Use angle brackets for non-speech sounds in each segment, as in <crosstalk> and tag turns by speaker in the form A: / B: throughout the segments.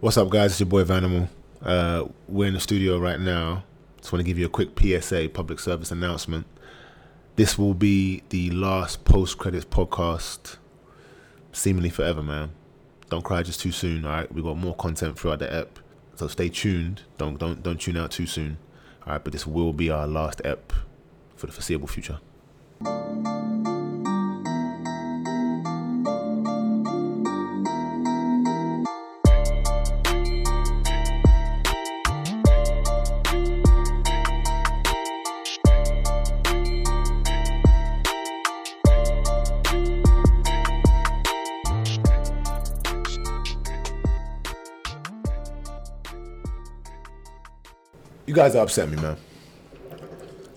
A: What's up, guys? It's your boy Vanimal. Uh, we're in the studio right now. Just want to give you a quick PSA, public service announcement. This will be the last post credits podcast, seemingly forever, man. Don't cry just too soon. All right, we got more content throughout the ep, so stay tuned. Don't don't don't tune out too soon. All right, but this will be our last ep for the foreseeable future. You guys are upsetting me, man.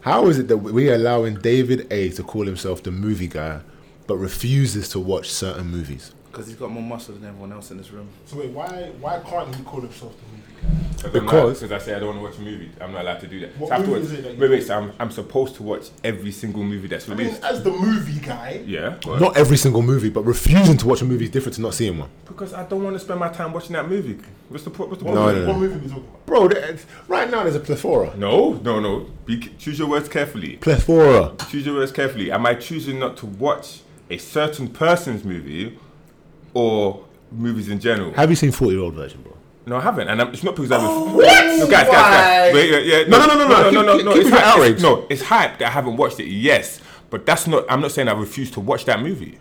A: How is it that we're allowing David A to call himself the movie guy, but refuses to watch certain movies?
B: Because he's got more muscle than everyone else in this room.
C: So wait, why why can't he call himself the movie guy?
A: Because-
D: because I say I don't want to watch a movie, I'm not allowed to do that.
C: What
D: so I have to
C: movie
D: watch-
C: is it that you-
D: wait, wait. So I'm, I'm supposed to watch every single movie that's
C: I mean,
D: released.
C: as the movie guy,
D: yeah, but-
A: Not every single movie, but refusing to watch a movie is different to not seeing one.
D: because I don't want to spend my time watching that movie. What's the point? What's the
C: what,
A: No,
D: point?
C: movie,
A: no, no.
C: what movie are we talking about?
A: Bro, there- right now there's a plethora.
D: No, no, no. Be, choose your words carefully.
A: Plethora.
D: Choose your words carefully. Am I choosing not to watch a certain person's movie or movies in general?
A: Have you seen 40 Year Old Version, bro?
D: No, I haven't, and I'm, it's not because I'm. Oh, what? No, guys, guys, guys. Wait, wait, yeah,
A: No, no, no, no,
D: no,
A: keep-
D: no,
A: keep-
D: no.
A: keep
D: It's
A: your
D: hype-
A: outrage.
D: it's- No, it's hype that I haven't watched it. Yes, but that's not. I'm not saying I refuse to watch that movie.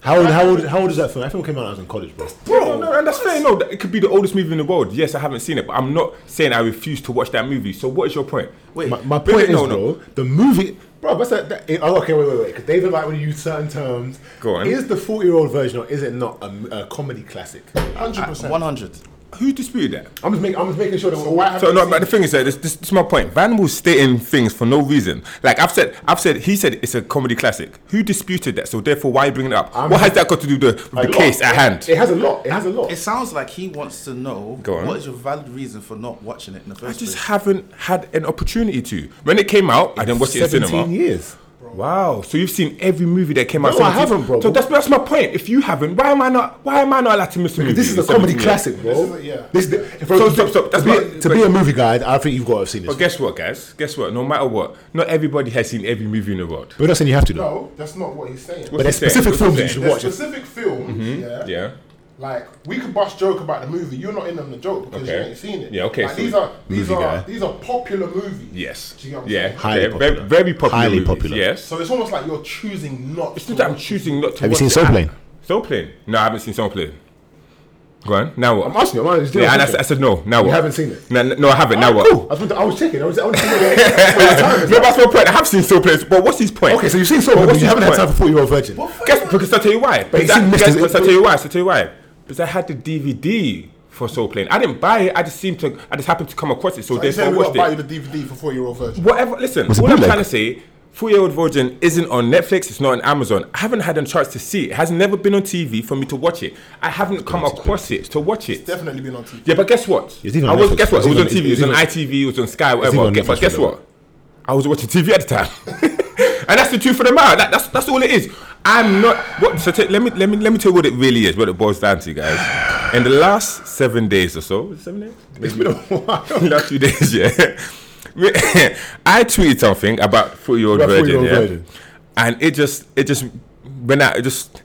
A: How old, how, old, how old is that film? That film came out when I was in college, bro.
D: Bro, no, no, and that's fair. No, that- it could be the oldest movie in the world. Yes, I haven't seen it, but I'm not saying I refuse to watch that movie. So, what is your point? Wait,
A: My, my
D: wait,
A: point is,
D: no, no.
A: bro, the movie. Bro, what's that? that it- oh, okay, wait, wait, wait. Because David like when you use certain terms.
D: Go on.
A: Is the 40 Year Old Version or is it not a, a comedy classic?
C: Hundred percent.
B: One hundred.
D: Who disputed that?
A: I'm just, make, I'm just making sure that
C: So why have
D: So
C: you
D: no,
C: seen
D: but the thing is that this, this, this is my point. Van was stating things for no reason. Like I've said, I've said he said it's a comedy classic. Who disputed that? So therefore, why bring it up?
A: I'm-
D: what has that got to do with the,
A: A
D: with the
A: lot.
D: case at
A: It-
D: hand?
A: It has a lot. It has a lot.
B: It sounds like he wants to know
D: Go on.
B: what is your valid reason for not watching it in the
D: I
B: first
D: just
B: <laughs> place.
D: haven't had an opportunity to. When it came out, I didn't watch it in
A: 17
D: cinema.
A: years.
D: Wow! So you've seen every movie that came out.
A: No, I
D: 17
A: haven't, bro.
D: So that's that's my point. If you haven't, why am I not? Why am I not allowed to miss a movie?
A: This is a
D: in 17
A: comedy
D: years?
A: classic, bro.
C: This is a- yeah.
A: This is the- if I-
D: So, stop, stop. That's
A: to be,
D: not-
A: to be a movie guy, I think you've got to have seen this.
D: But guess what, guys? Guess what? No matter what, not everybody has seen every movie in the world.
A: We're not saying you have to, though.
C: No, that's not what he's saying.
A: but
D: What's
A: there's
D: he saying?
A: specific
D: What's he
A: films you
D: saying?
A: should
C: There's
A: watch.
C: specific films,
E: Mm-hmm.
C: yeah,
D: Yeah.
C: Like we could bust joke about the movie. You're not in on the joke because you
D: Okay.
C: ain't seen it.
D: Yeah, okay, so
C: Like, these are these
A: movie
C: are
A: guy.
C: these are popular movies.
D: Yes.
C: Do you get what I'm
D: yeah.
C: saying?
A: Highly
D: They're
A: popular.
D: Very, very popular.
A: Highly
D: movies,
A: popular.
D: Yes.
C: So it's almost like you're choosing not.
D: it's not that I'm choosing not to.
A: Have you
D: watch
A: seen
D: it. Ah,
A: Soul Plane?
D: Soul Plane? No, I haven't seen Soul Plane. Go on. Now what?
A: I'm asking you. I'm asking you.
D: yeah, and I, s- I said no. Now what?
A: haven't seen it? Oh,
D: No, no, I haven't. now what?
A: Cool. I was, I was checking. I was, I was checking. <laughs> what time is
D: <laughs> No,
A: it?
D: that's my point. I have seen Soul Plane, but what's his point?
A: okay, so you've seen Soul
D: But
A: Plane, but
D: what's
A: you
D: his
A: haven't had
D: point?
A: time for 40 Year Old Virgin.
D: Guess because I tell you why. Because
A: it's in
D: I,
A: Mr.
D: guess, because I
A: But-
D: tell you why. So tell you why. Because I had the DVD for Soul Plane. I didn't buy it. I just seemed to. I just happened to come across it. So,
C: They
D: therefore, I
C: said we
D: watched
C: got
D: it.
C: buy you the DVD for four year old version.
D: Whatever. Listen,
A: Was it
D: all I'm
A: bootleg?
D: trying to say, Four Year Old Virgin isn't on Netflix. It's not on Amazon. I haven't had a chance to see it. It has never been on TV for me to watch it. I haven't come across it to watch it.
C: Definitely been on TV.
D: Yeah, but guess what?
A: It's even
D: I
A: on
D: was,
A: Netflix.
D: guess what?
A: It's
D: It was
A: even-
D: on TV. It was
A: it's
D: on
A: even-
D: ITV. It was on Sky.
A: even
D: Whatever.
A: on
D: Guess, but
A: Netflix,
D: guess
A: whatever.
D: what? I was watching TV at the time, <laughs> and that's the truth of the matter. That, that's that's all it is. I'm not. What? So take- let me let me let me tell you what it really is. What it boils down to, guys. In the last seven days or so, is it seven days.
A: It's <laughs> been a while.
D: <laughs> last few days, yeah. We- I tweeted something about four-year-old
A: About
D: virgin,
A: four-year-old
D: yeah,
A: virgin.
D: and it just it just went out. It just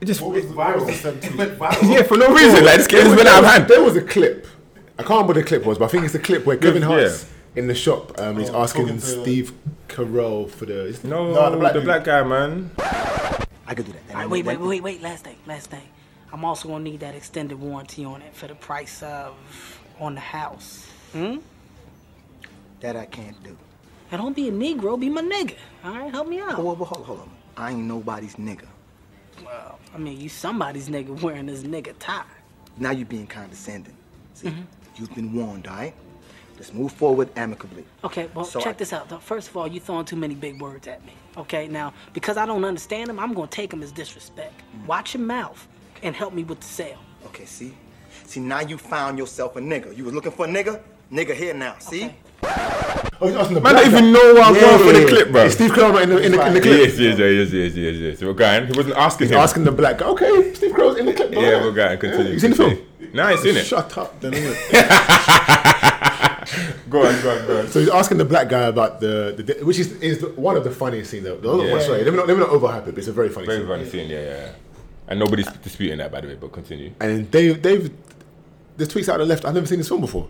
D: it just
C: What was the, what was the sent tweet?
A: <laughs>
D: yeah for no reason. Like this it just went out of hand.
A: There was a clip. I can't remember what the clip was, but I think it's the clip where Kevin Hart's in the shop. Um, he's
C: Oh,
A: asking
C: talking to-
A: Steve Carell for the. is-
D: No,
C: No, the
D: the
C: black
D: black,
C: dude.
D: guy, man.
E: I could do that.
F: Alright, wait, wait, wait, wait. Last thing, last thing. I'm also gonna need that extended warranty on it for the price of on the house.
E: Hmm? That I can't do.
F: Now don't be a Negro, be my nigga. All right, help me
E: Oh,
F: out.
E: well, well, hold on, hold on. I ain't nobody's nigga.
F: Well, I mean, you somebody's nigga wearing this nigga tie.
E: Now you're being condescending. See,
F: Mm-hmm.
E: you've been warned, all right? Let's move forward amicably.
F: Okay, well,
E: So
F: check
E: I-
F: this out. though. First of all, you throwing too many big words at me. Okay, now because I don't understand them, I'm gonna take them as disrespect.
E: Mm.
F: Watch your mouth and help me with the sale.
E: Okay, see? See, now you found yourself a nigga. You were looking for a nigga? Nigga here now, see?
F: Okay.
A: Oh, he's asking the
D: Man,
A: black
D: don't
A: guy.
D: even know where I'm going for the clip, bro.
A: Is Steve Carell not in the, in the, in the clip?
D: Yes, yes, yes, yes, yes, yes, yes. We're going. He wasn't asking
A: He's
D: him.
A: asking the black guy. Okay, Steve Carell's in the clip.
D: Yeah, we're going. Continue.
A: He's in the
D: continue.
A: film.
D: No, I ain't seen it.
A: Shut up, then. innit?
D: Go on, go on, go on.
A: so he's asking the black guy about the, the which is, is the, one of the funniest scenes. Though. The other one,
D: Yeah.
A: sorry, let me not let me not overhype it. But it's a very funny
D: Very
A: scene.
D: funny scene, yeah, yeah, yeah. And nobody's disputing that, by the way. But continue.
A: And then Dave, Dave, the tweaks out of the left. I've never seen this film before.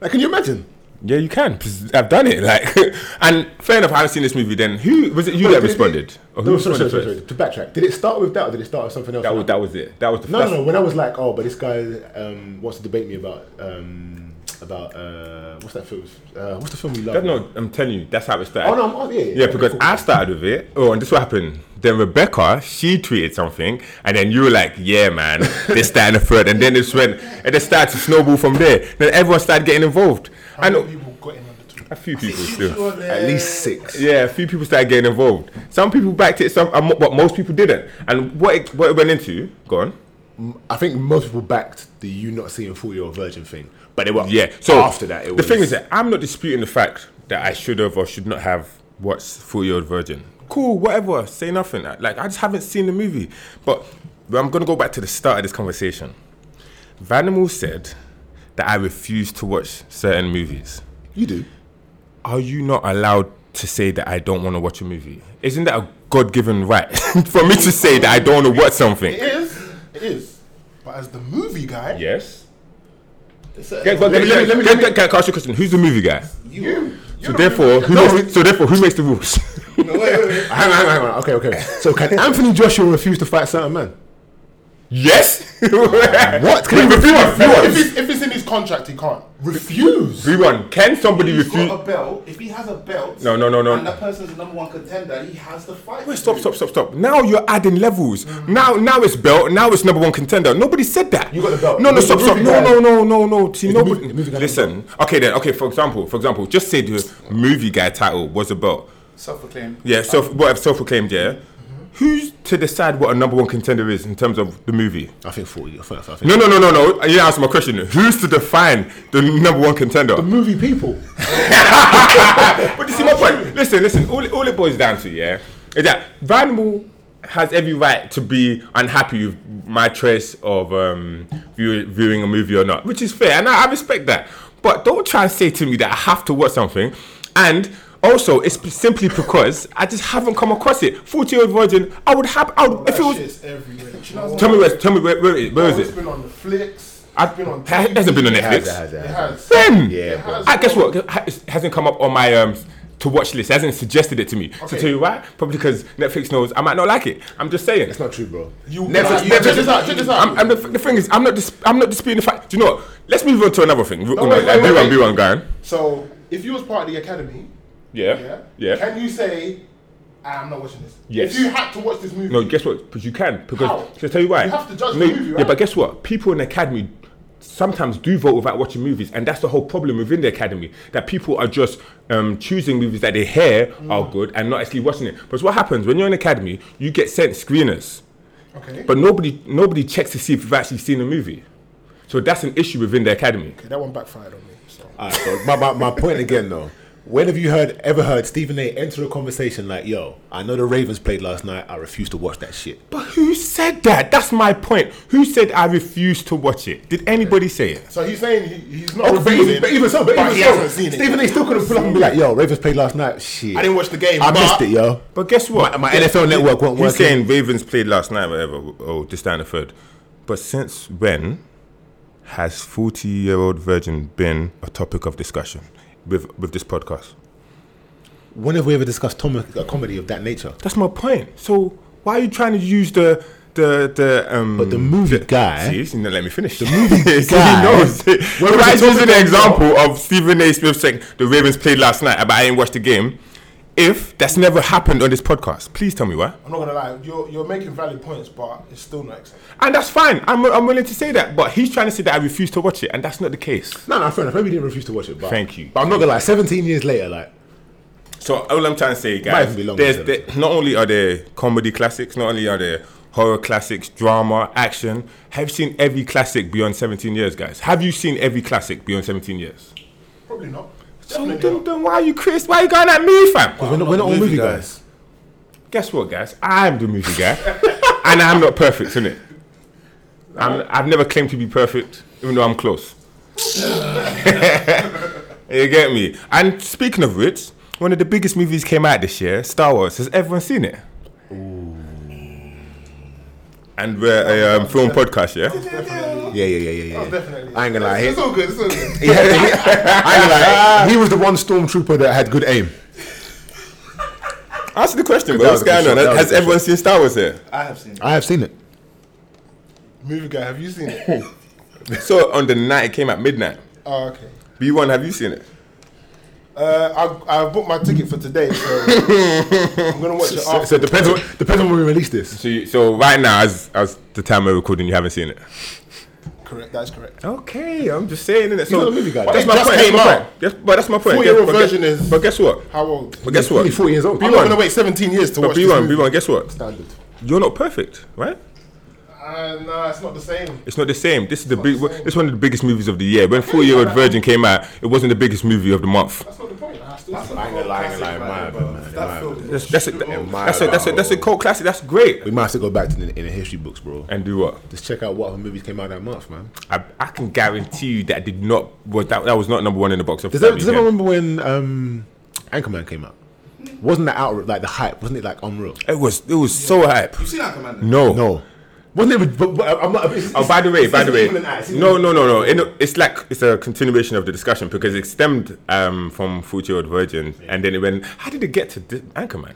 A: Like, can you imagine?
D: Yeah, you can. 'cause I've done it. Like, <laughs> and fair enough. I haven't seen this movie. Then who was it? You
A: Wait,
D: that
A: did it-
D: responded? Or who
A: No, sorry, sorry,
D: responded
A: sorry,
D: first?
A: sorry. To backtrack, did it start with that, or did it start with something else?
D: That was that was it. That was the
A: no,
D: that's-
A: no, no. When I was like, oh, but this guy um, wants to debate me about um, about uh, what's that film? Uh, what's the film we love?
D: That, no, I'm telling you, that's how it started.
A: Oh, no, I'm- oh, yeah, yeah,
D: yeah.
A: okay,
D: because
A: cool.
D: I started with it. Oh, and this what happened. Then Rebecca, she tweeted something, and then you were like, "Yeah, man, this, that, and the third. And then it just went, and it started to snowball from there. Then everyone started getting involved.
C: How
D: I know
C: many people got in on the tweet?
D: a few people still.
A: At least six.
D: Yeah, a few people started getting involved. Some people backed it, some, um, but most people didn't. And what it, what it went into? Go on.
A: I think most people backed the you not seeing forty year old virgin thing, but they were
D: Yeah. So
A: after that, it
D: the
A: was,
D: thing is that I'm not disputing the fact that I should have or should not have watched Full Year Old Virgin. Cool, whatever. Say nothing. Like I just haven't seen the movie. But I'm gonna go back to the start of this conversation. Vanimal said that I refuse to watch certain movies.
A: you do.
D: Are you not allowed to say that I don't want to watch a movie? Isn't that a God-given right <laughs> for me to say that I don't want to watch something?
C: It is. It is. But as the movie guy,
D: Yes.
C: it's a-
D: Yeah, but let me let me let me,
A: let me-
D: can I ask you a question. Who's the movie guy?
C: you. you
D: So therefore, who makes, so therefore, who makes the rules?
A: <laughs> Hang on, hang on, hang on. Okay, okay. So <laughs> can Anthony Joshua refuse to fight certain man?
D: <laughs> yes. what?
A: Can you
D: rewind,
C: if,
D: rewind,
C: it's, if it's in his contract, he can't.
A: Refuse.
D: rewind. Can somebody
B: He's
D: refuse?
B: got a belt. If he has a belt,
D: No, no, no, no.
B: and that person's the number one contender, he has the fight.
D: Wait, stop, stop, stop, stop. Now you're adding levels. Now, now it's belt. Now it's number one contender. Nobody said that.
A: Mm. You got the belt.
D: No, no,
A: It's
D: stop,
A: the
D: stop.
A: movie
D: No,
A: guy.
D: no, no, no, no. See,
A: It's the
D: nobody.
A: movie- the movie guy.
D: Listen. Okay, then. Okay. For example, for example, just say the movie guy title was a belt.
B: Self-proclaimed.
D: Yeah. Self, whatever self-proclaimed. Yeah.
A: Mm-hmm.
D: Who's to decide what a number one contender is in terms of the movie?
A: I think forty. I think, I think.
D: No, no, no, no, no. You didn't answer my question. Who's to define the number one contender?
A: Movie people.
D: but you see my point. Listen, listen. All, it- all it boils down to, yeah, is that Van Mool has every right to be unhappy with my choice of um, view, viewing a movie or not, which is fair, and I, I respect that. But don't try and say to me that I have to watch something, and also it's p- simply because I just haven't come across it. Forty year old virgin, I would have. I would, if it was,
C: Shit's everywhere. Do you know what I'm
D: tell me where, tell me where, where, it- where
C: saying?
D: is
C: It's
D: it?
C: been on the flicks.
D: I-
C: it's been on.
D: it hasn't been on
C: TV.
D: Netflix.
A: It has, it
C: It
A: has.
C: has.
D: Then,
A: Yeah,
C: bro.
D: I, Ah, guess what? It ha- It hasn't come up on my um, to watch list. It hasn't suggested it to me. So
C: Okay.
D: tell you why? Probably because Netflix knows I might not like it. I'm just saying.
A: It's not true, bro.
C: You
A: Netflix-
C: Netflix,
A: Netflix-
C: check this out. Check this out.
D: I'm, I'm the, the thing is, I'm not. Dis- I'm not disputing the fact. Do you know? What? Let's move on to another thing. No,
C: Oh, wait, wait,
D: be
C: wait,
D: one,
C: wait.
D: be one, guy.
C: so, if you was part of the academy,
D: Yeah,
C: yeah,
D: yeah.
C: can you say, I'm not watching this?
D: Yes.
C: If you had to watch this movie,
D: no, guess what? But you can because
C: How?
D: so tell you why.
C: You have to judge
D: no,
C: the movie,
D: Yeah,
C: right?
D: but guess what? People in the academy sometimes do vote without watching movies, and that's the whole problem within the academy that people are just um, choosing movies that they hear are
C: Mm.
D: good and not actually watching it. But what happens when you're in the academy? You get sent screeners,
C: okay,
D: but nobody nobody checks to see if you've actually seen a movie. So that's an issue within the academy.
C: that one backfired on me. So.
A: Alright, so my, my, my point again though. When have you heard ever heard Stephen A enter a conversation like, yo, I know the Ravens played last night, I refuse to watch that shit.
D: But who said that? That's my point. Who said I refuse to watch it? Did anybody say it?
C: So he's saying he, he's
D: Oh.
C: not.
A: but,
C: refusing,
A: even, but even so, but,
C: he
A: even so,
C: hasn't seen it.
A: Stephen A still could have pulled up and be like, yo, Ravens played last night, shit.
C: I didn't watch the game.
A: I
C: but-
A: missed it, yo.
D: But guess what?
A: My- my NFL network won't
D: He's
A: work
D: saying Ravens played last night, whatever, or this, that, and the third. But since when has 40 year old virgin been a topic of discussion with, with this podcast?
A: When have we ever discussed tom- a comedy of that nature?
D: That's my point. So why are you trying to use the. The the um
A: But the
C: Hmm.
A: movie guy-
D: see, he's not let me finish the movie <laughs>
A: guy-
D: he knows
A: Where was
D: why
A: the
D: using
A: topic
D: the
A: of-
D: example of Stephen A Smith saying the Ravens played last night but I didn't watch the game if that's never happened on this podcast please tell me why
C: I'm not gonna lie. You're you're making valid points, but it's still not acceptable.
D: And that's fine. I'm, I'm willing to say that. But he's trying to say that I refuse to watch it, and that's not the case.
A: No, no, fair enough. Maybe he didn't refuse to watch it, but
D: Thank you.
A: But I'm not gonna lie, 17 years later, like
D: So all I'm trying to say,
A: Might
D: guys,
A: even be longer
D: there's
A: than
D: there, not only are there comedy classics, not only are there horror classics, drama, action. Have you seen every classic beyond 17 years, guys? Have you seen every classic beyond 17 years?
C: Probably not.
D: So
C: Definitely
D: then,
C: not.
D: then why are you Chris? Why are you going at me, fam?
C: Oh,
A: we're not, we're not all movie guys.
D: <laughs> Guess what, guys? I'm the movie guy, and I'm not perfect, innit? I'm, I've never claimed to be perfect, even though I'm close. <laughs> you get me? And speaking of which, one of the biggest movies came out this year, Star Wars. Has everyone seen it? And we're a um, film podcast, yeah?
A: Yeah, yeah, yeah, yeah, yeah.
C: Oh, definitely.
A: I ain't gonna lie.
C: It's
A: He,
C: all good. It's all good.
A: yeah, I ain't
C: Ah.
A: gonna lie. He was the one stormtrooper that had good aim.
D: Answer the question, bro.
A: That was
D: What's
A: a good
D: going on?
A: shot, that was a
D: Has
A: good
D: everyone seen Star Wars here?
B: <laughs> I have seen it.
A: I have seen it.
C: Movie guy, have you seen
D: <laughs>
C: it?
D: So on the night it came at midnight.
C: oh, okay.
D: B1, have you seen it?
C: Uh, I I booked my ticket for
D: <laughs>
C: today, so I'm gonna watch it
A: So,
C: after.
A: so it depends on depends on when we release this.
D: So, you, so right now, as, as the time we're recording, you haven't seen it.
C: correct. That's correct.
D: Okay, I'm just saying it.
A: not a movie guy,
D: That's
A: though.
D: my
C: Just
D: point.
C: came
D: that's my
C: out.
D: point. Yes, but that's my point. Yes,
C: Four-year-old
D: but guess-
C: version is-
D: But guess what?
C: How old?
D: But guess what?
A: Only forty years old.
C: I'm not gonna wait 17 years to
D: But
C: watch
D: B
C: this
D: one,
C: movie.
D: B one. Guess what?
C: Standard.
D: You're not perfect, right?
C: Uh, nah, it's not the same.
D: It's not the same. This is the big. It's one of the biggest movies of the year. When Four Year Old Virgin came out, it wasn't the biggest movie of the month.
C: That's not the point. I still
A: I ain't gonna lie, I ain't gonna lie, my bad, man, my bad.
D: That's, that's a,
A: my
D: that's a that's a that's a
A: God.
D: cult classic. That's great.
A: We might have to go back to the, in the history books, bro.
D: And do what?
A: Just check out what other movies came out that month, man.
D: I, I can guarantee you that did not was that that was not number one in the box office.
A: Does, that,
D: that
A: does
D: weekend.
A: everyone remember when um, Anchorman came out? Wasn't that out like the hype? Wasn't it like unreal?
D: It was it was so hype.
B: You've seen Aquaman? then?
D: No,
A: No, wasn't it? But, but I'm not. It's,
D: Oh, by the way, by the way,
A: It's not even an
D: no, no, no, no. It, it's like it's a continuation of the discussion because it stemmed um, from Forty Year Old Virgin, and then it went. How did it get to di- Anchorman?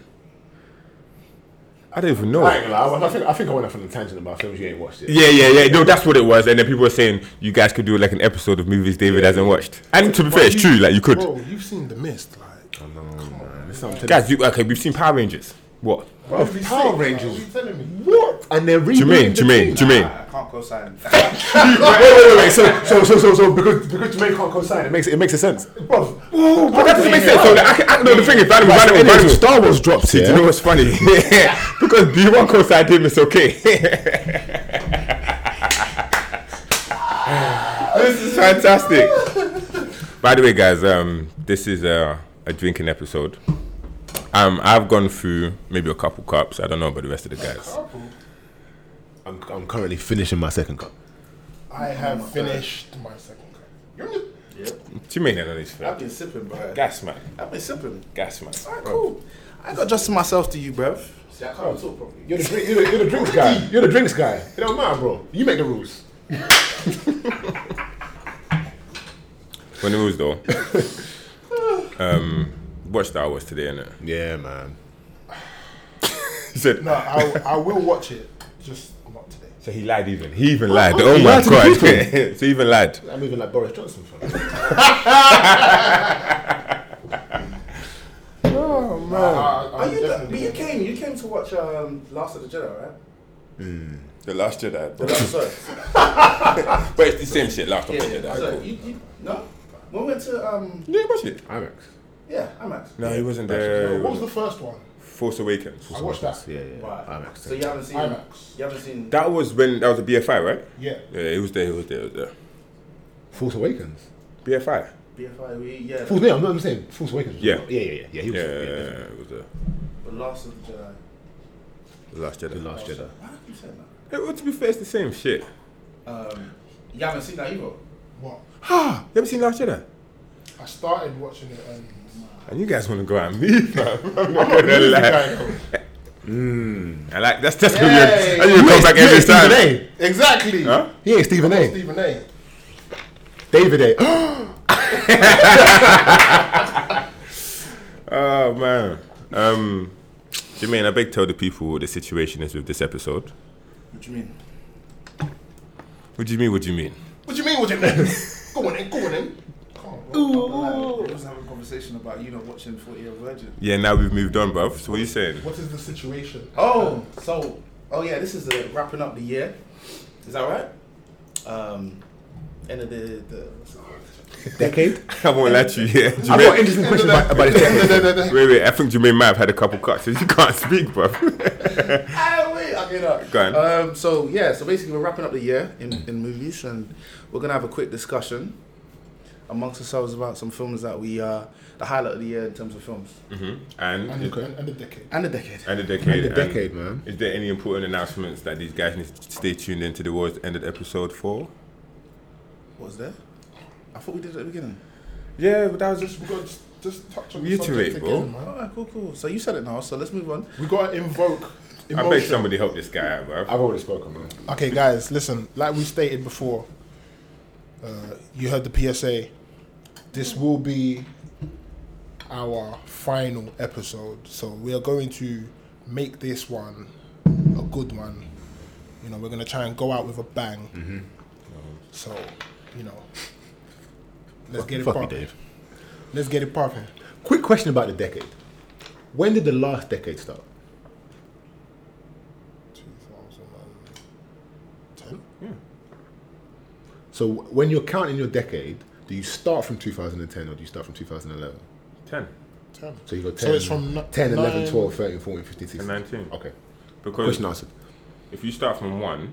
D: I don't even know.
A: I, ain't gonna lie, I, was- I think I think I went off on a tangent about films you ain't watched it.
D: Yeah, yeah, yeah. No, that's what it was. And then people were saying you guys could do like an episode of movies David hasn't watched. And to be fair, it's true. Like you could,
C: Bro, you've seen The Mist, like.
A: No, man, it's something.
D: guys. You, okay, we've seen Power Rangers. What?
A: Bro,
C: Movie
A: Power
C: sick,
A: Rangers.
C: like, What are you telling me?
A: What? And they're
D: Jermaine,
A: rebooting the
D: Jermaine,
A: team.
D: Jermaine.
B: I can't co-sign.
A: Wait, wait, wait, wait. So, so, so, so, so because because Jermaine can't co-sign, it makes it makes a sense, bro.
D: But that doesn't make sense. So like, I, can, I no, the thing is, random, random,
A: Anyway,
D: random.
A: Star Wars drops
D: See,
A: here.
D: do you know what's funny? <laughs> because B1 co-signed him, it's okay. <laughs> this is fantastic. By the way, guys, um, this is a, a drinking episode. Um, I've gone through maybe a couple cups. I don't know about the rest of the guys.
A: I'm, I'm currently finishing my second cup.
C: I have finished my second cup. You're in the-
D: Do you mean that on his
B: I've
D: phone?
B: been sipping, bro.
D: Gas man,
B: I've been sipping.
D: gas man.
B: Alright, cool. I got just myself to you, bruv. See, I can't talk properly.
A: You're the, drink, you're, the, you're the drinks
B: <laughs>
A: guy. You're the drinks guy. It don't matter, bro. You make the rules.
D: When it was though, um, watched Star Wars today, innit?
A: Yeah, man.
D: He said,
C: No, I, I will watch it, just not today.
D: So he lied even. He even lied. Oh,
A: he
D: my
A: lied to the
D: god.
A: people.
D: <laughs> so he even lied.
A: I'm even like Boris Johnson. Fam.
B: <laughs> Are you the, but you came, you came to watch um, Last of the Jedi, <coughs> right?
D: The last Jedi, bro.
B: Sorry.
D: <laughs> but it's the same shit. Last
B: Yeah,
D: yeah,
B: yeah,
D: Jedi.
B: sorry.
D: cool.
B: You, you, no? When we went to, um,
D: You didn't watch it.
A: IMAX.
B: yeah, IMAX.
D: No, he wasn't there.
C: What was the first one?
D: Force Awakens.
C: I watched that.
A: Yeah, yeah.
B: Right.
A: IMAX.
B: So you haven't seen
C: IMAX.
B: You haven't seen.
D: That was when that was a BFI, right?
C: Yeah.
D: Yeah, he was there. He was there. He was there.
A: Force Awakens.
D: BFI.
B: BFI, we, yeah.
A: Force, no, I'm not saying Force Awakens.
D: Yeah.
A: yeah, yeah, yeah. yeah, he was,
D: Yeah,
A: yeah, definitely.
D: it was there.
B: The Last of the Jedi.
D: The last Jedi.
A: The Last Jedi.
B: Why are you saying
D: Hey, well, to be fair, it's the same shit. You
B: that? Um, you haven't seen that either.
C: What?
D: ever seen Last Jedi?
C: I started watching it and.
D: And you guys want to go at me, fam? <laughs> I'm not gonna lie. Hmm, I like that's that's gonna be. A, that's gonna come back every time.
A: Stephen
C: Exactly.
D: Huh?
A: A. Yeah, Stephen A.
C: Stephen A.
A: David A. <gasps>
D: Oh man. Um Jermaine, I beg tell the people what the situation is with this episode.
B: What do you mean?
D: What do you mean, what do you mean?
C: What do you mean? What do you mean? go on in. Go on in. Come on, bro.
B: Like, we was having a conversation about you know watching Forty Year Virgin.
D: Yeah, now we've moved on, bruv. So what are you saying? <laughs>
C: What is the situation?
B: Oh, so oh yeah, this is the wrapping up the year. Is that right? Um, end of the the.
A: Decade.
D: I won't lie to you here.
A: I've got an
D: Jermaine,
A: interesting question about,
D: <laughs>
A: about this.
D: wait, wait, I think Jermaine might have had a couple cuts. so You can't speak, bruv. <laughs>
B: Ah, wait, okay, no.
D: Go on.
B: Um, so yeah, so basically we're wrapping up the year in, in movies, and we're gonna have a quick discussion amongst ourselves about some films that we uh the highlight of the year in terms of films
D: And,
C: And,
D: and,
C: and, and the decade.
B: and the decade.
D: a decade.
A: And a decade, man.
D: Is there any important announcements that these guys need to stay tuned into the world's ended episode for?
B: What was there? I thought we did it at the beginning.
D: Yeah, but that was just
C: We got to just touch on the
D: Reiterate,
C: subject
D: bro.
C: again, man.
B: All right, cool, cool. So you said it now, so let's move on.
C: We got to invoke.
D: I beg
C: Emotion.
D: somebody help this guy out, bro.
A: I've already spoken, man.
C: Okay, guys, listen. Like we stated before, uh, you heard the PSA. This will be our final episode, so we are going to make this one a good one. You know, we're gonna try and go out with a bang.
A: Mm-hmm.
C: So, you know, let's get it
A: Fuck you,
C: popping.
A: Dave.
C: Let's get it popping.
A: Quick question about the decade. When did the last decade start?
C: 2010.
A: So w- when you're counting your decade, do you start from 2010 or do you start from 2011?
D: Ten.
C: 10.
A: So you got 10,
C: So it's from n-
A: 10 11,
C: nine-
A: 12, 13, 14, 15, 16.
D: And 19.
A: Okay.
D: Because
A: Question answered.
D: if you start from one,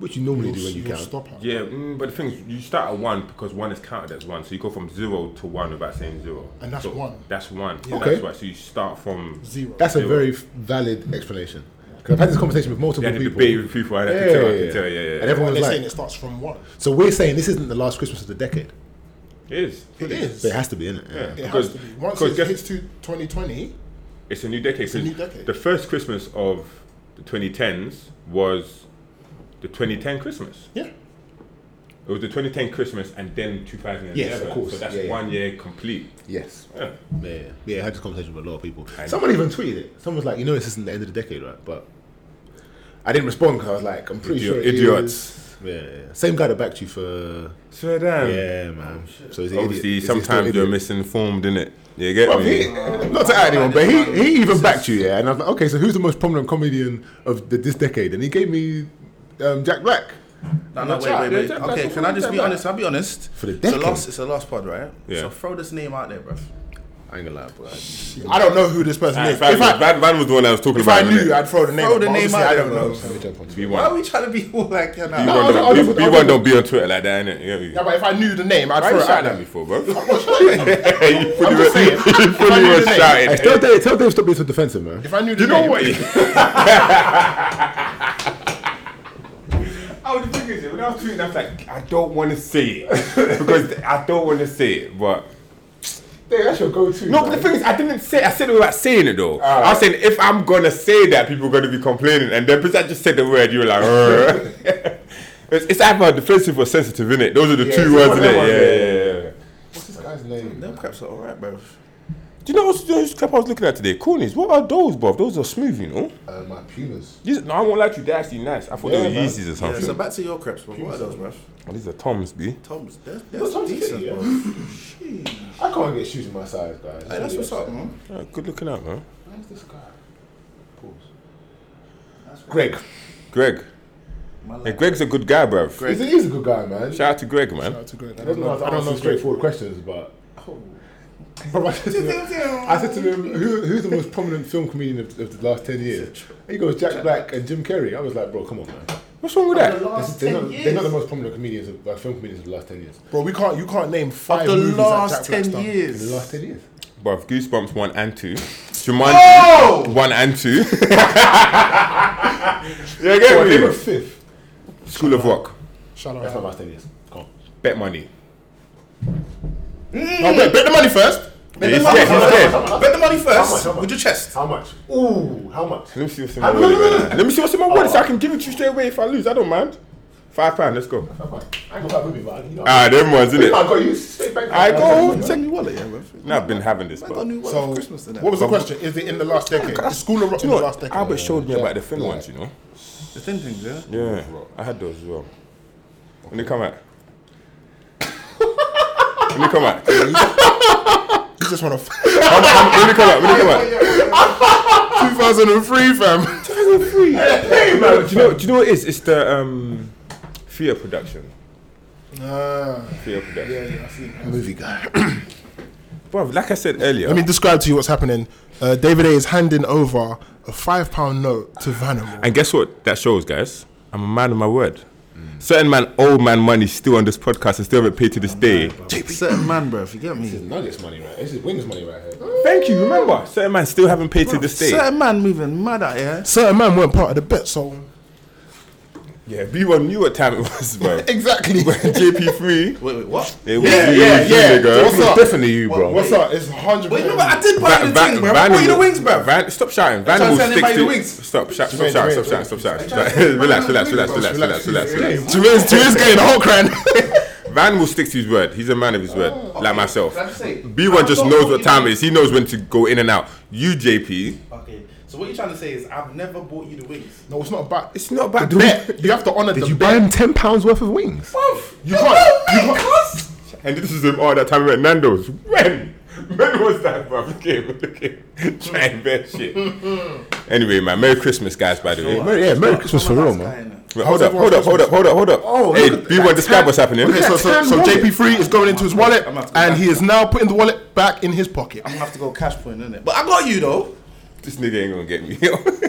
A: Which you normally
C: You'll,
A: do when you
C: you'll
A: count.
C: stop her.
D: yeah, mm, but the thing is, you start at one because one is counted as one. So you go from zero to one without saying zero.
C: And that's
D: So
C: one.
D: That's one.
A: Okay.
D: That's right. So you start from
C: Zero.
A: That's a
D: Zero.
A: very f- valid explanation. Because I've had this conversation with multiple
D: Yeah, the
A: people.
D: debate with people, I
A: Yeah,
D: can tell, I
A: yeah,
D: can
A: yeah.
D: tell, yeah, yeah.
A: And everyone
C: They're
A: was
C: saying
A: like,
C: it starts from one.
A: so we're saying this isn't the last Christmas of the decade.
D: It is.
C: It is.
A: But it has to be, innit? Yeah.
C: It
D: Because-
C: has to be. Once
D: because
C: it
D: guess-
C: hits to 2020,
D: It's a new decade.
C: a new
D: 'cause
C: decade.
D: The first Christmas of the 2010s was the 2010 Christmas.
C: yeah.
D: It was the 2010 Christmas and then 2011.
A: Yes, of course.
D: So that's
A: Yeah, yeah.
D: one year complete.
A: Yes.
D: Yeah.
A: Yeah. Yeah, I had this conversation with a lot of people. Someone even tweeted it. Someone was like, you know, this isn't the end of the decade, right? But I didn't respond because I was like, I'm pretty
D: Idiot-
A: sure. it
D: idiots.
A: is. Yeah, yeah. Same guy that backed you for.
D: So damn.
A: Yeah, man. So he's an
D: Obviously,
A: idiot. Is he still
D: sometimes
A: an
D: you're
A: idiot?
D: misinformed, innit? You get
A: Bro,
D: me?
A: he, not to add anyone, but he, he even backed you, yeah. And I was like, okay, so who's the most prominent comedian of the, this decade? And he gave me um, Jack Black.
B: No, no, wait,
D: chat,
B: wait,
D: yeah,
B: wait.
D: chat,
B: okay,
D: that's
B: can
D: what
B: I
D: we
B: just be
D: said,
B: honest? I'll be honest.
A: For the
B: it's a
A: decade.
B: last, it's a last pod, right?
D: Yeah.
B: So throw this name out there, bruv.
A: I ain't gonna lie, bro.
C: I don't know who this person
D: Alright,
C: is. If I,
D: Van, Van was the one I was talking
C: if I
D: about. innit?
C: knew, I'd throw the name.
B: Throw
C: out,
B: the
C: but
B: name
C: obviously
B: out
C: I
B: there,
C: don't
B: bro.
C: know. So-
D: B1.
B: Why are we trying to be <laughs> all like you
D: B1,
B: know?
A: No, I was- I
D: don't,
A: was-
D: B-
A: I was-
D: B1 don't be on Twitter like that, innit? You get me?
C: Yeah, but if I knew the name, I'd
D: Why
C: throw
D: you
C: it out
D: shouting at
C: there.
D: me for,
C: <laughs>
D: bro? you fully were, <laughs>
C: saying,
D: you
C: I
D: fully
C: knew
D: were
C: the
A: Hey,
C: name-
D: shouting.
A: tell Dave, tell Dave, stop being so defensive, man.
C: If I knew the
D: You know
C: name,
D: what?
C: <laughs>
D: Oh, the thing is, when I was tweeting, I was like, I don't want to say it because I don't want to say it. But
A: Dave, that's your go-to.
D: no, but the thing is, I didn't say. I said it without saying it
C: Uh.
D: though. I was saying if I'm gonna say that, people are gonna be complaining, and then because I just said the word, you were like,
C: <laughs>
D: "Rrr." it's, it's either defensive or sensitive, innit? Those are the two words, innit? Yeah, yeah, yeah, yeah.
C: what's this guy's name?
B: Them craps are alright, bruv.
D: Do you know what's those crap I was looking at today? Coonies. What are those, bro? Those are smooth, you know.
A: Uh, my pumas.
D: These, no, I won't lie to you. They're actually nice. I thought
C: Yeah,
D: they were
C: man.
D: Yeezys or
B: Yeah,
D: something.
B: so back to your craps, bruv. What are those, bruv?
D: Oh, these are Toms, b.
B: Tom's. They're, they're decent,
A: yeah.
B: bruv.
A: I can't get shoes in my size, guys.
B: Hey, that's what's up, man.
D: Yeah, Uh, good looking out, man.
A: Where's this guy? Pause. Greg.
D: Greg.
B: My
D: Hey,
B: life.
D: Greg's a good guy, bruv.
A: He's a, he's a good guy, man.
D: Shout out to Greg, man.
C: That's a great-
A: I don't know Oh. how to answer straightforward questions, but. Bro, <laughs> I said to <laughs> him- I said to him, Who, who's the most prominent film comedian of, of the last 10 years? He goes, Jack Black and Jim Carrey. I was like, bro, come on, man.
D: What's wrong with that?
A: This is- they're, not, they're not the most prominent comedians of, like, film comedians of the last 10 years.
C: Bro, we can't. You can't name five
B: The
C: movies
B: last
C: that Jack Black's
B: ten
C: done.
A: In the
B: years.
A: last 10 years.
D: Bruv, Goosebumps 1 and 2. Jumanji 1 and <laughs> 2. yeah,
A: Well, they
D: get
A: were
D: me.
A: fifth.
D: School of Rock.
C: Shout
A: That's not
C: out.
A: last 10 years. Come on.
D: Bet money.
C: No, bet, bet the money first.
D: Yeah, he's dead, he's dead.
B: Bet the
A: How
B: money
A: much,
B: first
A: how much?
B: with your chest.
A: How much? Ooh, how much?
D: Let me see what's in my wallet right now. Let me see what's in my wallet so I can give it to you straight away if I lose. I don't mind. Five pounds, let's go.
A: How much? I ain't got that movie, but you know.
D: Ah, them ones,
A: I <laughs>
D: innit?
A: got you straight back.
D: I go.
B: Check me wallet, yeah, bruv.
D: Nah, I've been having this,
B: I got a
D: but.
B: new wallet
C: So,
B: for Christmas tonight.
C: what was the question? Is it in the last decade? Is School of Rock
D: Do
C: in
D: you
C: the
D: know
C: last
D: what?
C: decade?
D: Albert showed me about the thin ones, you know?
B: The thin things, yeah.
D: Yeah, I had those as well. When they <laughs> come out. when they come out. When
C: You just <laughs> want to.
D: they come out. When they come out.
C: 2003, fam.
D: <laughs> No, do you know? Do you know what it is? It's the um, fear production.
C: Ah,
D: Fear production.
C: yeah, yeah, I see.
A: movie guy.
D: Bro, like I said earlier,
C: Let me describe to you what's happening. Uh, David A is handing over a five pound note to Vanimal.
D: and guess what? That shows, guys. I'm a man of my word. Certain man, old man money still on this podcast and still haven't paid to this day.
G: Certain man, bro. If you get me.
A: Nuggets money, right? This is Wings money right here.
D: Thank you, remember. Certain man still haven't paid to this day.
G: Certain man moving mad out here.
C: Certain man weren't part of the bet, so
D: Yeah, B1 knew what time it was, bro.
A: <laughs>
C: exactly.
D: JP3.
B: Wait, wait, what?
D: It was
C: Yeah,
D: you,
C: yeah,
D: you,
C: yeah.
D: nigga.
C: What's up?
A: Definitely you, bro.
C: What's up? It's hundred.
B: Wait, remember, I did buy you the thing, bro. I
D: Van-
B: bought you the wings, bro.
D: Van- stop shouting.
B: trying
D: Van
B: to
D: will
B: sell
D: stick
B: everybody
D: to
B: the wings.
D: Stop, shout, stop, shouting,
C: Jermaine, Jermaine,
D: stop, shouting, stop, shouting.
C: Jermaine,
D: Stop- <laughs>
C: Jermaine,
D: Relax, relax,
C: Jermaine, Jermaine,
D: relax,
C: Jermaine,
D: relax, relax, relax, relax.
C: Jermaine's Jermaine's getting the whole cran.
D: Van will stick to his word. He's a man of his word, like myself.
B: Can I just say-
D: B1 just
B: I'm
D: knows
B: not
D: what
B: talking-
D: time it is. He knows when to go in and out. You, JP,
B: Okay, so what you're trying to say is I've never bought you the wings.
C: No, it's not about. It's
D: it's not about
C: the bet. You have to honor
A: Did
C: the
A: you buy
C: bet.
A: him ten pounds worth of wings?
C: You can't. You can't.
D: And this is him all that time at Nando's. When? When was that, bro? <laughs> Look at him, look at him. Try and bet <laughs> shit. anyway, man, Merry Christmas, guys, by the way.
A: Merry- yeah, Merry Christmas for real, man.
D: Wait, hold, up, hold up, hold up, hold up, hold up,
C: Oh,
D: Hey,
C: look at
D: B1, describe what's happening.
C: Okay, so, so, so
A: Damn wallet.
C: JP3 is going into his wallet, and he is now putting the wallet back in his pocket.
B: I'm gonna have to go cash point, innit? But I got you though.
D: this nigga ain't gonna get me.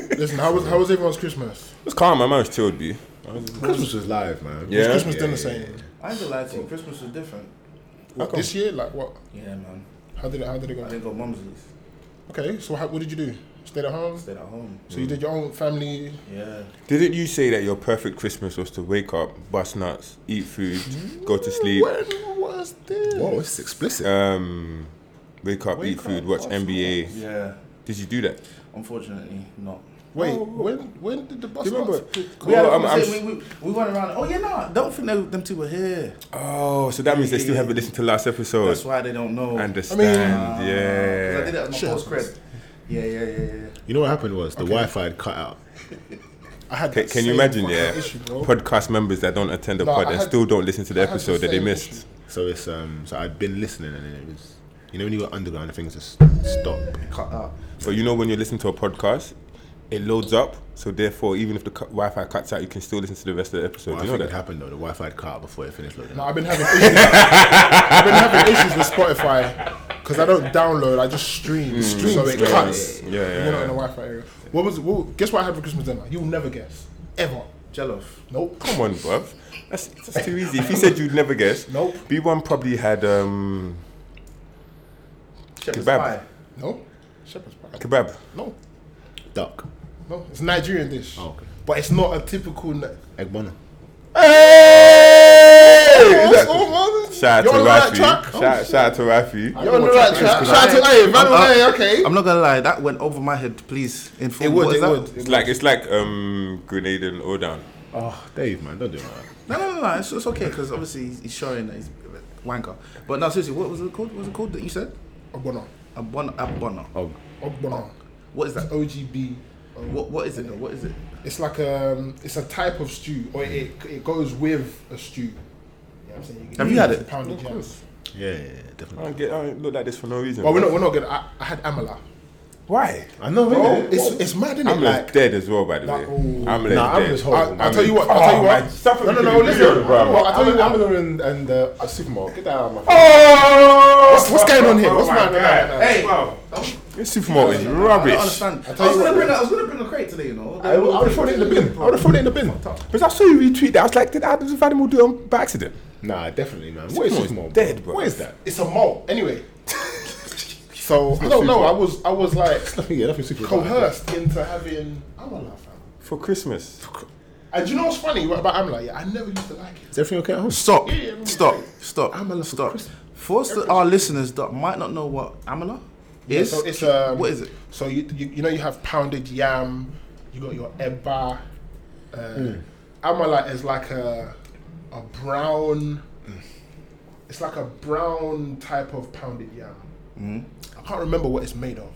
D: <laughs>
C: Listen, how was how was everyone's Christmas?
D: it's calm, my man's chilled, B.
A: Christmas was live, man.
D: Yeah.
C: Christmas dinner same.
B: I ain't gonna lie to you, Christmas was different.
C: This year, like what?
B: Yeah, man.
C: How did it? How did it
B: I
C: go?
B: didn't go mumsies.
C: Okay, so how, what did you do? Stayed at home.
B: Stayed at home.
C: So you did your own family.
B: Yeah.
D: Didn't you say that your perfect Christmas was to wake up, bust nuts, eat food, go to sleep,
C: When was this?
A: Whoa, this is explicit.
D: um, wake up, eat food, watch NBA?
B: Yeah.
D: Did you do that?
B: Unfortunately, not.
C: Wait, when when did the bus?
D: Do you remember?
C: stops?
B: We, had a
D: Well, I'm- I'm
B: conversation, we, we, we went around. Oh yeah, nah. Don't think they, them two were here.
D: Oh, so that means they still haven't listened to last episode.
B: That's why they don't know.
D: Understand?
B: Because I
D: yeah.
B: did it as my post cred. Yeah, yeah, yeah, yeah.
A: you know what happened was the Wi-Fi had cut out.
C: I had.
D: Can,
C: that
D: can you
C: same
D: imagine?
C: fucking
D: Yeah,
C: issue, bro.
D: podcast members that don't attend the
C: No,
D: pod
C: I
D: and
C: had-
D: still don't listen to the
C: I had the
D: episode that they
C: same
D: missed.
C: issue.
A: So it's um. So I'd been listening, and then it was. You know when you go underground, and things just stop.
B: Cut out.
D: But you know when you listen to a podcast, it loads up. So therefore, even if the cu- Wi-Fi cuts out, you can still listen to the rest of the episode.
A: Well, I
D: you know
A: think it
D: that?
A: happened though. The Wi-Fi had cut out before it finished loading.
C: No,
A: up.
C: I've been having issues. I've been having issues with Spotify because I don't download. I just stream, stream, so it
D: Mm, yeah,
C: cuts.
D: yeah, yeah,
C: You're not in the
D: yeah.
C: Wi-Fi area. What was? What, guess what I had for Christmas dinner? You'll never guess, ever.
B: Jello.
C: Nope.
D: Come on, bruv. That's, that's too easy. If you said you'd never guess,
C: <laughs> Nope.
D: B1 probably had um,
B: Shepherd's
D: Kebab.
B: pie.
C: No. Shepherd's pie.
D: kebab.
C: No.
A: Duck,
C: No. It's Nigerian dish.
A: Oh, okay.
C: But it's not a typical. Ni-
A: egg bono.
D: Hey!
C: What's going on?
D: Shout out
C: You're
D: to
C: on the right
D: Rafi.
C: track.
D: Shout, shout out to Rafi.
C: You're on the right track. Shout out to hey, man, hey, okay.
G: I'm not gonna lie, that went over my head. Please inform.
C: It
G: me.
C: would.
G: What
C: It
G: is that?
C: would.
D: It's like it's like um, Grenade and Odown.
A: Oh, Dave, man, don't do that.
G: No, no, no, no. It's, it's okay because obviously he's, he's showing that he's a bit wanker. But no, seriously, what was it called? What was it called that you said?
C: Ogbonna.
G: Abon, abono.
A: Oh,
C: Ogbonna.
G: What is that?
C: OGB. Um,
G: What what is it? Though? What is it?
C: It's like um, it's a type of stew, or it, it goes with a stew. Yeah, I'm saying you can
G: Have
C: use
G: you had
C: it for
G: it?
C: Pounded jam.
A: yeah, yeah, yeah,
D: I
A: definitely.
D: don't get. I don't look like this for no reason.
C: Well, we're not. We're not good. I, I had amala.
D: Why?
A: I know,
C: Bro,
A: innit?
C: it's it's mad, isn't it?
D: I'm
C: like,
D: dead as well, by the
C: Nah,
D: way.
C: ooh.
D: I'm
A: Nah, I'm
D: dead.
A: just
C: I,
A: horrible.
C: I'll tell you what. I'll tell you
D: Oh,
C: what.
D: man, stop it
C: no, no,
D: with
C: no.
D: the
C: Listen,
D: video, bro.
C: Well, I'll tell you what.
A: and and uh, a supermarket. Get that out of my.
D: Oh!
C: What's- what's going on here? What's
D: my
C: mine?
D: God.
C: Nah, nah, nah.
D: Hey, wow. This supermarket is
B: I don't
D: rubbish.
B: understand. I,
C: tell
B: was
C: you
B: gonna
C: what,
B: bring a, I was gonna bring a crate today, you know.
A: I would have thrown it in the bin. I would have thrown it in the bin.
D: Because I saw you retweet that. I was like, did Adams Animal do it by accident?
A: Nah, definitely, man. What is
D: Supermarket's
A: supermarket?
D: dead, bro.
A: What is that?
C: It's a
A: <laughs>
C: malt. Anyway. so I don't know. I was I
A: <laughs>
C: was like
A: Yeah, nothing super.
C: coerced into having amala, fam.
D: For Christmas.
C: And you know what's funny about amala? Yeah, I never used to like it.
A: Is everything okay at home?
G: Stop.
C: Yeah, yeah,
G: Stop. Stop.
A: Amala for
G: Stop.
A: Christmas.
G: For us to- our listeners that might not know what amala is,
C: So it's um,
G: what is it?
C: So you, you you know you have pounded yam, you got your eba. Uh, Amala is like a a brown. It's like a brown type of pounded yam. I can't remember what it's made of,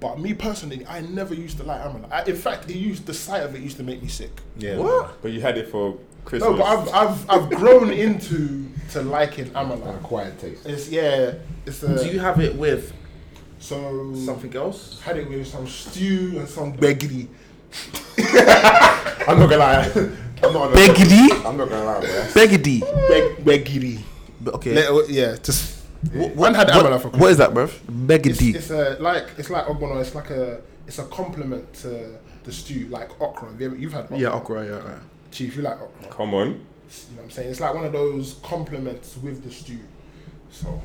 C: but me personally, I never used to like amala. I, in fact, it used the sight of it used to make me sick.
A: Yeah.
D: What? But you had it for Christmas.
C: No, but I've I've I've grown into to liking amala.
A: Quiet taste.
C: It's yeah. It's a,
B: Do you have it with
C: so
B: something else?
C: had it with some stew and some <laughs> beggy.
A: I'm not gonna lie. I'm not. Gonna,
G: Begidi.
A: I'm not gonna lie, bro.
G: Begidi.
C: Beg, beggy.
G: Okay.
C: yeah, just.
G: What-
C: Man had
G: what-
C: amala for
G: What is that, bruv?
C: It's,
G: Begidi.
C: it's a like it's like ogbono. It's like a it's a compliment to the stew, like okra. Have you ever- You've had okra.
G: Yeah, okra. Yeah.
C: Chief, you like, oh, you know
D: Come on.
C: what I'm saying? It's like one of those compliments with the stew. So,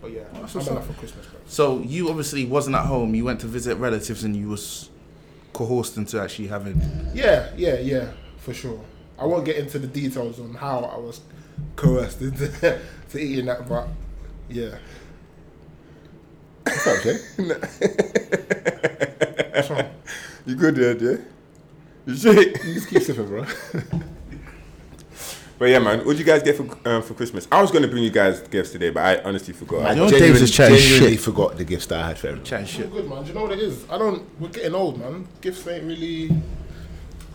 C: but yeah, I'm enough for Christmas, bro.
B: So you obviously wasn't at home. You went to visit relatives, and you was coerced into actually having.
C: Yeah, yeah, yeah, for sure. I won't get into the details on how I was coerced into <laughs> to eating that, but yeah.
D: What's up, Jay?
C: So,
D: You good there, Jay? You shit.
A: You just keep sipping, bro.
D: But yeah, man, what'd you guys get for um, for Christmas? I was gonna bring you guys gifts today, but I honestly forgot. I-
B: you know Dave's just chatting
A: genuinely
B: shit.
A: forgot the gifts that I had for everyone.
B: Chatting
C: all
B: shit.
C: good, man. Do you know what it is? I don't. We're getting old, man. Gifts ain't really.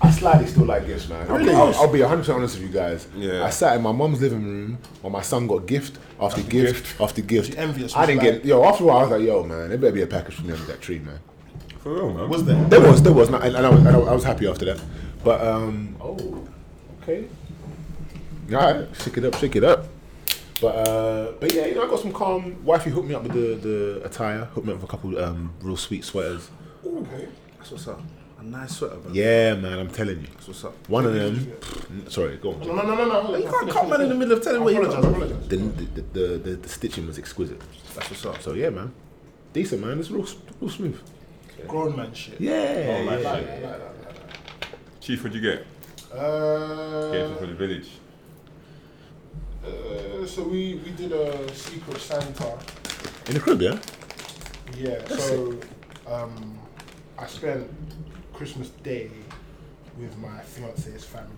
A: I slightly still like gifts, man. I'll, be- I'll, I'll be 100 percent honest with you guys.
D: Yeah.
A: I sat in my mom's living room while my son got gift after, gift, after gift.
C: You're envious,
A: I
C: was
A: didn't
C: like-
A: get yo. After a while, I was like, yo, man, there better be a package for me under that tree, man.
D: For real, man.
H: Was there?
A: There was, there was, not, and, and I, was, and I was- I was happy after that. But um, oh, okay, all right, shake it up, shake it up. But uh, but yeah, you know, I got some calm. Wifey hooked me up with the the attire, hooked me up with a couple um real sweet sweaters.
C: Oh, Okay.
B: That's what's up. A nice sweater, bro.
A: Yeah, man, I'm telling you,
B: That's what's up.
A: one of them. pff, sorry, go on.
C: No, no, no, no, no.
B: You can't cut man in the middle of telling
C: I
B: what you
C: apologize. I
B: got. bro.
C: apologize.
A: The the, the the the stitching was exquisite.
B: That's what's up.
A: So yeah, man, decent man. It's real s- real smooth. Oh,
C: Grown man shit.
A: Yeah, yeah,
C: I
A: yeah.
C: like that, I like that.
D: Chief, what'd you get? Gifts
C: Uh,
D: for the village.
C: uh, so we we did a secret Santa.
A: in the crib, yeah.
C: Yeah. so um, I spent Christmas Day with my fiance's family.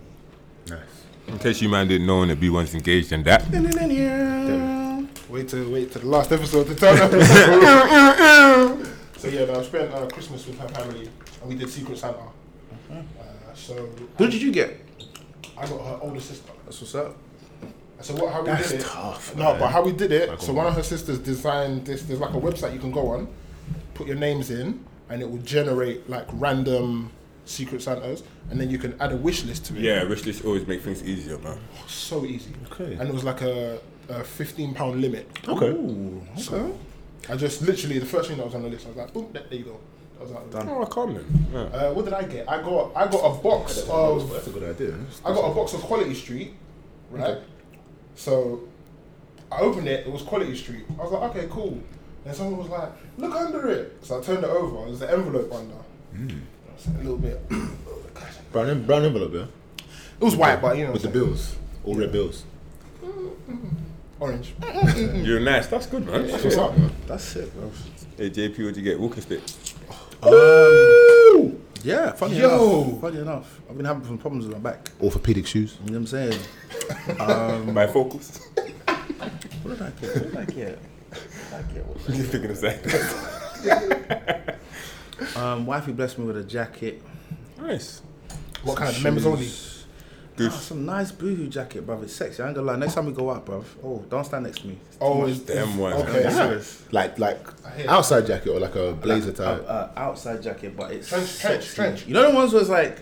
A: Nice.
D: In case you man didn't know, and be once engaged in that.
C: Wait till wait till the last episode
A: <laughs>
C: to tell them. so yeah, no, I spent uh, Christmas with her family, and we did secret Santa. Uh, so
B: Who did you get?
C: I got her older sister.
B: That's what's up.
C: So what? How we
A: That's
C: did it?
A: tough,
C: No,
A: man.
C: but how we did it?
A: Like oh.
C: so
A: on-
C: one of her sisters designed this. There's like a website you can go on, put your names in, and it will generate like random secret Santas, and then you can add a wish list to it.
D: Yeah, wish list always make things easier, man.
C: so easy.
A: Okay.
C: And it was like a, a fifteen pound limit.
A: Okay.
C: So I just literally the first thing that was on the list, I was like, boom, there, there you go. I was like,
D: Oh, calm then. Yeah.
C: uh, what did I get? I got I got a box of
A: That's a good idea.
C: I got a box of Quality Street, right? So I opened it, it was Quality Street. I was like, okay, cool. And someone was like, look under it. So I turned it over, there's an envelope under.
A: Hmm.
C: I was like, a little bit. it
A: Brown brown envelope, yeah.
C: was white, but you know.
A: With the
C: what I'm saying.
A: bills, all red bills.
C: Orange.
D: You're nice. That's good, man.
C: That's what's up, man.
B: That's it, bro.
D: Hey, JP, what'd you get? Walking stick.
B: Yeah, funny
C: Yo.
B: enough. Funny enough. I've been having some problems with my back.
A: Orthopedic shoes.
B: You know what I'm saying?
D: My focus.
B: What did I get? What did I get? What did I get? What did I
D: you thinking of that?
B: get? Um, wifey blessed me with a jacket.
D: nice.
C: What kind of members only?
D: Good.
B: Ah, some nice boohoo jacket, bruv. It's sexy. I ain't gonna lie. Next time we go out, bruv. Oh, don't stand next to me.
C: Oh, it's
D: Them ones.
C: Okay.
D: Yeah.
A: Like like
C: hear.
A: outside jacket or like a blazer
B: Uh,
A: type.
B: uh, outside jacket, but it's
C: Trench, trench,
B: sexy.
C: trench.
B: You know the ones where it's like,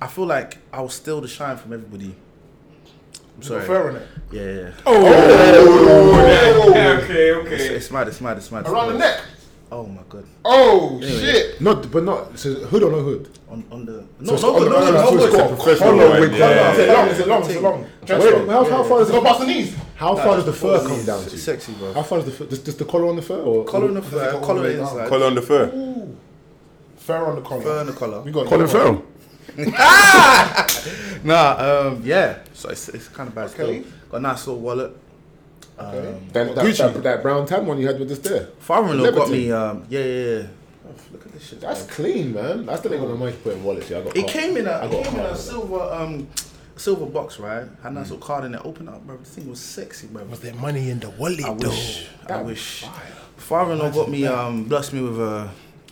B: I feel like I will steal the shine from everybody. I'm
C: Got
B: sorry.
C: fur on it.
B: Yeah, yeah, yeah.
D: Okay, okay,
B: It's,
D: okay.
B: it's mad, it's mad, it's mad. it's
C: Around the
B: mad.
C: neck.
B: Oh my god.
C: Oh
B: Anyway.
C: shit.
A: Not but not so hood or no hood.
B: On on the no,
A: it's
B: no,
A: on
B: good,
A: the-
B: no,
A: no,
B: good,
A: no,
B: no,
A: so it's
B: good.
A: got a professional
D: one,
C: Wait,
D: yeah.
C: no, no, Is it long? Is it long? Is it long? Trench
A: Wait,
C: coat.
A: how, how far does
C: It's
A: it
C: got
A: go?
C: past the knees.
A: How far does the fur come
B: it's
A: down to?
B: sexy, bro.
A: How far does the fur, does, does the collar on the fur or
B: Collar on the
C: Does it go all
B: fur,
C: the
B: collar
C: way down?
B: inside,
D: Collar on the fur.
C: Ooh. Fur on the collar.
B: fur on the collar.
C: We got
A: Colin Farrell?
B: Nah, um, yeah. So it's, it's kind of bad.
C: Okay.
B: Still. Got a nice little wallet.
C: Okay.
A: That, that, that, that brown tan one you had with the stare.
B: Father-in-law got
A: Lebanon.
B: me. Um, yeah, yeah. yeah. Bruv, Look at this shit.
A: That's clean, man. That's the thing on my put in wallet. Yeah, I got.
B: It
A: caught.
B: came in a
A: I
B: it
A: got
B: came in
A: caught
B: a
A: with
B: silver um silver box, right? Had a
A: Mm.
B: nice little card in it. Open up, bro. The thing was sexy, bro. Was there money in the wallet? I wish. I wish. Father-in-law got me um blessed me with a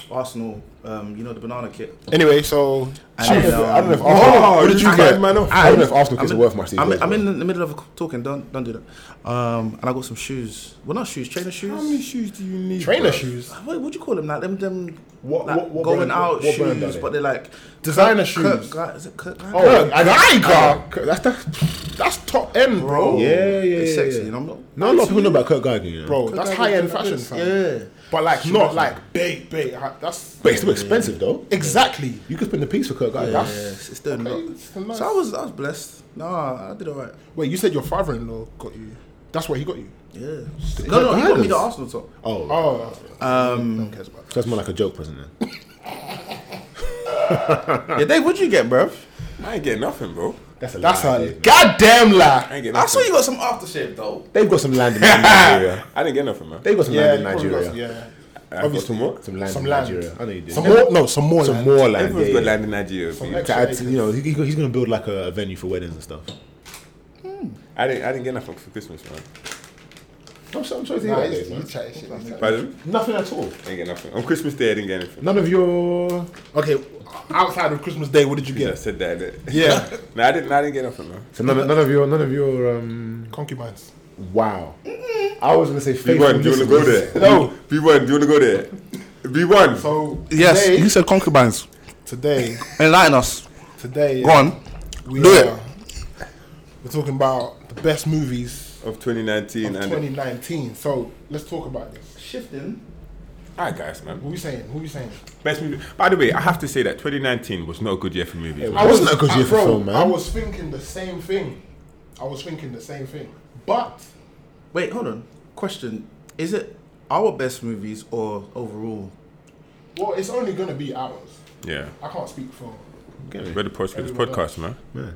B: Arsenal um you know the banana kit.
C: Anyway, so
B: And
A: that. I don't
B: then,
A: know if- I don't know if
B: um,
A: Arsenal.
D: Oh,
A: what did you
D: I'm
A: get?
D: bad, man.
A: I don't know if Arsenal kids
B: I'm
A: are
B: in-
A: worth much these
B: I'm,
A: days.
B: in- I'm
A: man.
B: in the middle of talking. Don't don't do that. Um, and I got some shoes. Well, not shoes, trainer shoes.
D: How many shoes do you need?
C: trainer
D: bro?
C: shoes,
B: What would you call them? Like them, them
A: What-
B: like
A: what- what
B: going
A: brand-
B: out
A: what- what brand are
B: shoes,
A: they? Oh,
B: but they're like
C: designer
B: Kurt,
C: shoes.
B: Guy, is it Kurt Guy?
C: Oh, and I got
A: That's the,
C: that's top end, bro.
A: Yeah, yeah, yeah.
G: It's
A: yeah,
G: sexy,
A: yeah.
G: and I'm not.
A: Not a lot of people know about Kurt Geiger, you know.
C: Bro, that's high end fashion, fam.
G: Yeah.
C: But like, not like bait, bait. hi- That's
A: but it's still expensive though.
C: exactly.
A: You could spend a piece for Kurt Geiger.
G: Yeah,
A: That's-
G: it's, it's doing
C: Okay,
G: a lot.
C: it's a nice-
G: So I was, I was blessed. Nah, I did alright.
C: Wait, you said your father-in-law got you. That's what he got you.
G: Yeah. No, no, he got me
A: Tigers.
G: the Arsenal top.
A: Oh,
C: Oh, um, no one cares about.
A: so that's more like a joke present then.
G: Yeah, Dave, what'd you get, bruv?
D: I ain't getting nothing, bro.
A: That's a
C: That's
A: lie,
C: a
A: Dave.
C: goddamn lie.
D: I ain't getting
G: I saw
D: nothing.
G: you got some aftershave though.
A: They've got some land in Nigeria.
D: I didn't get nothing, man.
A: They've got some land in
C: you probably
A: Nigeria.
C: got- Yeah.
D: I got
C: obviously.
D: some more.
A: Some land
C: Some
A: in
C: land.
A: Nigeria. I know you do.
C: Some more, no, some more,
A: Some
C: land.
A: more land.
D: Everyone's
A: yeah,
D: got
A: yeah.
D: land in Nigeria. fam.
C: extra-
A: To add to- you know, he, he's going to build like a, a venue for weddings and stuff.
D: I didn't. I didn't get nothing for Christmas, man.
A: I'm, sure- I'm sure
C: Nah,
A: he's
C: it's- you
A: man.
C: chatting shit, you chatting.
D: Pardon?
A: Nothing at all.
D: I didn't get nothing. On Christmas Day, I didn't get anything.
A: None of your.
C: Okay, outside of Christmas Day, what did you
D: I
C: get?
D: said that. innit? <laughs>
C: Yeah,
D: no, I didn't. I didn't get nothing, man.
A: So none, of, none of your. None of your. Um,
C: <laughs> concubines.
A: wow. I was going to say
D: B
A: faithful
D: one, do you wanna go
A: listeners.
D: there? No. B one, do you wanna go there? B one.
C: So
G: Yes,
C: today,
G: you said concubines.
C: today,
G: Enlighten us.
C: today,
G: Go on.
C: we
G: Do it.
C: are, We're talking about the best movies
D: of 2019
C: of
D: and
C: 2019. So let's talk about this.
G: Shifting.
D: alright guys man
C: What are we saying? What are we saying?
D: best movie by the way I have to say that 2019 was not a good year for movies man.
A: I wasn't a good year for
C: bro,
A: film, man.
C: I was thinking the same thing. I was thinking the same thing. But
G: Wait, hold on. Question: Is it our best movies or overall?
C: well, it's only gonna be ours.
D: yeah
C: I can't speak for.
D: read the post this podcast man
A: Yeah.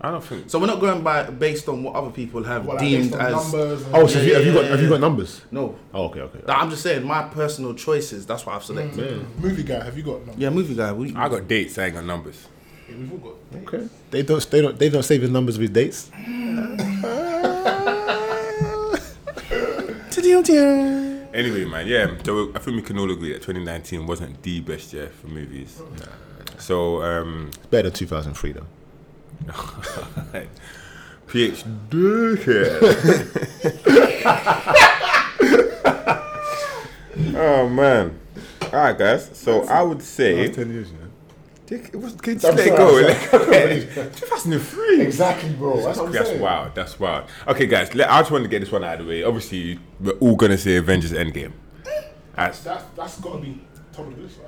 D: I don't think
G: So we're not going by based on what other people have
C: Well, like,
G: deemed
C: based on
G: as.
C: numbers. And
A: Oh, so
G: Yeah,
A: have, you, have, you
G: yeah,
A: got, have you
G: yeah.
A: got numbers?
G: No,
A: Oh, okay, okay.
G: I'm just saying my personal choices. That's what I've selected.
C: movie guy, have you got? No.
G: Yeah, movie guy. We,
D: I got dates I ain't got numbers
C: Yeah, we've all got.
A: Okay. They don't. They don't. They don't save his numbers of his dates.
D: anyway man yeah so I think we can all agree that 2019 wasn't the best year for movies so um <laughs>
A: Better than 2003 though.
D: PhD here <laughs> oh man alright guys so I would say
A: Ten years, you know.
D: Dick, it was, can you just let it go? Like, 2003.
C: Exactly, bro. That's what I'm
D: That's
C: saying.
D: wild. That's wild. Okay, guys, let, I just want to get this one out of the way. Obviously, we're all gonna say Avengers Endgame. That's,
C: That's that's gotta be top of the list,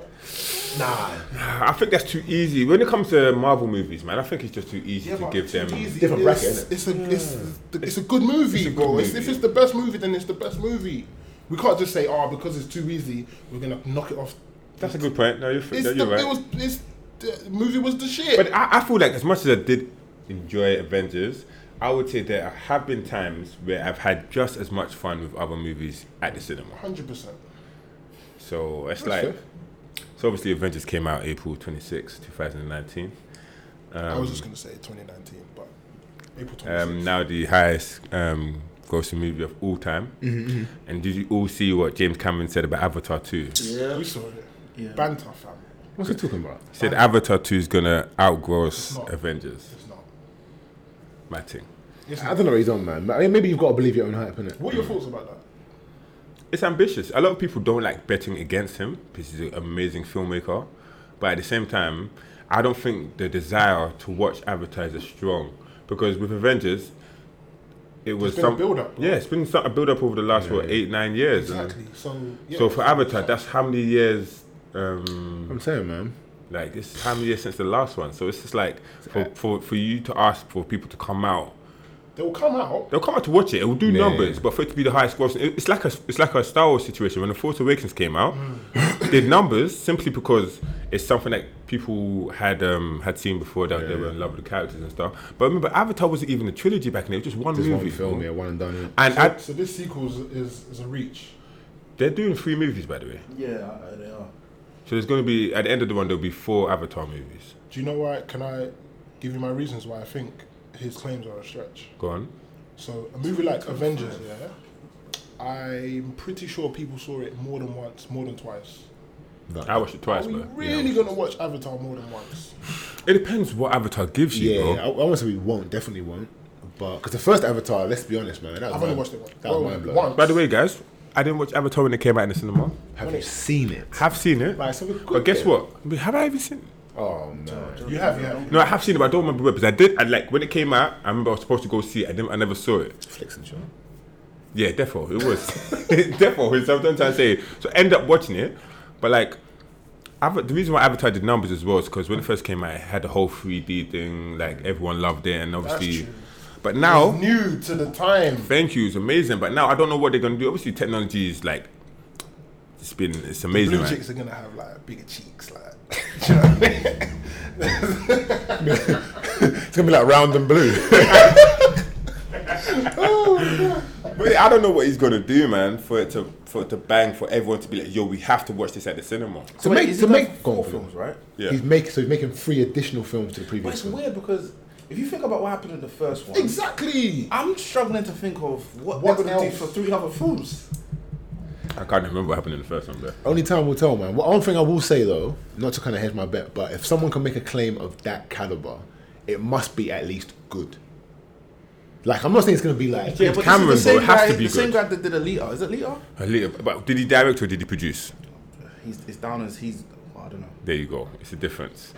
C: right?
D: I think that's too easy. When it comes to Marvel movies, man, I think it's just too easy to
C: but
D: give them.
C: easy.
A: different
C: it's,
A: bracket, innit?
C: It's a it's, the- it's a good movie, bro. It's, if
D: movie.
C: it's the best movie, then it's the best movie. We can't just say, oh, because it's too easy, we're gonna knock it off.
D: That's a good point. No, you're,
C: It's
D: no,
C: the,
D: you're
C: it
D: right.
C: was it's, the movie was the shit.
D: But I, I feel like as much as I did enjoy Avengers, I would say there have been times where I've had just as much fun with other movies at the cinema.
C: Hundred percent.
D: So it's like, so obviously Avengers came out April 26, 2019.
C: I was just gonna say 2019, but April 26th.
D: Um, now the highest um, grossing movie of all time.
C: Mm-hmm,
D: And did you all see what James Cameron said about Avatar 2? He
C: we saw it. Banter, fam.
A: What's he talking about?
D: said Avatar 2 is going to outgross Avengers.
C: It's not.
D: My thing.
A: I don't know what he's on, man. I mean, maybe you've got to believe your own hype, innit?
D: Mm.
C: What are your thoughts about that?
D: It's ambitious. A lot of people don't like betting against him because he's an amazing filmmaker. But at the same time, I don't think the desire to watch Avatar is as strong because with Avengers, it was
C: been a
D: some
C: build-up, bro.
D: Yeah, it's been some- a build up over the last what eight nine years. and-
C: Exactly. So yeah.
D: So for Avatar, that's how many years? Um,
A: I'm saying, man.
D: like it's how many years since the last one? So it's just like for, for, for you to ask for people to come out,
C: they will come out.
D: they'll come out to watch it. It will do numbers, but for it to be the highest grossing, it- it's like a it's like a Star Wars situation. When the Force Awakens came out, it <coughs> did numbers simply because it's something that people had um, had seen before that they were in love with the characters and stuff. But remember, Avatar wasn't even a trilogy back then; it was just one
A: Just
D: movie.
A: one film,
D: bro.
A: yeah, one and done. innit?
D: And I,
C: So this sequel is, is, is a reach.
D: they're doing three movies, by the way.
G: yeah, I- they are.
D: So there's going to be at the end of the one there'll be four Avatar movies.
C: Do you know why? Can I give you my reasons why I think his claims are a stretch?
D: Go on.
C: So a movie like Avengers, yeah, I'm pretty sure people saw it more than once, more than twice.
D: I watched it
C: Are
D: twice,
C: we
D: man.
C: really gonna watch Avatar more than once?
D: It depends what Avatar gives you,
A: Yeah,
D: bro.
A: I, I won't say we won't. Definitely won't. But because the first Avatar, let's be honest, man. That was
C: I've only
A: mind-
C: watched it once.
A: That was
C: Well,
A: mind blowing.
C: once.
D: By the way, guys, I didn't watch Avatar when it came out in the cinema.
A: Have you seen it?
D: Have seen it,
A: Right, so we're good
D: but guess
A: then.
D: what? We- Have I even seen? it?
A: Oh no.
C: You have, you have.
D: No, I have seen it, but I don't remember where. Because I did, I like when it came out. I remember I was supposed to go see it. I didn't. I never saw it.
A: Flicks and shit.
D: Yeah, defo. It
A: <laughs>
D: was <laughs> defo. It's what I'm trying to say. So I end up watching it, but like, adver- the reason why Avatar did numbers as well is because when it first came out, it had the whole 3D thing. Like everyone loved it, and obviously, but now
C: New to the time.
D: Thank you. It's amazing. But now I don't know what they're gonna do. Obviously, technology is like it's been it's amazing.
C: Blue
D: right?
C: chicks are gonna have like bigger cheeks, like. <laughs> Do you know what I mean?
A: It's gonna be like round and <laughs> blue.
D: But I don't know what he's gonna do, man, for it to for it to bang for everyone to be like, yo, we have to watch this at the cinema.
A: to
B: Wait,
A: make
B: is
A: to
B: it like
A: make
B: four
A: go on,
B: films, right?
D: Yeah.
A: He's making so he's making three additional films to the
B: But
A: previous
B: it's
A: one.
B: weird because if you think about what happened in the first one,
C: Exactly.
B: I'm struggling to think of what,
C: What
B: they're going to do
C: else?
B: for three other films.
D: I can't remember what happened in the first one, but
A: Only time will tell, man. Well, one thing I will say though, not to kind of hedge my bet, but if someone can make a claim of that caliber, it must be at least good. Like I'm not saying it's gonna be like
B: Yeah, but
D: Cameron,
B: this is the
D: bro,
B: same
D: it has
B: guy,
D: to be
B: the same
D: good.
B: guy that did Alita. Is it Alita?
D: A little- but did he direct or did he produce?
B: He's it's down as he's. I don't know.
D: There you go. It's a difference.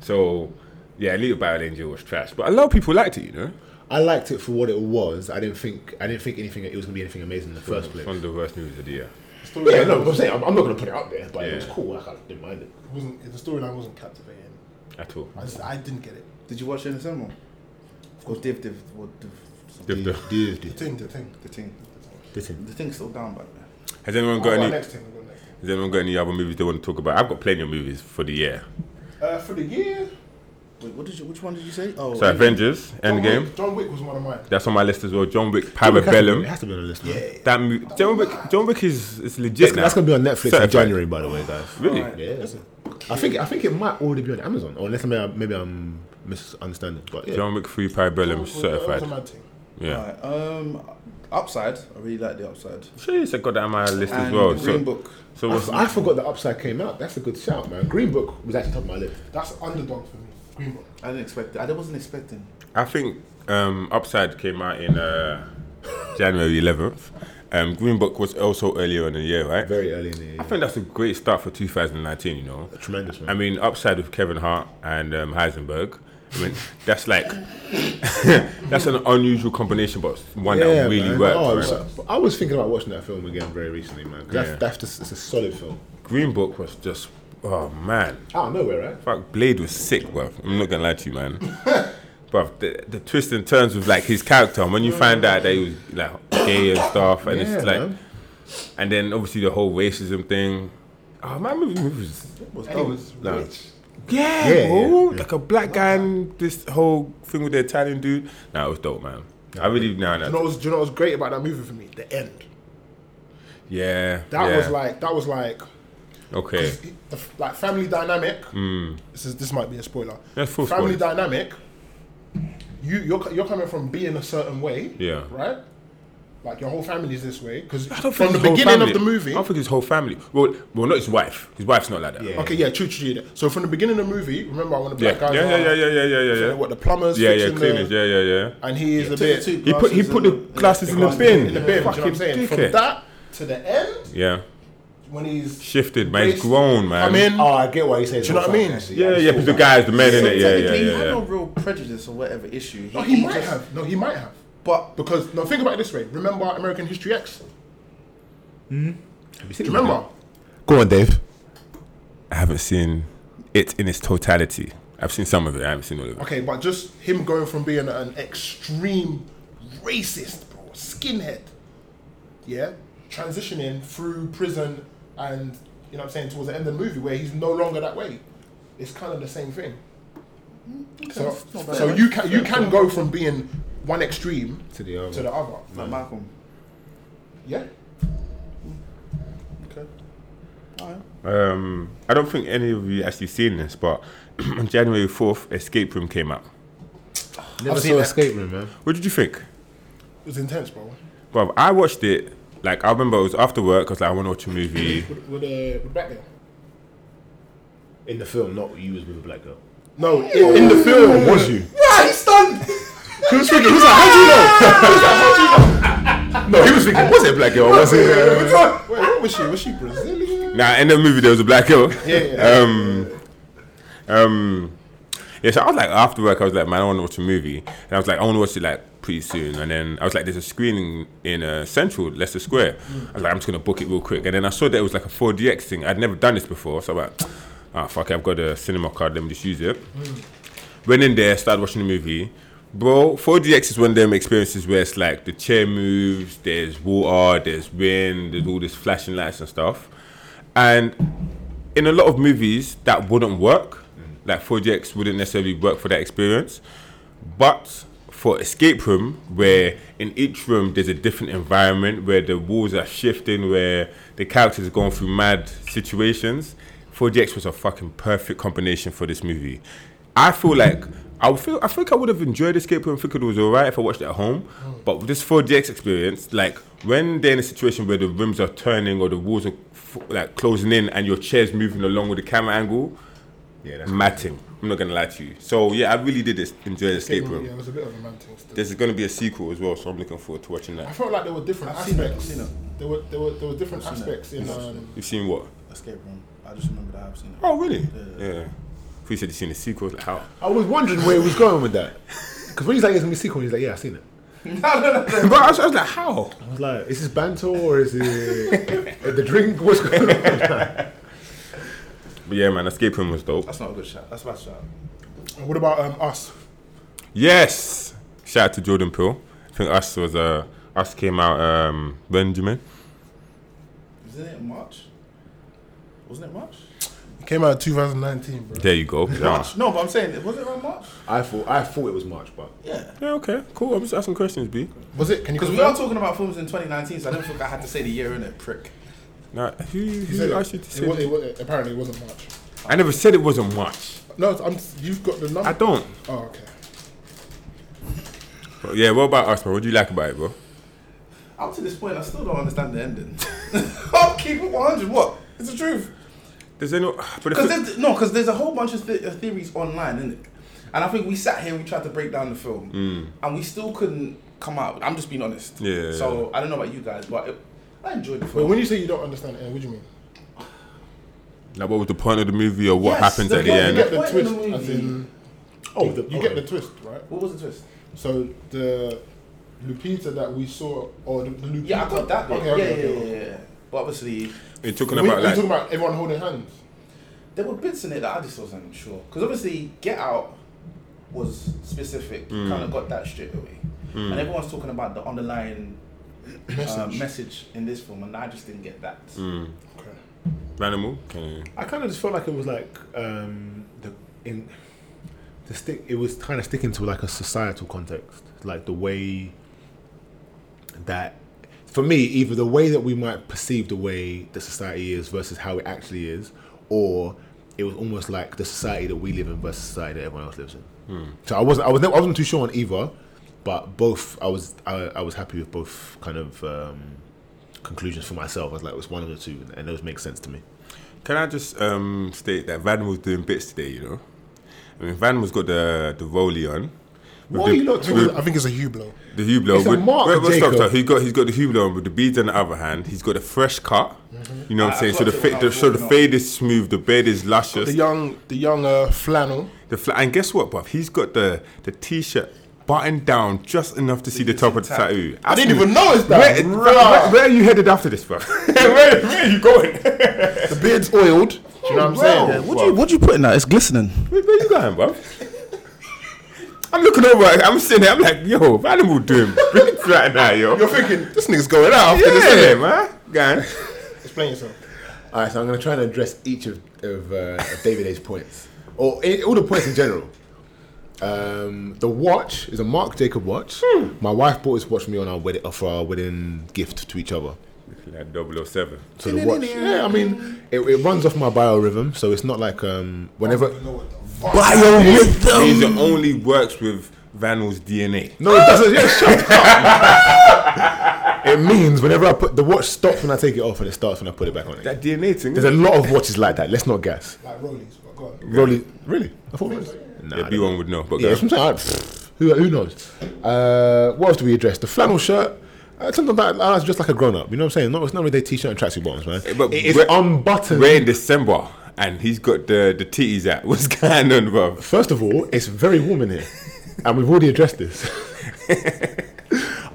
D: So yeah, Little Battle Angel was trash, but a lot of people liked it, you know.
A: I liked it for what it was. I didn't think I didn't think anything it was gonna be anything amazing in the first place.
D: One of the worst news of the year.
A: Yeah, no, but I'm saying I'm, I'm not gonna put it up there, but it
D: Yeah.
A: was cool. Like, I didn't mind it.
C: It wasn't the storyline wasn't captivating?
D: At all.
C: I just I didn't get it.
B: Did you watch it in the cinema? Or Div Div? Or Div, something.
D: Div- div.
A: Dude,
C: The thing, the thing.
B: the thing.
A: listen.
B: The thing's still down back there.
D: Has anyone
C: I'll
D: got
C: go
D: any?
C: next thing. I'll go next thing.
D: Has anyone got any other movies they want to talk about? I've got plenty of movies for the year.
C: Uh, for the year,
B: Wait, what did you? Which one did you say? Oh,
D: So Avengers,
C: John
D: Endgame.
C: Wick, John Wick was one of mine.
D: That's on my list as well. John Wick,
A: It
D: Parabellum.
A: has to be on the list, man.
D: That movie, John Wick, John Wick is, is legit
A: That's,
D: now.
A: that's gonna be on Netflix in
D: Certified.
A: January, by the way, guys.
D: Really?
A: Yeah. I think I think it might already be on Amazon, or unless maybe I'm, maybe I'm misunderstanding. But yeah.
D: John Wick Free Parabellum
C: That was a
D: certified.
C: mad thing.
D: Yeah.
B: Alright, um, Upside. I really like the Upside.
D: Sure, it's got that on my list as
B: And
D: well.
B: Green
D: So,
B: Book.
D: so
A: I,
D: what's
A: f- I forgot the Upside came out. That's a good shout, man. Green Book was actually top of my list.
C: That's underdog for me. Green Book.
B: I didn't expect. That. I wasn't expecting.
D: I think um, Upside came out in uh, January 11th. Um, Green Book was also earlier in the year, right?
A: Very early in the year.
D: I think that's a great start for 2019. You know,
A: Tremendous, man.
D: I mean, upside with Kevin Hart and um, Heisenberg. I mean, that's like <laughs> that's an unusual combination, but one that really
A: man.
D: worked.
A: Oh, it
D: right?
A: was- I was thinking about watching that film again very recently, man. 'cause That's
D: Yeah.
A: that's just it's a solid film.
D: Green Book was just oh man,
A: Out of nowhere, right?
D: fuck Blade was sick, bro. I'm not gonna lie to you,
C: <laughs>
D: man. But the, the twists and turns with like his character, and when you find out that he was like gay and stuff, and
A: Yeah,
D: it's like,
A: man.
D: and then obviously the whole racism thing. Oh, my movie, movie was
C: Was that was
A: No.
C: rich.
D: Yeah,
A: Yeah,
D: bro.
A: yeah, yeah.
D: Like a black guy and this whole thing with the Italian dude. Nah, it was dope, man. I really nah,
C: Do
D: nah.
C: you, know what was, do you know what was great about that movie for me? The end.
D: Yeah.
C: That
D: yeah.
C: was like that was like
D: Okay.
C: the f- like family dynamic. This is this might be a spoiler.
D: That's Hmm. full
C: family
D: spoiler.
C: dynamic. You you're co- you're coming from being a certain way.
D: Yeah.
C: Right. Like your whole family's this way because
D: I don't
C: from
D: think
C: the
D: his whole
C: beginning
D: family-
C: of the movie.
D: I don't think his whole family. Well, well, not his wife. His wife's not like that.
A: Yeah.
C: Okay, yeah, true, true, true. So from the beginning of the movie, remember when the black
D: Yeah.
C: guys
D: Yeah,
C: are
D: yeah, yeah, yeah, yeah, yeah, yeah.
C: fixing what the plumbers
D: yeah, yeah,
C: fixing
D: cleaners.
C: the,
D: Yeah, yeah, yeah.
C: and he is a
B: Took the
C: bit
B: two
D: He put he
B: glasses
D: put the
B: and
D: glasses in the bin.
C: in the bin. do you know what
D: Fucking
C: I'm saying? From
D: dickhead.
C: that to the end,
D: Yeah.
C: when he's
D: Shifted, man. He's
C: Race-
D: grown, man.
C: come in,
A: Oh, I get why you say.
C: Do you know what I mean?
D: Yeah, yeah. Because the guy's the man in
B: So
D: it. Yeah, yeah,
B: technically, he
D: yeah.
B: had no
D: yeah.
B: real prejudice or whatever issue.
C: no, he might have. No, he might have.
B: But
C: Because no, think about it this way. Remember American History X. Do you remember?
A: Go on, Dave.
D: I haven't seen it in its totality. I've seen some of it. I haven't seen all of it.
C: Okay, but just him going from being an extreme racist, bro, skinhead, yeah, transitioning through prison and, you know what I'm saying, towards the end of the movie where he's no longer that way. It's kind of the same thing. So, so you can you can go from being one extreme
A: To the um, other.
C: to the other.
B: like Malcolm.
C: Yeah.
B: Okay.
D: Um, I don't think any of you actually seen this, but <clears throat> on January 4th, Escape Room came out.
A: Never saw Escape Room, man.
D: What did you think?
C: It was intense, bro.
D: Well, I watched it, like, I remember it was after work, because like, I want to watch a movie.
C: With, with, uh, with Black Girl.
A: In the film, not you was with a black girl.
C: No, in, in the film.
A: Was you?
C: Yeah, he's stunned.
A: He was thinking. He was like, "How do you know?" <laughs> No, he was thinking, was it a black girl? or Was it?
C: Wait, what was she? Was she Brazilian?
D: now, in the movie, there was a black girl.
C: Yeah, yeah.
D: Um, Um, yeah, so I was like, after work, I was like, man, I want to watch a movie. And I was like, I want to watch it like pretty soon. And then I was like, there's a screening in uh, Central, Leicester Square. I was like, I'm just going to book it real quick. And then I saw that it was like a 4DX thing. I'd never done this before. So I was like, ah, fuck it, I've got a cinema card. Let me just use it. Went in there, started watching the movie. Bro, 4DX is one of them experiences where it's like the chair moves, there's water, there's wind, there's all this flashing lights and stuff. And in a lot of movies, that wouldn't work. Like 4DX wouldn't necessarily work for that experience. But for escape room, where in each room there's a different environment, where the walls are shifting, where the characters are going through mad situations, 4DX was a fucking perfect combination for this movie. I feel like I would feel I think I would have enjoyed Escape Room. I think it was alright if I watched it at home. But with this 4DX experience, like when they're in a situation where the rooms are turning or the walls are f- like closing in and your chair's moving along with the camera angle,
A: Yeah, that's
D: matting. I'm not gonna lie to you. So yeah, I really did es- enjoy Escape Room.
C: Yeah, it was a bit of a man thing still.
D: There's gonna be a sequel as well, so I'm looking forward to watching
C: I
D: that.
C: felt like there were different
B: I've seen it, I've
C: aspects.
B: seen it.
C: There were there were there were different
B: I've seen it.
C: aspects
B: I've
C: in.
B: seen <laughs>
C: Um,
D: You've seen what?
B: Escape room. I just remember that I've seen it.
D: Oh really? Yeah. We said you've seen the sequel. Like how?
A: I was wondering where he was going with that. Because when he's like, it's going to be a sequel, he's like, yeah, I've seen it.
D: but I was, I was like, how?
A: I was like, is this banter or is it <laughs> the drink? What's going on?
D: But yeah, man, Escape Room was dope.
B: That's not a good shot. That's a bad shot.
C: what about um, us?
D: Yes. Shout out to Jordan Peele. I think us was uh us came out um Benjamin.
B: Isn't it March? Wasn't it March?
C: It came out in 2019, bro.
D: There you go. Yeah.
B: No, but I'm saying, it was it around March?
A: I thought, I thought it was March, but
B: Yeah.
D: Yeah, okay, cool. I'm just asking questions, B.
C: Was it? Can you
B: Because we are
C: confirm?
B: talking about films in 2019, so I don't think I had to say the year in it, prick.
D: Now, who,
C: He said
D: who
C: it.
D: asked you to
C: It
D: say?
C: was- it was- apparently, it wasn't March.
D: I never said it wasn't much.
C: No, it's- I'm, you've got the number.
D: I don't.
C: oh, okay.
D: But yeah, what about us, bro? What do you like about it, bro?
B: Up to this point, I still don't understand the ending. <laughs> I'll keep it 100. What? It's the truth.
D: There's any, but if
B: Because
D: it-
B: there's, no, because there's a whole bunch of th- theories online, isn't it? And I think we sat here, we tried to break down the film, and we still couldn't come out. I'm just being honest.
D: Mm. Yeah.
B: So I don't know about you guys, but it, I enjoyed the
C: Wait,
B: film.
C: when you say you don't understand it, what do you mean?
D: like, what was the point of the movie or what
B: Yes,
D: happens
B: the
D: at the
B: point-
C: You
D: end?
C: get the
B: What in
C: twist,
B: the
C: as
B: movie?
C: in.
A: Oh,
C: you-
A: the-
C: you
A: okay.
C: get
B: oh.
C: the twist, right?
B: what was the twist?
C: So the Lupita that we saw, or the, the Lupita.
B: Yeah, I got that. Bit.
C: Okay,
B: yeah,
C: okay,
B: yeah,
C: okay, okay.
B: yeah, yeah, yeah. But obviously,
D: You're talking
C: We,
D: about
C: we
D: like,
C: talking about everyone holding hands.
B: there were bits in it that I just wasn't sure. Because obviously, Get Out was specific,
D: Mm.
B: kind of got that straight away, and everyone's talking about the underlying message. Uh, message in this film, and I just didn't get that.
D: Mm.
C: Okay.
D: animal. Okay.
A: I kind of just felt like it was like um, the in the stick. It was kind of sticking to like a societal context, like the way that for me, either the way that we might perceive the way the society is versus how it actually is, or it was almost like the society that we live in versus society that everyone else lives in. So I wasn't, I was, never, I wasn't too sure on either, but both, I was, I, I was happy with both kind of um, conclusions for myself. I was like, it was one of the two, and those make sense to me.
D: Can I just um, state that Van was doing bits today, you know? I mean, Van was got the the rolly on. with
A: What
D: the,
A: are you lot
C: I
A: talking
C: think, it's, I think it's a hue blow.
D: The Hublot.
A: It's a
D: with-
A: mark,
D: wait, wait, stop,
A: Jacob.
D: stop. He got he's got the Hublot on with the beads on the other hand. He's got a fresh cut. You know what
B: I-
D: I'm
B: I
D: saying? So the,
B: clocked it
D: fa-
B: when I
D: the
B: was
D: so the
B: walking up.
D: fade is smooth. The beard is luscious.
C: The young, the young uh, flannel.
D: The fla- and guess what, bruv? He's got the the t-shirt buttoned down just enough to see the top of the
B: intact.
D: tattoo.
C: I didn't even notice
D: Where,
C: that.
D: where, where are you headed after this, bruv? where, where are you going?
C: the beard's oiled. Do you know what I'm
D: Bro,
C: saying?
B: What do you what do you put in that? It's glistening.
D: Where, where you going, bruv? I'm looking over. I'm sitting there. I'm like, yo, animal doing bits right now, yo.
C: You're thinking this nigga's going out. After this,
D: yeah,
C: innit?
D: man. Gang.
C: Explain yourself.
A: All right, so I'm going to try and address each of, of, uh, of David A's points, or i- all the points in general. Um, the watch is a Marc Jacob watch. My wife bought this watch for me on our wedding uh, for our wedding gift to each other.
D: Like 007.
A: So the watch, yeah, I mean, it, it runs off my biorhythm, so it's not like um, whenever.
D: He's the only works with Vanel's DNA.
A: No, it doesn't. Yeah, shut up. <laughs> it means whenever I put the watch stops when I take it off, and it starts when I put it back on. It.
D: That DNA thing.
A: There's a lot of watches like that. Let's not guess.
C: Like Rollies, but go on.
A: Really, really, I thought it was. Nah,
D: Yeah,
A: I
D: B
A: don't-
D: one would know. But
A: Yeah,
D: go.
A: that's what I'm saying. I- Who, who knows? Uh, what else do we address? The flannel shirt. Uh, sometimes I, I was just like a grown up. You know what I'm saying? Not, it's not really their t-shirt and tracksuit bottoms, man.
D: but
A: it is
D: we're-
A: unbuttoned.
D: We're in December and he's got the the titties out. <laughs> What's going on, bro?
A: First of all, it's very warm <laughs> in here, and we've already addressed <laughs> this.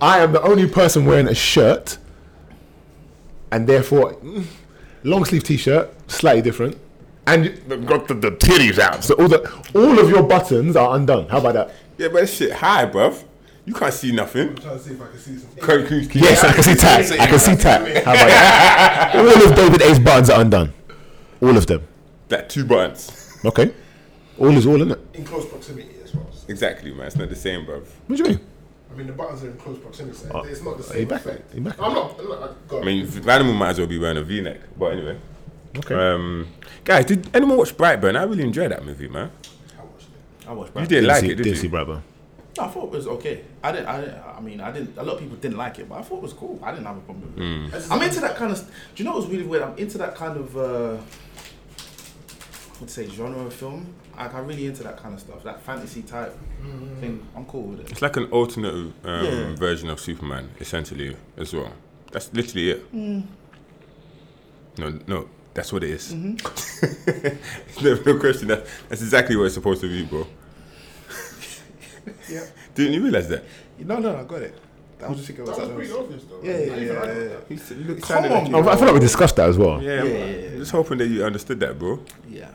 A: I am the only person wearing a shirt, and therefore, mm, long sleeve t shirt, slightly different, and you- they've got the, the titties out. So all the all of your buttons are undone. How about that?
D: Yeah, but that shit high, bro. You can't see nothing.
C: trying to see if I can see something.
D: Can- can- can-
A: Yes, I can see tat. I can see tat. How about that? All of David A's buttons are undone. All of them.
D: That two buttons.
A: Okay. All is all in it.
C: In close proximity as well.
D: Exactly, man. It's not the same, bro.
A: What do you mean?
C: I mean, the buttons are in close proximity, so
A: Oh,
C: it's not the
A: are you
C: same
A: back?
C: effect.
A: Are you back?
C: I'm not. I'm not I,
D: I mean, Animal might as well be wearing a V-neck. But anyway,
A: Okay.
D: um, guys, did anyone watch Brightburn? I really enjoyed that movie, man.
B: I watched.
D: You
B: Brad.
D: didn't like
A: see,
D: it, did
A: didn't see
D: you?
A: Brightburn.
B: No, I thought it was okay. I didn't. I didn't. I mean, I didn't. A lot of people didn't like it, but I thought it was cool. I didn't have a problem. with it. I'm into that kind of. Do you know what's really weird? I'm into that kind of. Uh, I would say genre of film. Like I'm really into that kind of stuff. That fantasy type
C: Mm-hmm.
B: thing. I'm cool with it.
D: It's like an alternate um,
B: Yeah.
D: version of Superman, essentially, as well. That's literally it.
B: Mm.
D: No, no, that's what it is.
B: Mm-hmm.
D: <laughs> no, no question. That, that's exactly what it's supposed to be, bro.
B: <laughs> Yeah.
D: <laughs> Didn't you realize that?
B: No, no, I got it. I was just thinking
C: that
B: about
C: was
B: that.
C: pretty obvious, though.
B: Yeah,
C: right?
B: yeah,
C: I even- I
B: yeah,
C: got
B: yeah.
C: that.
B: He said- he looked
G: Come
B: sounded like
G: on,
B: you
A: Oh, I, I feel like we discussed that as well.
D: Yeah,
B: Yeah,
D: I'm,
B: yeah,
D: I'm just hoping that you understood that, bro.
B: Yeah.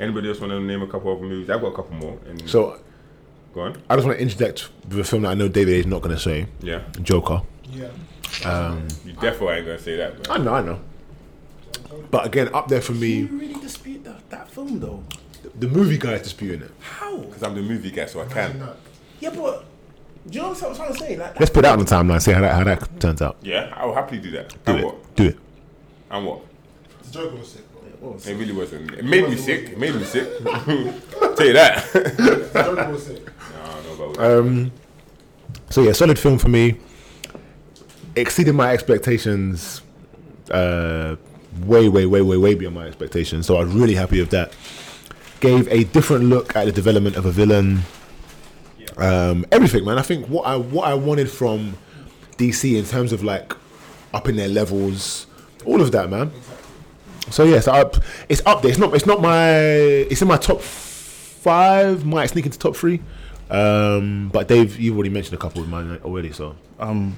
D: Anybody else want to name a couple of movies? I've got a couple more. And
A: So
D: go on.
A: I just want to interject with a film that I know David A is not going to say
D: Yeah,
A: Joker.
C: Yeah.
D: you definitely ain't gonna say that, bro.
A: I know, I know. But again, up there for
B: You
A: me,
B: really dispute that, that film though?
A: the movie guy is disputing it.
B: How?
D: Because I'm the movie guy, so I can.
C: No.
B: Yeah, but do you know what I'm trying to say? Like,
A: Let's put that on the timeline, see how that, how that turns out.
D: Yeah, I'll happily do that.
A: Do
D: and what?
A: it. Do it.
D: And what?
C: The Joker was sick, bro.
B: What was
D: It really wasn't. It made me sick. It made me sick. <laughs> Tell you that. <laughs>
C: The Joker was sick.
D: I don't know about
A: Um, so yeah, solid film for me. Exceeded my expectations, uh, way, way, way, way, way beyond my expectations. So I was really happy with that. Gave a different look at the development of a villain. Um, everything, man. I think what I what I wanted from DC in terms of like upping their levels, all of that, man. So yes, yeah, so I- it's up there. It's not. It's not my. It's in my top five. Might sneak into top three. Um, but Dave, you've already mentioned a couple of mine already. So
B: Um,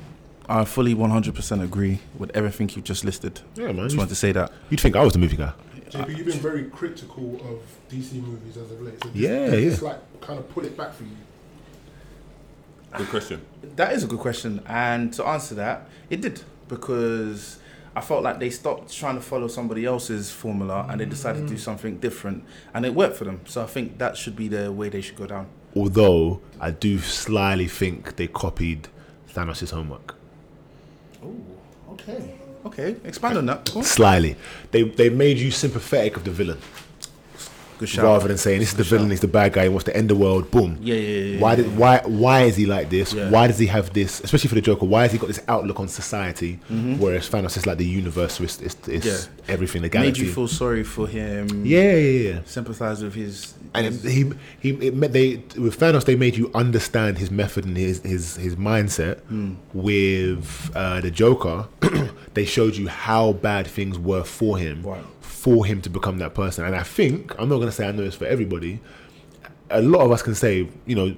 B: I fully 100% agree with everything you just listed.
A: Yeah, man.
B: Just wanted to say that.
A: you'd think I was the movie guy.
C: JP, you've been very critical of DC movies as of late. So
A: Yeah,
C: just,
A: yeah.
C: Just like kind of pull it back for you.
D: it. Good question.
B: That is a good question, and to answer that, it did because I felt like they stopped trying to follow somebody else's formula and they decided to do something different, and it worked for them. So I think that should be the way they should go down.
A: Although I do slyly think they copied Thanos' homework.
B: Okay. Okay. Expand on that. Go on.
A: Slyly, they they made you sympathetic of the villain
B: Good shout.
A: rather than saying this is the villain, he's the bad guy, he wants to end the world. Boom.
B: Yeah, yeah, yeah, yeah,
A: Why did why why is he like this?
B: Yeah.
A: Why does he have this? Especially for the Joker, why has he got this outlook on society? Whereas Thanos is like the universe, it's, it's, it's
B: Mm-hmm. Yeah.
A: everything, the
B: Made
A: galaxy.
B: you feel sorry for him.
A: yeah, yeah, yeah.
B: Sympathize with his.
A: and it, he he it meant they with Thanos they made you understand his method and his his his mindset. With uh, the Joker, <clears throat> they showed you how bad things were for him,
B: Right.
A: for him to become that person. And I think I'm not gonna say I know this for everybody. A lot of us can say, you know,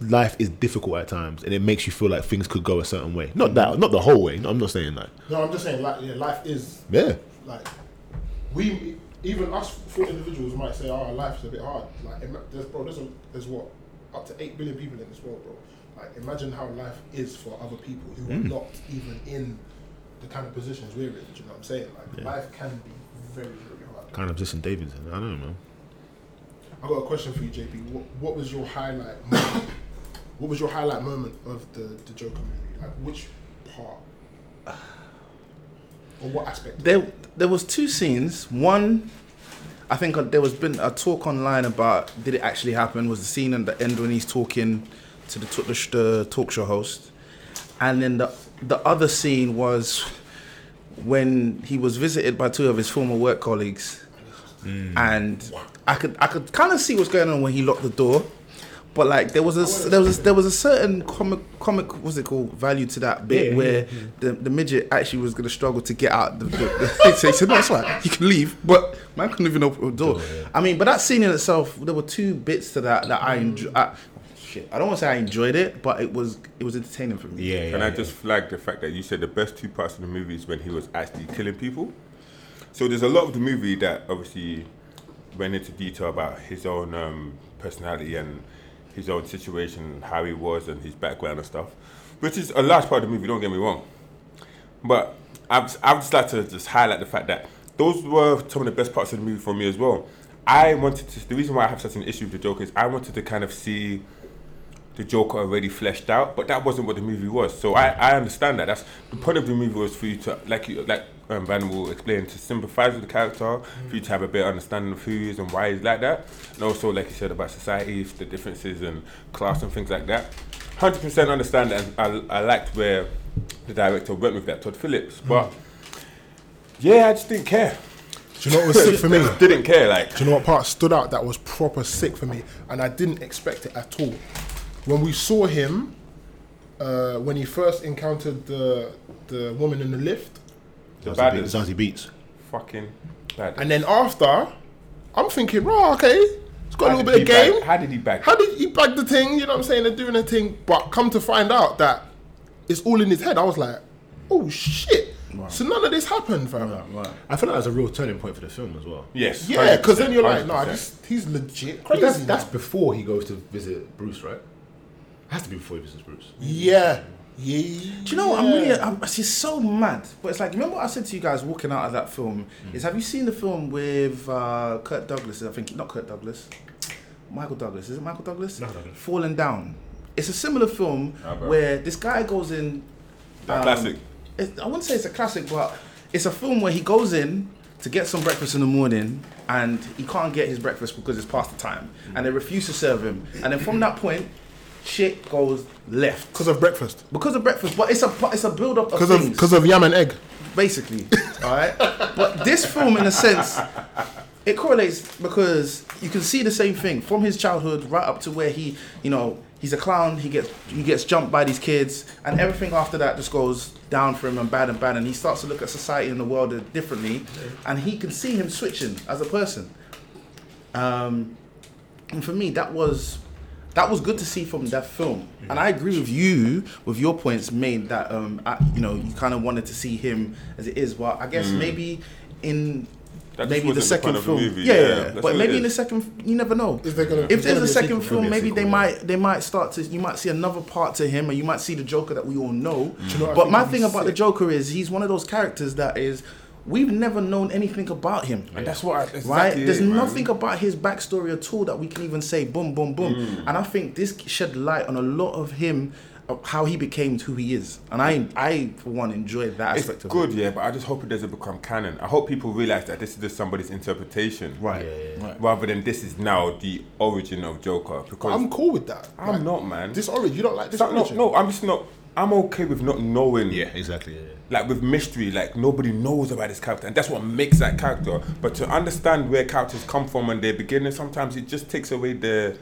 A: life is difficult at times, and it makes you feel like things could go a certain way. Not that, not the whole way. I'm not saying that.
C: No, I'm just saying, like, yeah, life is
A: Yeah,
C: like we even us four individuals might say our life's a bit hard. Like, ima- there's bro, there's, a, there's what up to eight billion people in this world, bro. Like, imagine how life is for other people who are not even in the kind of positions we're in. Do you know what I'm saying? Like, life can be very, very hard.
A: kind of position David's in. I don't know, man.
C: I got a question for you, JP. What, what was your highlight? moment? what was your highlight moment of the the Joker movie? Like, which part? Or what aspect?
B: there there was two scenes. One, I think there was been a talk online about did it actually happen? Was the scene at the end when he's talking to the to- the, sh- the talk show host, and then the the other scene was when he was visited by two of his former work
A: Hmm.
B: colleagues, and I could I could kind of see what's going on when he locked the door. But like there was a there was a, there was a certain comic comic what's it called value to that bit
A: Yeah,
B: where The, the midget actually was gonna struggle to get out. The, the, the <laughs> so he said, "No, it's fine. You can leave." But man couldn't even open the door. I mean, but that scene in itself, there were two bits to that that I enjoyed. Shit, I don't want to say I enjoyed it, but it was it was entertaining for me.
A: Yeah, yeah.
D: Can I
A: yeah.
D: just flag the fact that you said the best two parts of the movie is when he was actually killing people? So there's a lot of the movie that obviously went into detail about his own um, personality and his own situation, how he was, and his background and stuff, which is a large part of the movie. Don't get me wrong, but I'd, I'd just like to just highlight the fact that those were some of the best parts of the movie for me as well. I wanted to. The reason why I have such an issue with the Joker is I wanted to kind of see the Joker already fleshed out, but that wasn't what the movie was. So I, I understand that. That's the point of the movie was for you to like you like um, Van will explain to sympathize with the character, for you to have a better understanding of who he is and why he's like that, and also like you said about society, the differences and class and things like that. Hundred percent understand that. And I, I liked where the director went with that, Todd Phillips,
C: Mm.
D: but yeah, I just didn't care.
C: Do you know what was sick for me?
D: Just <laughs> didn't care. Like
C: Do you know what part stood out that was proper sick for me? And I didn't expect it at all. When we saw him, uh, when he first encountered the the woman in the lift,
D: the
A: Zazie Beetz-
D: baddest,
A: Zazie Beats.
D: fucking baddest.
C: and then after, I'm thinking, oh, okay, it's got a little bit of game.
D: How did he back?
C: How did he bag the thing? You know what I'm saying? They're doing a thing, but come to find out that it's all in his head. I was like, oh shit. So none of this happened, fam.
A: I feel like that's a real turning point for the film as well.
D: Yes.
C: Yeah, because then you're like,
D: 100%.
C: nah, this, he's legit
A: But
C: crazy.
A: that's,
C: now."
A: that's before he goes to visit Bruce, right? Has to be before he visits Bruce.
C: yeah, yeah.
B: Do you know what? I'm really. I'm, it's just so mad. But it's like, remember what I said to you guys walking out of that film? Is have you seen the film with uh, Kurt Douglas? I think not Kurt Douglas. Michael Douglas. Is it Michael Douglas?
A: No, Douglas.
B: Falling down. It's a similar film
D: Ah, bro.
B: where this guy goes in.
D: That classic.
B: It, I wouldn't say it's a classic, but it's a film where he goes in to get some breakfast in the morning and he can't get his breakfast because it's past the time, and they refuse to serve him. And then from that point, shit goes left.
C: Because of breakfast.
B: Because of breakfast, but it's a it's a build up of
C: Because of
B: things,
C: because of yam and egg.
B: basically. all right, but this film, in a sense, it correlates because you can see the same thing from his childhood right up to where he, you know, he's a clown. He gets he gets jumped by these kids, and everything after that just goes down for him and bad and bad, and he starts to look at society and the world differently, and he can see him switching as a person. Um, and for me, that was that was good to see from that film. And I agree with you with your points made that um, I, you know you kind of wanted to see him as it is. Well, I guess maybe in
D: Mm. That just
B: maybe the
D: wasn't the
B: second
D: fun of the
B: film,
D: movie,
B: yeah,
D: yeah,
B: yeah,
D: that's what
B: but
D: it
B: maybe in the
D: is.
B: second, you never know.
C: If they're gonna-
B: if there's
C: gonna be
B: a
C: a
B: second
C: sequel.
A: Could
B: film,
A: be a
B: maybe
A: sequel,
B: they
A: yeah.
B: might they might start to you might see another part to him, and you might see the Joker that we all know.
D: Mm.
C: you know what I
B: but
C: think
B: my
C: would be
B: thing about the
C: sick?
B: Joker is he's one of those characters that is. We've never known anything about him. And
D: That's what. I, that's
B: right?
D: exactly
B: There's
D: it, man.
B: nothing about his backstory at all that we can even say boom, boom, boom.
A: Mm.
B: And I think this shed light on a lot of him, of how he became who he is. And I, I for one, enjoyed that
D: It's
B: aspect of
D: good,
B: it.
D: yeah, but I just hope it doesn't become canon. I hope people realize that this is just somebody's interpretation,
B: Right.
D: Rather than this is now the origin of Joker. Because
C: I'm cool with that.
D: I'm not, man.
C: This origin, you don't like this
D: So- no,
C: origin?
D: no, I'm just not. I'm okay with not knowing.
A: exactly. Yeah, yeah.
D: Like with mystery, like nobody knows about this character, and that's what makes that character. But to understand where characters come from and their beginning, sometimes it just takes away their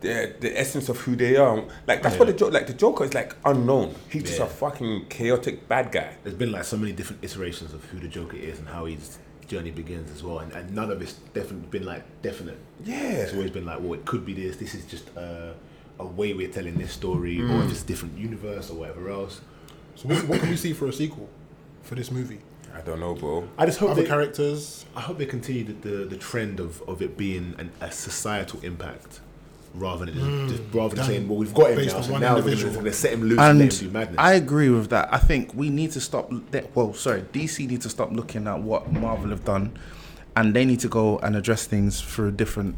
D: the, the essence of who they are. Like that's what the jo- like the Joker is like unknown. He's just a
A: Yeah.
D: fucking chaotic bad guy.
A: There's been like so many different iterations of who the Joker is and how his journey begins as well, and, and none of it's definitely been like definite.
D: Yeah.
A: It's always been like, well, it could be this. This is just uh, a way we're telling this story, or
C: Mm.
A: if it's a different universe or whatever else.
C: So what, what can we see for a sequel for this movie?
D: I don't know, bro.
A: I just hope
C: Other
A: they,
C: characters.
A: I hope they continue the, the, the trend of, of it being an, a societal impact. Rather than just, just rather than
C: Mm. Done.
A: saying, well, we've got him
C: Based
A: now,
C: on
A: so
C: one
A: now we're
C: individual.
A: going to set him loose and, let him do
B: And
A: madness.
B: I agree with that. I think we need to stop. That, well, sorry, DC need to stop looking at what Marvel have done, and they need to go and address things through different,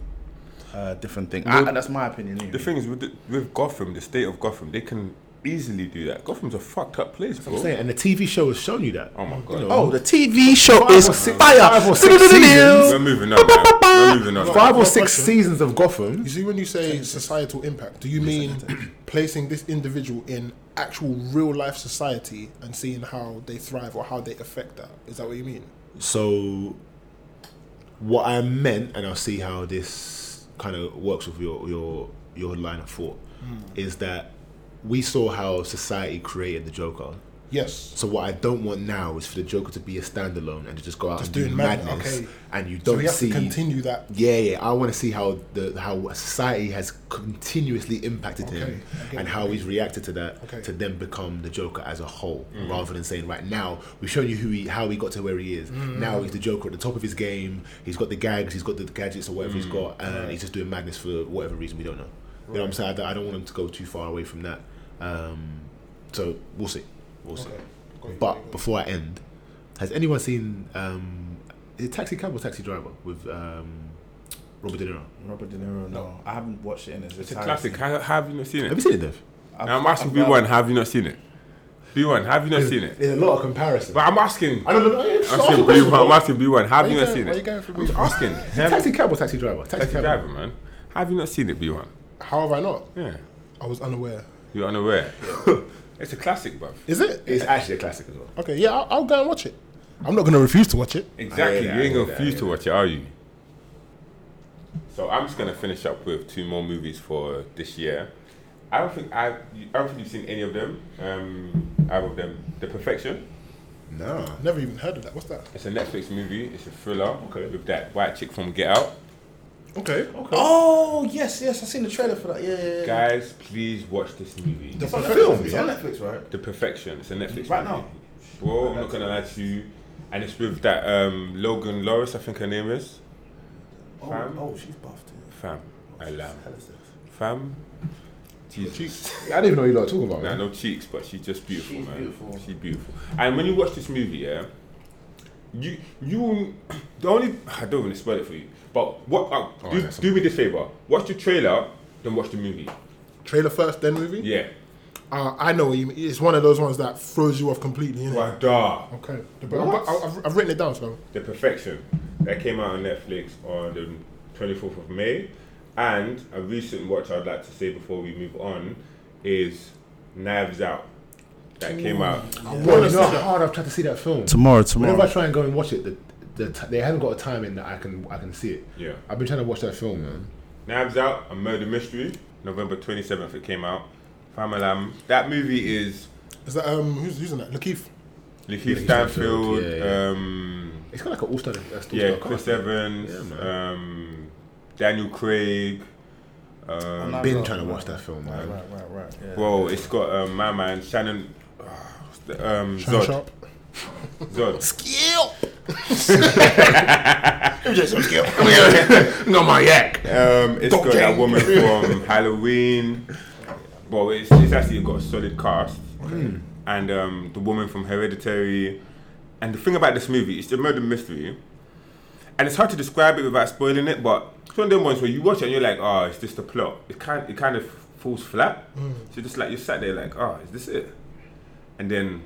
B: uh, different thing. I, that's my opinion. anyway.
D: The thing is with the, with Gotham, the state of Gotham, they can easily do that. Gotham's a fucked up place, bro.
A: I'm saying, and the TV show has shown you that.
D: Oh my god.
B: Oh, the TV show
A: Five
B: is
A: or six-
B: fire.
A: five or six seasons.
D: We're moving on. Man. We're moving on.
A: Five or
C: Got a
A: six
C: question.
A: seasons of Gotham.
C: You see, when you say societal impact, do you mean <clears throat> placing this individual in actual real life society and seeing how they thrive or how they affect that? Is that what you mean?
A: So, what I meant, and I'll see how this kind of works with your your your line of thought
C: Hmm.
A: is that we saw how society created the Joker.
C: Yes.
A: So what I don't want now is for the Joker to be a standalone and to just go out
C: Just
A: and do
C: doing mad-
A: madness,
C: okay.
A: and you
C: So
A: don't
C: we have
A: see
C: to continue that.
A: yeah, yeah. I want to see how the how society has continuously impacted him
C: okay,
A: and how he's reacted to that
C: Okay. Mm.
A: to then become the Joker as a whole, rather than saying right now we've shown you who he how he got to where he is.
C: Mm,
A: Now he's the Joker at the top of his game. He's got the gags, he's got the gadgets or whatever
C: Mm,
A: he's got, and he's just doing madness for whatever reason we don't know. You know what I'm saying? I don't, I don't want him to go too far away from that. Um, so we'll see, we'll see.
C: Got you, got you,
A: But
C: got
A: before I end, has anyone seen um, is it Taxi Cab or Taxi Driver with um, Robert De Niro?
B: Robert De Niro. No, I haven't watched it in its
D: It's a
B: entirety.
D: classic. Have, have you not seen
A: Have you
D: it?
A: seen it, Dev?
D: I'm asking B1, have you not seen it? B1, have you not seen it?
A: There's a lot of comparison.
D: But I'm asking.
A: I don't know. I'm
D: I'm asking B1. I'm asking B1. Have you not seen
C: Why you
D: it?
C: going for
D: I'm just
C: me?
D: asking. Have
A: Taxi Cab or Taxi Driver? Taxi,
D: Taxi
A: Cab.
D: driver, man. Have you not seen it, B1?
C: How have I not?
D: Yeah.
C: I was unaware.
A: <laughs>
D: You're unaware. it's a classic, bruv.
C: Is it?
A: It's actually a classic as well.
C: Okay, yeah, I'll, I'll go and watch it. I'm not going to refuse to watch it.
D: Exactly.
A: that,
D: You
A: I
D: ain't
A: hear
D: gonna
A: that,
D: refuse
A: I
D: to watch it, are you? So I'm just gonna finish up with two more movies for this year. I don't think I, I don't think you've seen any of them. Um, either of them. The Perfection.
A: No.
C: Never even heard of that. What's that?
D: It's a Netflix movie. It's a thriller.
A: Okay.
D: With that white chick from Get Out.
C: Okay.
B: Oh yes, yes. I seen the trailer for that. Yeah, yeah, yeah.
D: Guys, please watch this movie.
C: The
D: The,
B: It's on
C: film,
B: Netflix. It's on
C: yeah.
B: Netflix, right?
D: Perfection. It's a Netflix.
B: Right
D: movie.
B: now?
D: Bro, I'm not gonna lie to you. And it's with that um, Logan Loris, I think her name is.
B: Oh,
D: Fam.
B: oh, she's buffed. Yeah.
D: Fam. I lamb.
B: Hell is this?
D: Fam. Jesus.
A: I didn't even know you lot were talking about.
D: Nah,
A: man.
D: no cheeks, but she's just beautiful,
B: She's
D: man.
B: beautiful.
D: She's beautiful. And when you watch this movie, yeah, you you <clears throat> will- the only I don't want to spoil it for you, but what uh, do,
A: that's
D: do me this favor: watch the trailer, then watch the movie.
C: Trailer first, then movie?
D: Yeah,
C: Uh, I know what you mean. It's one of those ones that throws you off completely, innit?
D: Wada,
C: Okay. The- but I've, I've, I've written it down, so.
D: the perfection that came out on Netflix on the twenty fourth of May, and a recent watch I'd like to say before we move on is Knives Out that came out.
A: Bro, you know how hard I've tried to see that film.
G: Tomorrow,
A: Whenever I
G: tomorrow.
A: try and go and watch it, the, the t- they haven't got a time in that I can I can see it.
D: Yeah.
A: I've been trying to watch that film, man.
D: Knives Out, a murder mystery, November 27th it came out. Famalam. That movie is
C: Is that, um, who's using that? Lakeith.
A: Stanfield,
D: Lakeith Stanfield,
A: yeah, yeah.
D: um,
A: It's got like an all-star. Uh,
D: yeah,
A: all-star
D: Chris
A: cast, man.
D: Evans,
A: Yeah,
D: um, Daniel Craig.
B: I've
D: Um,
A: Been trying to watch that film, man.
B: Right, right, right. Yeah.
D: bro, it's got um, my man Shannon. ah, what's the- Um,
C: Shannon
D: Zod.
C: Sharp.
D: Zod.
A: no, my yak.
D: Um, it's got that
A: <laughs>
D: woman from Halloween. Bro, it's, it's actually got a solid cast.
A: Hmm.
D: And um, the woman from Hereditary. And the thing about this movie, it's a murder mystery. And it's hard to describe it without spoiling it, but it's one of them ones where you watch it and you're like, oh, it's just the plot. It kind, it kind of falls flat.
A: Hmm.
D: So just like, you're sat there like, oh, is this it? And then,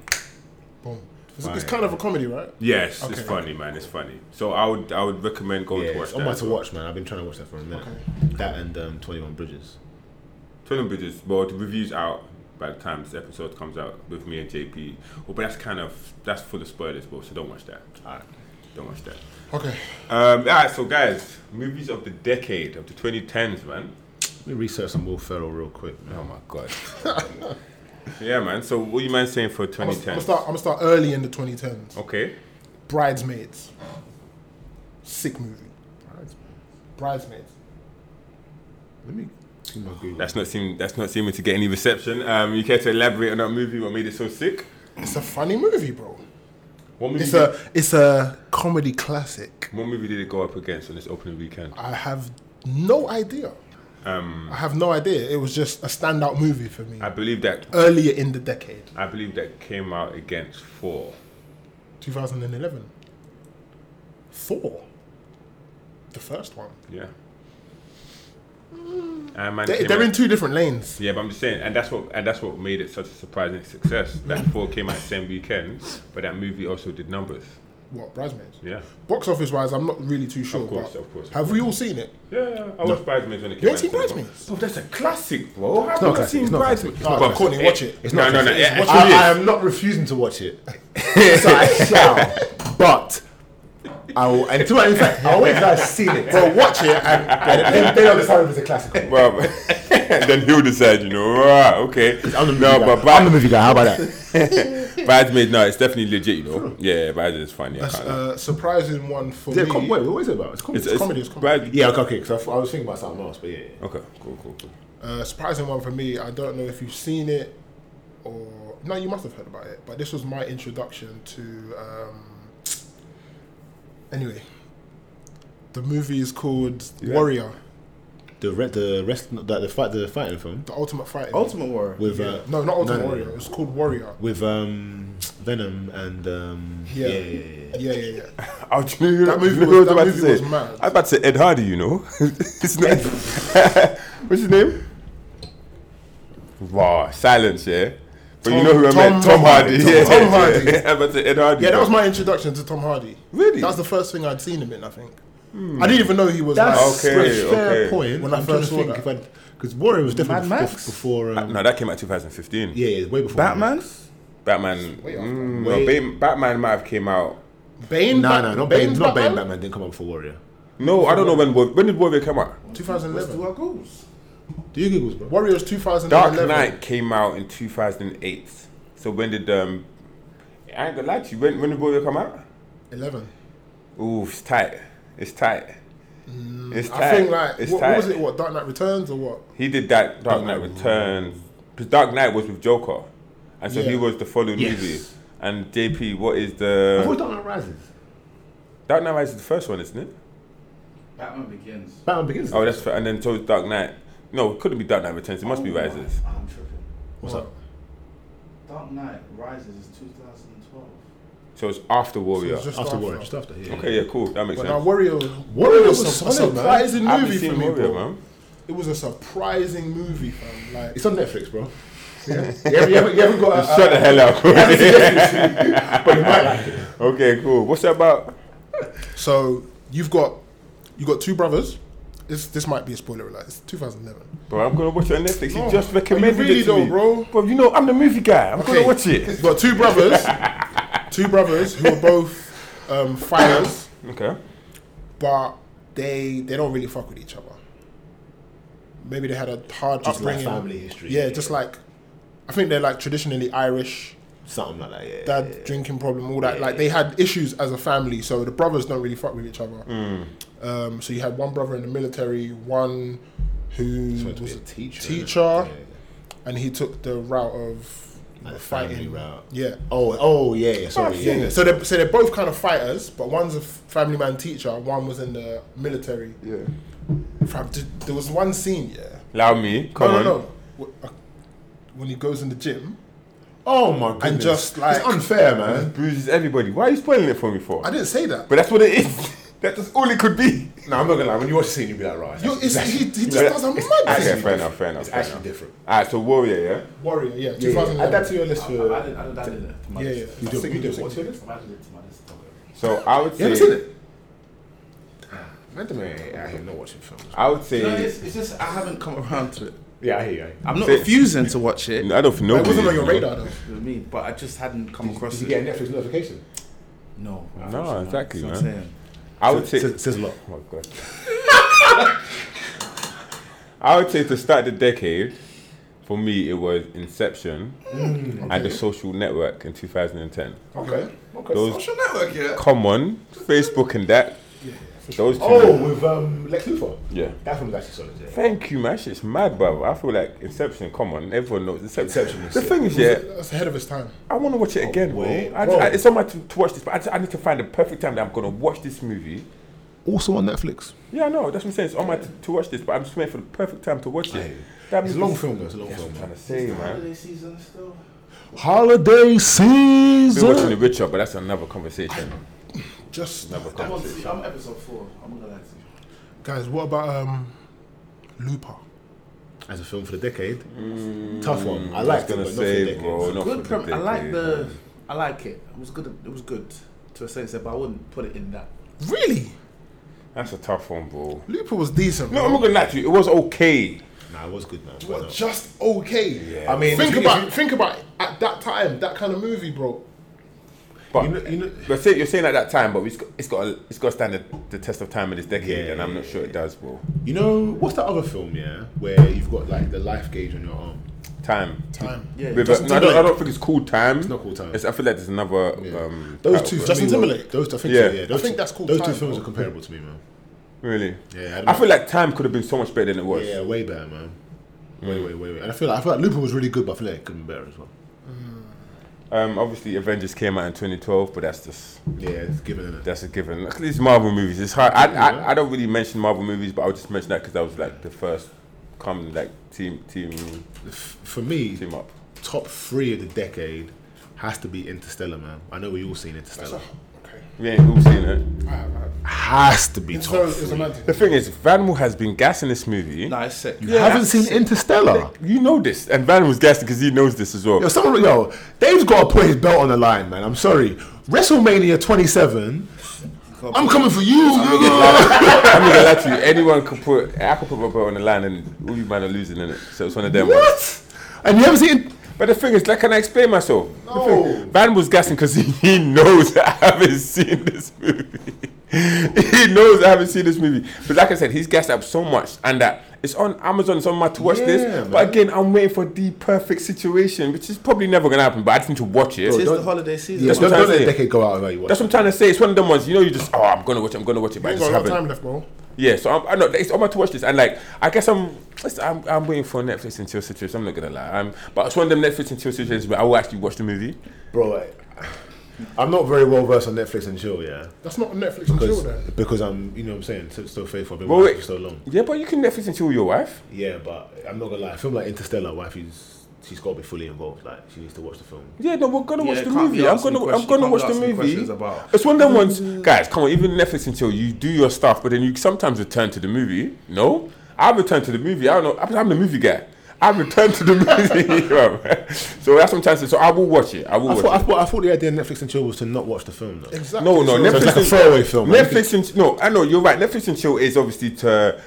C: Boom. It's, it's kind of a comedy, right?
D: yes, it's
C: Okay.
D: funny, man. It's funny. So I would, I would recommend going
A: Yeah,
D: to watch
A: it's on my
D: that.
A: to watch, man. I've been trying to watch that for a minute. That and um, Twenty One Bridges.
D: Twin Bridges, well, the review's out by the time this episode comes out with me and JP. Well, but that's kind of that's full of spoilers, bro. So don't watch that.
A: Alright.
D: Don't watch that.
C: Okay.
D: Um, all right, so guys, movies of the decade of the 2010s, man.
A: Let me research some Will Ferrell real quick, man.
D: Oh my god. yeah, man. So what you man saying for
C: I'm going to
D: 2010?
C: start, I'm gonna start early in the 2010s.
D: Okay.
C: Bridesmaids. Sick movie. Bridesmaids.
A: <laughs> Let me see my Google.
D: That's not seem that's not seeming to get any reception. Um, you care to elaborate on that movie? What made it so sick?
C: It's a funny movie, bro.
D: What movie?
C: It's
D: did,
C: a it's a comedy classic.
D: what movie did it go up against on this opening weekend?
C: I have no idea.
D: Um,
C: I have no idea. It was just a standout movie for me.
D: I believe that
C: Earlier in the decade,
D: I believe that came out against four.
C: 2011. Thor. The first one.
D: Yeah. Iron Man
C: They,
D: came
C: they're
D: out-
C: in two different lanes.
D: yeah, but I'm just saying, and that's what and that's what made it such a surprising success. That four came out the same weekend, but that movie also did numbers.
C: What bridesmaids?
D: Yeah,
C: Box office wise, I'm not really too sure.
D: course,
C: but
D: of course, of
C: Have we all seen it?
D: yeah. yeah. I watched Bridesmaids when it came
C: You
D: out.
C: ain't
D: in
C: seen
D: cinema.
C: Bridesmaids?
D: Bro, that's a classic, bro. How
A: not
D: have you not
A: classic,
D: seen
A: it's not
D: Bridesmaids?
A: classic,
C: Oh,
D: But
C: Courtney, watch it.
D: It's no, no, no. yeah,
A: I, I
D: Actually, <laughs>
A: am not refusing to watch it. so I shall. But I will, and to my in fact, I always guys seen it. Bro, watch it, and, and then they'll decide if it's a classical.
D: Well, <laughs> then he'll decide, you know. Right, okay.
A: I'm the movie
D: no,
A: guy.
D: but
A: I'm the
D: Bad,
A: movie guy. How about that?
D: Bad's made. No, it's definitely legit, you know. Yeah, Bad's is funny. I
C: That's uh,
D: can't lie.
C: a surprising one for
A: Yeah,
C: me.
A: com- wait, what is it about? It's comedy.
D: It's- it's-
C: comedy, it's comedy.
D: Bad-
A: yeah, okay, okay. Because I, thought- I was thinking about something else, but yeah. yeah.
D: Okay, cool, cool, cool.
C: Uh, surprising one for me. I don't know if you've seen it or no, you must have heard about it. But this was my introduction to. Um, anyway, the movie is called Warrior,
A: The re- the rest the, the fight the fighting film
C: the Ultimate Fighting.
B: Ultimate Warrior.
A: with uh,
C: No, not Ultimate
A: no, no,
C: Warrior.
A: no.
C: It's
D: <laughs>
C: called Warrior.
A: with um Venom and um yeah
C: Yeah.
A: yeah yeah. yeah.
C: Yeah, yeah, yeah.
D: Ouch, you know,
C: That
D: you
C: movie
D: know
C: was-
D: what
C: that
D: I was about
C: movie
D: to say?
C: was mad.
D: I was about to say Ed Hardy, you know. <laughs> his
C: <laughs>
D: name. What's his name? Wow, silence, yeah. But you
C: Tom-
D: know who I meant?
C: Tom
D: Tom Hardy. <laughs>
C: Hardy.
D: yeah,
C: Tom
D: yeah,
C: Hardy.
D: yeah. I was about to say Ed Hardy.
C: Yeah, that
D: bro.
C: was my introduction to Tom Hardy.
D: Really? Hmm.
C: That was the first thing I'd seen him in. I think. I didn't even know he was. Like,
D: That's- Okay,
A: Great, fair
D: okay.
A: point.
C: When
A: When
C: I
A: I'm
C: first
A: trying
C: saw
A: to think because Warrior was definitely
B: Mad
A: bef-
B: Max?
A: before um,
D: No, that came out 2015.
A: yeah yeah way before
B: Batman?
D: Batman. Mm,
A: Way-
D: no, Ba- Batman might have came out.
C: Bane.
A: No, no, not Bane.
C: Bane's
A: Not Bane. Batman didn't come out before Warrior.
D: No, I don't know when. War- When did Warrior come out?
C: 2011.
B: our goals.
A: Do you Googles, bro?
C: Warriors
D: Dark
C: 2011.
D: Knight came out in 2008. So when did um? I ain't gonna lie to you. When when did Warrior come out?
C: 11.
D: Ooh, it's tight. It's tight. It's tight.
C: Mm, I think like
D: it's
C: what,
D: tight.
C: what was it? What Dark Knight Returns or what?
D: He did that Dark Knight Returns because Dark Knight was with Joker, and so
C: Yeah.
D: he was the following
A: Yes.
D: movie. And JP, what is
A: Before
D: the
A: Dark Knight Rises.
D: Dark Knight Rises is the first one, isn't it?
B: Batman Begins.
A: Batman Begins.
D: Oh, that's fair. and then so it's Dark Knight. No, it couldn't be Dark Knight Returns. It must be
B: Oh my-
D: Rises.
B: I'm tripping.
A: What's up?
B: Dark Knight Rises is 2012.
D: So it's after Warrior.
C: It's just
A: After
C: dark
A: Warrior,
C: now.
A: just after. Yeah.
D: okay, yeah, cool. That makes
C: But now
D: sense.
C: Warrior,
A: Warrior was
C: a
A: solid, man.
C: surprising
D: I haven't
C: movie for
D: seen
C: me,
D: Warrior,
C: bro.
D: man.
C: It was a surprising movie, fam. Like
A: It's on Netflix, bro. Yeah. <laughs> you, haven't, you, haven't, you haven't
C: Uh,
A: got. A,
D: <laughs> Shut the hell <laughs>
C: <laughs>
D: up.
A: uh, but you might like it.
D: okay, cool. What's that about?
C: so, you've got you got two brothers. This this might be a spoiler alert. It's 2011.
D: Bro, I'm gonna watch it on Netflix.
C: No,
D: you just
C: but you
D: recommended
C: really
D: it to
C: don't,
D: me,
C: bro.
D: Bro, you know I'm the movie guy. I'm
C: Okay.
D: gonna watch it.
C: You've got two brothers, two brothers who are both um, fighters,
D: Okay.
C: but they they don't really fuck with each other. Maybe they had a hard
A: Just like
C: upbringing.
A: family history.
C: Yeah, just like I think they're like traditionally Irish.
A: Something like that. Yeah.
C: dad drinking problem, all that. Like they had issues as a family, so the brothers don't really fuck with each other.
A: Mm.
C: Um, so you had one brother in the military, one who
A: Supposed to be
C: was
A: a
C: a
A: teacher.
C: teacher,
A: Yeah.
C: and he took the route of
A: Like the
C: fighting
A: family route.
C: Yeah. Ah,
A: Oh, oh, yeah, yeah. Sorry.
C: Yeah, yeah. So they're so they're both kind of fighters, but one's a f- family man teacher, one was in the military.
D: Yeah.
C: Fam, d- There was one scene, yeah.
D: Allow me. Come
C: no,
D: on.
C: no, no. Wh- uh, When he goes in the gym,
A: Oh my goodness.
C: just like-
A: it's unfair, man.
D: Bruises everybody. Why are you spoiling it for me for?
C: I didn't say that.
D: But that's what it is. <laughs> That is all it could be.
A: No, I'm not gonna lie. When you watch the scene, you'll be like, right.
C: Yo, it's, he, he just
D: Yeah.
C: does a mad
D: Okay,
C: thing.
D: fair enough, fair enough.
A: It's
D: fair
A: actually
D: enough.
A: different.
D: Alright, so Warrior,
C: Warrior, yeah,
A: Yeah, yeah. Add
C: 2011.
A: that to your list for.
B: I didn't, I didn't, I didn't. to my
C: Yeah, yeah.
B: list.
A: You do-
C: I think
A: you do-
C: we
A: what's your list?
B: I added it to my list. don't worry.
D: yeah? So I would
A: You haven't
D: say
A: seen it?
C: Ah,
A: Man, the man, I hear not watching films.
D: I would
B: No,
D: say
B: it's, it's just I haven't come around to it.
A: Yeah, I hear you. I hear you.
B: I'm not
D: Say-
B: refusing to watch it.
D: I don't know.
C: It wasn't
D: who it
C: on your
D: is,
C: radar though.
B: You know what I mean? But I just hadn't come across
A: Did you
B: it.
A: get a Netflix notification?
B: No. I
D: No,
B: haven't.
D: exactly,
B: That's what
D: man.
B: I'm saying.
D: I would say
A: Says says a lot.
D: Oh my god. <laughs> I would say to start the decade, for me it was Inception
A: Mm.
D: and the social network in 2010.
A: Okay. Oh, Okay.
D: Those
G: Social network, yeah.
D: common, Facebook and that. Those two.
A: Oh, with um, Lex Luthor.
D: Yeah.
A: That film was actually solid. Yeah.
D: Thank you, man. Shit's mad, bro. I feel like Inception. Come on, everyone knows Inception.
A: Inception is
D: the
A: sick. Oh,
D: thing is, yeah,
C: That's ahead of his time.
D: I want to watch it again, bro.
A: wait,
D: I,
A: bro.
D: I, it's on my to, to watch this, but I, just, I need to find the perfect time that I'm gonna watch this movie.
A: Also on Netflix.
D: Yeah, I know. That's what I'm saying. It's on my to, to watch this, but I'm just waiting for the perfect time to watch it. That
A: It's a
D: movie's-
A: long film though. It's a long
D: That's what
A: film.
D: I'm trying to say, man.
B: Holiday season still.
A: Holiday
D: Been watching
A: season.
D: The Witcher, but that's another conversation.
C: Just
D: Another
B: I'm on.
D: conversation.
B: I'm episode four. I'm not gonna lie to you.
C: guys, what about um, Looper?
A: As a film for the decade, tough one. Mm, I
D: was
A: liked it, but not
D: gonna
A: for the
D: say,
A: decade.
D: bro, not
B: Good.
D: for
B: Prim-
D: the
B: I like
D: decade,
B: the.
D: man.
B: I like it. It was good. It was good to a sense, but I wouldn't put it in that.
C: Really?
D: That's a tough one, bro.
C: Looper was decent.
D: No,
C: bro.
D: I'm not gonna lie to you. It was okay.
A: Nah, it was good, man. Why
C: But
A: not?
C: just okay.
A: I mean,
C: think
A: if you-
C: about
A: if
C: think about it. at that time that kind of movie, bro.
D: But
A: You know- you know-
D: but say, you're saying at that time, but it's got it's got to, it's got to stand the, the test of time in this decade,
A: Yeah,
D: and I'm
A: yeah,
D: not sure it does. Well,
A: You know what's that other film? Yeah, where you've got like the life gauge on your arm.
D: time.
C: Time.
D: With a-
A: Justin
D: no, I, don't, I
A: Timberlake.
D: don't think it's called time. It's
A: not called Time.
D: I feel like there's another. Um,
A: Those
D: title
A: two,
D: for it.
C: Justin
A: to me were-
C: Timberlake?
A: Those, I think,
D: Yeah.
A: so, yeah.
C: I
A: Those
C: think
A: two-
C: that's called
A: Those two
C: Time,
A: films
C: bro.
A: are comparable to me, man.
D: Really?
A: Yeah, I, don't
D: I
A: know.
D: feel like time could have been so much better than it was.
A: yeah, way better, man.
C: Mm.
A: Way, way, way, way. And I feel like I feel like Looper was really good, but I feel like it could have been better as well.
D: Um, obviously, Avengers came out in 2012, but that's just
A: Yeah, it's given in it.
D: that's a given. Look at these Marvel movies. It's hard. I, I, I don't really mention Marvel movies, but I'll just mention that because that was like the first come like team team
A: F- For me,
D: team up.
A: top three of the decade has to be Interstellar, man. I know we all seen Interstellar.
C: Okay.
D: We ain't all seen it.
A: Has to be
C: Interstellar
A: top
C: is
A: three.
C: romantic.
D: The thing is, Van Moore has been gassing this movie.
G: Nah, it's sick.
A: You haven't seen Interstellar.
D: You know this, and Van was gassing because he knows this as well.
A: Yo, someone, yo, Dave's got to put his belt on the line, man. I'm sorry. WrestleMania 27. I'm coming for you.
D: I'm not gonna lie to you. Anyone could put, I could put my belt on the line, and all you man are losing in it. So it's one of them. ones.
A: what? And you haven't seen?
D: But the thing is, like, can I explain myself? The thing- Van was gassing because he, he <laughs> knows I haven't seen this movie. <laughs> he knows I haven't seen this movie. But like I said, he's gassed up so much, and that it's on Amazon. It's on my to watch
A: Yeah,
D: this.
A: man.
D: But again, I'm waiting for the perfect situation, which is probably never gonna happen. But I just need to watch it.
G: It's the
A: don't-
G: holiday season.
A: Yeah,
D: That's
A: don't,
D: what I'm
A: don't let
D: saying.
A: a decade go out without you
D: That's what
A: watching.
D: I'm trying to say. It's one of them ones, you know, you just, oh, I'm going to watch it, I'm going to watch it, but I
C: Ain't
D: just
C: got a lot of
D: haven't.
C: time left, bro.
D: Yeah, so I'm, I know it's on my to watch this, and like I guess I'm, it's- I'm, I'm waiting for a Netflix and chill situation. I'm not gonna lie, I'm, but it's one of them Netflix and chill situations where I will actually watch the movie.
A: Bro, like, I'm not very well versed on Netflix and chill, yeah.
C: That's not on Netflix. I'm
A: Because,
C: sure that.
A: because I'm, you know what I'm saying, so, so faithful. I've been
D: But
A: watching
D: wait,
A: for so long.
D: yeah, but you can Netflix and chill with your wife.
A: Yeah, but I'm not going to lie. A film like Interstellar, wifey's, she's got to be fully involved. Like, she needs to watch the film.
D: Yeah, no, we're gonna
G: Yeah,
D: watch the
G: can't be
D: movie. I'm
G: asking
D: gonna, I'm
G: questions-
D: gonna
G: can't be
D: watch the
G: asking
D: movie.
G: questions about- Mm.
D: It's one of them ones, guys. Come on, even Netflix and chill. You do your stuff, but then you sometimes return to the movie. No, I return to the movie. I don't know. I'm, I'm the movie guy. I return to the <laughs> movie. bro. so that's what I'm trying to say. So I will watch it. I will.
A: I
D: watch
A: thought,
D: it.
A: I, thought, I thought the idea of Netflix and chill was to not watch the film, though.
C: Exactly.
D: No, no,
C: So-
D: Netflix
A: it's like a
D: and-
A: throwaway film, man.
D: Netflix and no, I know you're right. Netflix and chill is obviously to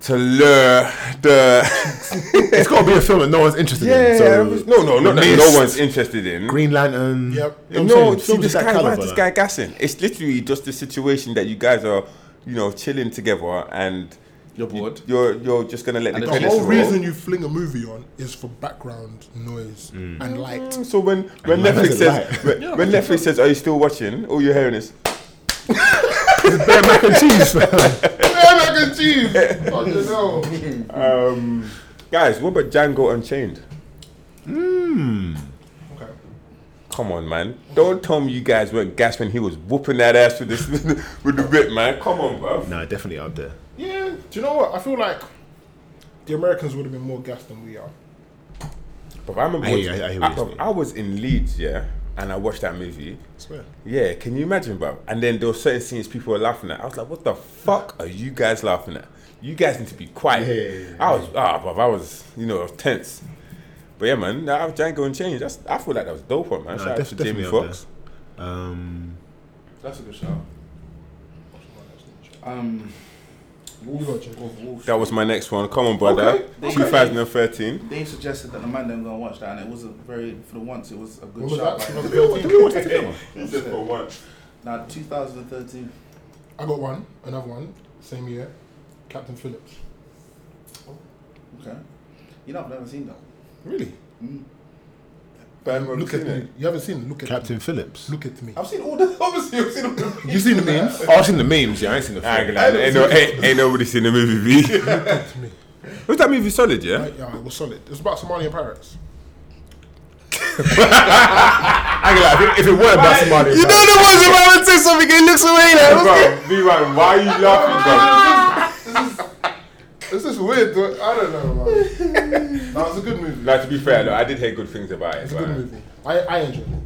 D: to lure the <laughs>
A: It's got to be a film that no one's interested
D: yeah.
A: in. So
D: no, no, not
A: The
D: that
A: Mist,
D: no one's interested in.
A: Green Lantern.
C: Yep.
A: You know what I'm
D: no,
A: saying?
D: see
A: Films
D: this
A: of that
D: guy, why
A: caliber,
D: is this
A: like. <laughs>
D: guy gassing? It's literally just the situation that you guys are, you know, chilling together and
G: You're bored.
D: you're you're just gonna let the,
G: And
C: The
D: credits
C: whole
D: roll.
C: reason you fling a movie on is for background noise
A: Mm.
C: and light.
A: <laughs>
D: So when when
A: life
D: Netflix
A: is a
D: says when, when Netflix says, "Are you still watching?" All you're hearing is.
A: Bare mac and cheese,
D: <laughs>
A: fam.
D: Um, guys, what about Django Unchained?
C: Okay.
D: Come on, man. Don't tell me you guys weren't gassed when he was whooping that ass with, this, <laughs> with the whip, man. Come on, bro.
A: Nah, definitely up there.
C: <laughs> Yeah. Do you know what? I feel like the Americans would have been more gassed than we are.
D: But I
A: I
D: remember
A: hear you, I- I hear what you're
D: bruv,
A: saying.
D: I was in Leeds, yeah, and I watched that movie.
C: swear.
D: Yeah, can you imagine, bro? And then there were certain scenes people were laughing at. I was like, what the fuck are you guys laughing at? You guys need to be quiet. I was, ah, bruv, I was, you know, tense. But yeah, man, that was Django and Change. That's, I feel like that was dope, man.
A: Nah,
D: Shout out
A: def-
D: to Jamie
A: definitely up
D: Foxx.
A: there. Um,
G: That's a good shout. Um, Wolf of Wall
D: That was my next one. Come on, brother.
G: Okay.
D: 2013.
G: They suggested that the man them gonna watch that, and it was a very for the once it was a good
C: What was
G: shout.
C: that?
G: Like,
C: <laughs>
D: for one.
G: now 2013,
C: I got one, another one, same year. Captain Phillips.
G: okay. You know I've never seen that.
C: Really?
D: Ben, we've
C: Look
D: seen
C: at
D: it.
C: me. You haven't seen it? Look at
A: Captain
C: me.
A: Phillips.
C: Look at me.
G: I've seen all the obviously I've seen all the.
C: You seen the memes?
A: Oh, I've seen the memes, yeah. I ain't seen the
D: I ain't,
A: film.
D: gonna lie, ain't, no, ain't, ain't nobody seen
A: <laughs>
D: the movie. V.
C: me.
D: Was that movie solid? Yeah.
C: Like, yeah, it was solid. It was about Somalian pirates.
A: I ain't gonna lie. If it, if it weren't about somebody,
D: You know the ones where I say something and looks away like. Bro, be right. Why are you laughing,
C: This is weird. though. I don't <laughs> know, man. That was a good movie.
D: bro? Like to be fair, though, I did hear good things about it.
C: It's a good movie. I, I enjoyed it.
D: movie.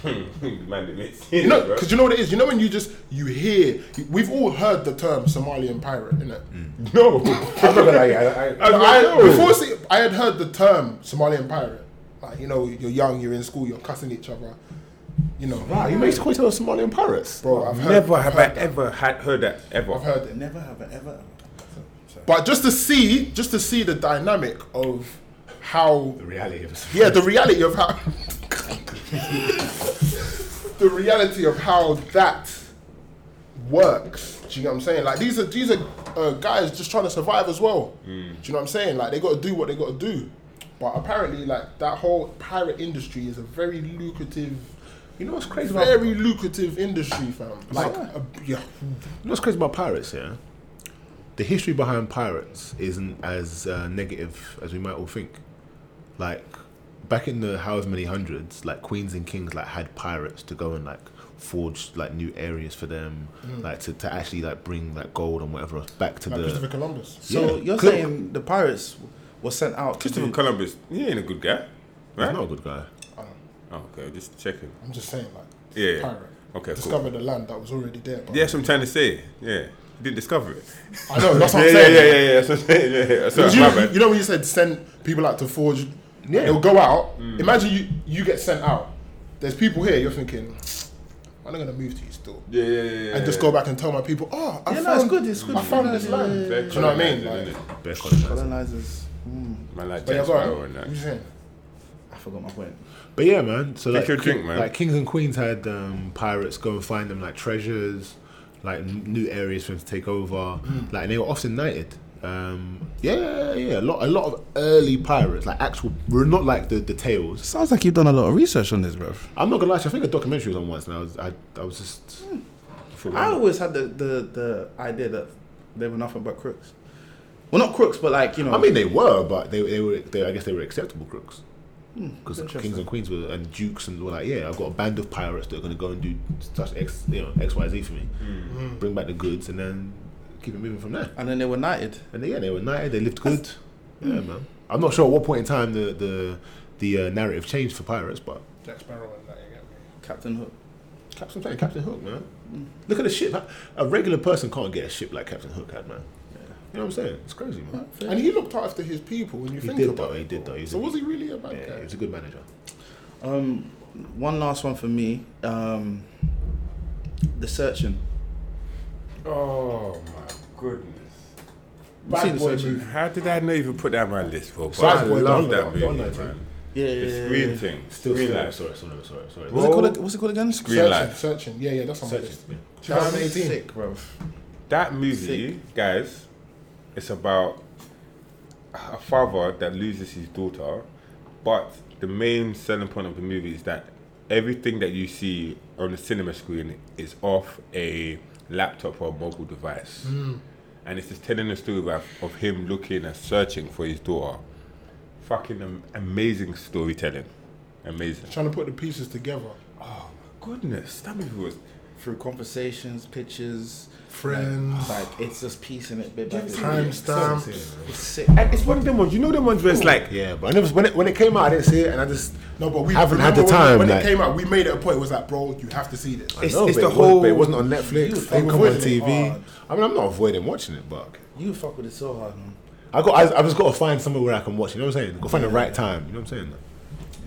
D: <laughs> Man, didn't
C: You
D: seen
C: know,
D: it, bro.
C: because you know what it is. You know when you just you hear. We've all heard the term Somalian pirate, innit? <laughs>
D: No.
A: I'm not gonna lie. I, I,
C: No, I, before see, I had heard the term Somalian pirate. Like you know, you're young, you're in school, you're cussing each other. You know,
A: wow, Ah, you made quite a Somali in Paris.
C: bro. I've heard,
D: Never
C: I've
D: have I
C: heard,
D: ever had heard that
C: I've
D: ever.
C: heard it.
G: Never have I ever. Sorry.
C: But just to see, just to see the dynamic of how,
A: The reality of it.
C: yeah, the reality of how. the reality of how that works. Do you know what I'm saying? Like these are these are uh, guys just trying to survive as well.
D: Mm.
C: Do you know what I'm saying? Like they got to do what they got to do. But apparently, like that whole pirate industry is a very lucrative.
A: You know what's crazy about you
C: Very lucrative industry, fam. Like, uh, yeah,
A: know what's crazy about pirates, yeah? The history behind pirates isn't as uh, negative as we might all think. Like back in the however many hundreds, like queens and kings like had pirates to go and like forge like new areas for them, like to, to actually like bring like gold and whatever else back to
C: Mm. like
A: the
C: Christopher Columbus.
B: So
A: Yeah,
B: you're
A: cool.
B: saying the pirates were sent out to
C: Mm.
D: Christopher
B: do,
D: Columbus, he ain't a good guy,
A: He's
D: right?
A: not a good guy.
D: Oh, okay, just checking.
C: I'm just saying, like,
D: Yeah, yeah.
C: pirate.
D: Okay, cool.
C: discovered the land that was already there. But
D: Yes, I'm trying to say. Yeah, he didn't discover it.
C: I know. That's what
D: yeah,
C: I'm
D: yeah,
C: saying.
D: yeah, yeah, yeah. That's what I'm saying. Yeah, yeah. Sorry,
C: Because you,
D: my bad.
C: you know when you said send people out to forge, yeah. they'll go out. Imagine you, you get sent out. There's people here. You're thinking, I'm not gonna move to you still.
D: yeah, yeah, yeah, yeah.
C: And just go back and tell my people, oh, I
B: Yeah,
C: found
B: no, it's good, it's good.
C: I found this land.
D: They're
C: Do you know what I mean?
D: colonizing,
C: Like,
D: innit?
A: Bear colonizer.
B: colonizers? Mm,
D: Man, like
C: but yeah,
D: Jack
C: go on.
D: Sparrow and
C: What
D: that.
C: you saying?
B: I forgot my point.
A: But yeah, man. So
D: Take
A: like,
D: your
A: ki-
D: drink, man.
A: like kings and queens had um, pirates go and find them like treasures, like n- new areas for them to take over. Like and they were often knighted. Um, yeah, yeah, yeah. A lot, a lot of early pirates, like actual, we're not like the the tales.
B: Sounds like you've done a lot of research on this, bro.
A: I'm not gonna lie, to you, I think a documentary was on once, and I was, I, I was just.
B: I always had the, the, the idea that they were nothing but crooks. Well, not crooks, but like you know.
A: I mean, they were, but they, they were, they, I guess they were acceptable crooks.
C: Hmm,
A: Because
B: interesting.
A: kings and queens were, and dukes and were like, yeah, I've got a band of pirates that are going to go and do such X, you know, X, Y, Z for me.
C: Hmm.
A: Bring back the goods and then keep it moving from there.
B: and then they were knighted.
A: And they, yeah, they were knighted, they lived good. Yeah,
C: Hmm.
A: man. I'm not sure at what point in time the, the, the uh, narrative changed for pirates, but
C: Jack Sparrow and that. You get me?
B: Captain Hook.
A: Captain, I'm saying Captain Hook, man.
C: Hmm.
A: Look at the ship. A regular person can't get a ship like Captain Hook had, man. You know what I'm saying? It's crazy, man.
C: And he looked after his people. When you
A: He
C: think
A: did,
C: about
A: though,
C: it,
A: he did,
C: bro.
A: though. He's
C: So
A: a-
C: was he really a bad
A: Yeah,
C: guy?
A: he was a good manager.
B: Um, one last one for me. Um, the searching.
D: Oh my goodness.
B: seen the
C: Bad boy
B: searching.
C: movie.
D: How did I not even put that on my list for? But
A: Bad
D: I
A: Boy
D: love
A: Love,
D: that
A: Love,
D: movie,
A: Love, Love.
D: man.
B: Yeah, yeah,
D: The
B: yeah,
D: screen
B: yeah.
D: thing,
A: Still,
D: screen
A: sorry,
D: life,
A: sorry, sorry, sorry, sorry.
B: What's it
C: Oh.
D: Bro.
B: called? What's it called again?
D: screen
C: Searching,
D: life.
C: searching. Yeah, yeah, that's on my list.
A: Yeah.
C: 2018.
B: Sick, bro.
D: That movie, guys, it's about a father that loses his daughter, but the main selling point of the movie is that everything that you see on the cinema screen is off a laptop or mobile device. And it's just telling the story about, of him looking and searching for his daughter. Fucking am- amazing storytelling. Amazing.
C: Trying to put the pieces together.
D: Oh my goodness, that movie was.
B: Through conversations, pictures,
C: Friends.
B: like it's just piecing it bit by bit.
C: Timestamps.
B: It's sick.
A: Eh,
D: And it's one of them ones, you know, them ones where it's like,
A: Yeah, but I never when it when it came out, I didn't see it, and I just
C: No, but we
A: haven't had
C: remember
A: the time.
C: When, it- when
A: like-
C: it came out, we made it a point. It was like, bro, you have to see this.
D: it's,
A: No,
D: it's
A: but
D: the
A: it
D: whole.
A: was, but it wasn't on Netflix. It didn't come on
C: avoiding it
A: TV.
C: hard.
A: I mean, I'm not avoiding watching it, but
B: You fuck with it so hard, man.
A: I got I, I've just got to find somewhere where I can watch. it, You know what I'm saying? Got to find the right time. You know what I'm saying?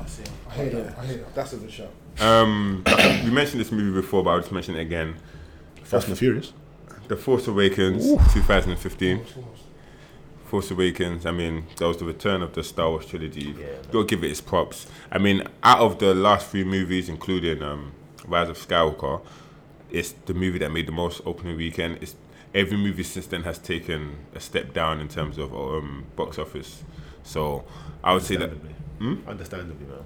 B: I see.
C: I hear that. I hear that.
B: That's a good show.
D: Um, we mentioned this movie before, but I'll just mention it again.
A: Fast and the Furious.
D: The Force Awakens, 2015. Force Awakens. I mean, that was the return of the Star Wars trilogy. Gotta give it its props. I mean, out of the last three movies, including um, Rise of Skywalker, it's the movie that made the most opening weekend. It's every movie since then has taken a step down in terms of um, box office. So I would say that
A: Understandably, understandably, man.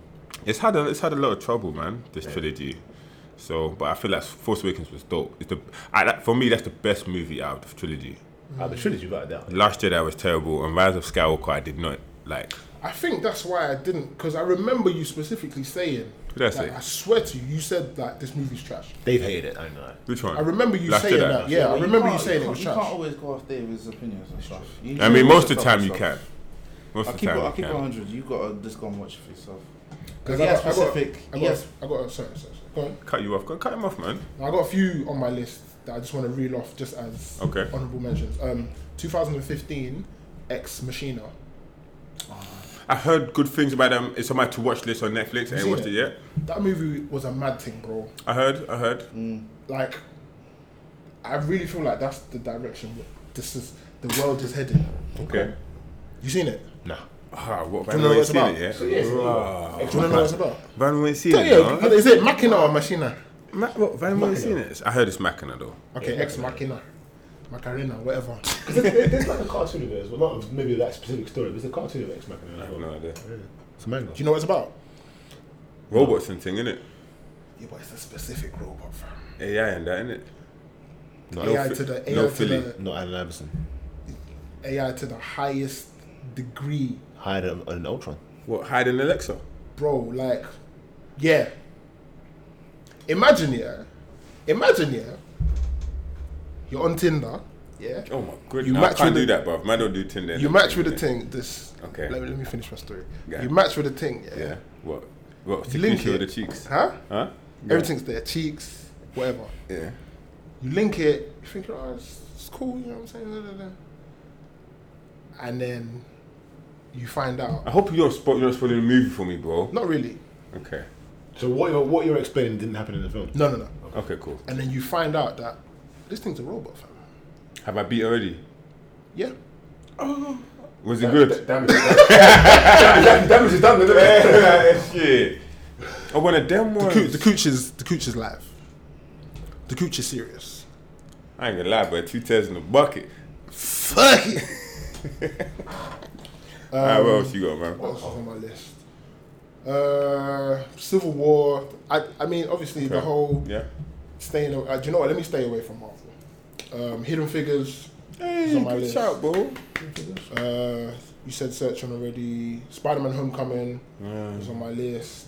D: it's had a, it's had a lot of trouble, man. This trilogy. So, but I feel like Force Awakens was dope. It's the I, that, for me that's the best movie out of the trilogy.
A: Ah, the trilogy got it down.
D: Last Jedi was terrible, and Rise of Skywalker I did not like.
C: I think that's why I didn't, because I remember you specifically saying.
D: What did I
C: like,
D: say?
C: I swear to you, you said like this movie's trash.
A: They've hated it. I know.
D: Which one?
C: I remember you
D: Last
C: saying
D: Jedi.
C: that. Yeah, I remember you,
B: can't-
C: saying it
B: can't-
C: was
B: You
C: trash.
B: can't always go off David's opinions and stuff. You
D: I
B: should
D: mean,
B: watch
D: most of the
B: stuff
D: time you
B: yourself.
D: can. Most
B: I
D: of the
B: keep it. I
D: time you
B: keep it
D: can.
B: 100. You gotta just go and watch it for yourself.
C: 'Cause
B: He
C: I
B: has
C: got- I got-
B: specific-
C: I got,
B: he has-
C: I got a sorry, sorry, sorry. Go on.
D: Cut you off. Go cut him off, man.
C: I got a few on my list that I just want to reel off just as
D: Okay.
C: honorable mentions. Um, 2015, Ex Machina.
D: I heard good things about them. It's on my to watch list on Netflix. I ain't
C: seen
D: watched it
C: it?
D: yet.
C: That movie was a mad thing, bro.
D: I heard. I heard.
C: Mm, Like, I really feel like that's the direction this is the world is heading.
D: Okay.
C: You seen it?
A: Nah.
D: Ah, what?
C: Do
D: Van
C: you know
D: Wayne
C: what it's
D: seen
C: about?
D: it yet?
C: So, yeah,
D: Wow.
C: it's- Do you know what it's about?
D: Van Wayne seen
C: Yeah,
D: it.
C: yeah.
D: huh?
C: Is it Machina or Machina?
D: Ma- what? Van Moore seen it? I heard it's Machina though.
C: Okay, ex machina, Macarena, whatever.
A: Because there's, there's like a cartoon of it as well. Not maybe that specific story, but there's a cartoon of Ex Machina.
D: I
A: as
D: have
A: well.
D: no idea.
A: It's a manga.
C: Do you know what it's about?
D: Robots and thing, innit?
C: Yeah, but it's a specific robot, fam.
D: AI and that, innit?
A: No,
C: AI
D: fi-
C: to the AI
D: no
C: to
D: Philly.
C: the
A: Not Alan Iverson.
C: AI to the highest degree,
A: Hired an, an Ultron.
D: What? Hiding Alexa?
C: bro. Like, yeah. Imagine yeah, imagine yeah. You're on Tinder, yeah.
D: Oh my goodness!
C: You
D: No, I
C: match
D: can't do
C: with the-
D: that, bruv. Man, don't do Tinder. and
C: You match
D: everything,
C: with a
D: innit?
C: thing. This
D: Okay.
C: Let me, let me finish my story.
D: Yeah.
C: You match with a thing, yeah.
D: Yeah. What? What?
C: You
D: You
C: link
D: link with
C: it.
D: the cheeks?
C: Huh?
D: Huh? Yeah.
C: Everything's there, cheeks, whatever.
D: Yeah.
C: You link it, you think, oh, it's, it's cool, you know what I'm saying? da, da, da." And then you find out.
D: I hope you're spo- you're not spoiling the movie for me, bro.
C: Not really.
D: Okay.
A: So what you're, what you're explaining didn't happen in the film.
C: No, no, no.
D: Okay. Cool.
C: And then you find out that this thing's a robot, fam.
D: Have I beat already?
C: Yeah.
D: Was it good?
A: Damage, damage, damage, damage is done. isn't it?
D: Shit. I want a damn
C: The,
D: one.
C: coo- the cooch is the cooch is live. The cooch is serious.
D: I ain't gonna lie, but two tears in the bucket.
C: Fuck it.
D: <laughs> Alright, what else you got, man?
C: Um, What else is on my list? Uh, Civil War. I, I mean, obviously the
D: Okay.
C: whole
D: Yeah.
C: staying. a- Uh, do you know what? Let me stay away from Marvel. Um, Hidden Figures.
D: Hey,
C: on my list.
D: bro.
C: Uh, you said Search on already. Spider Man Homecoming was on my list.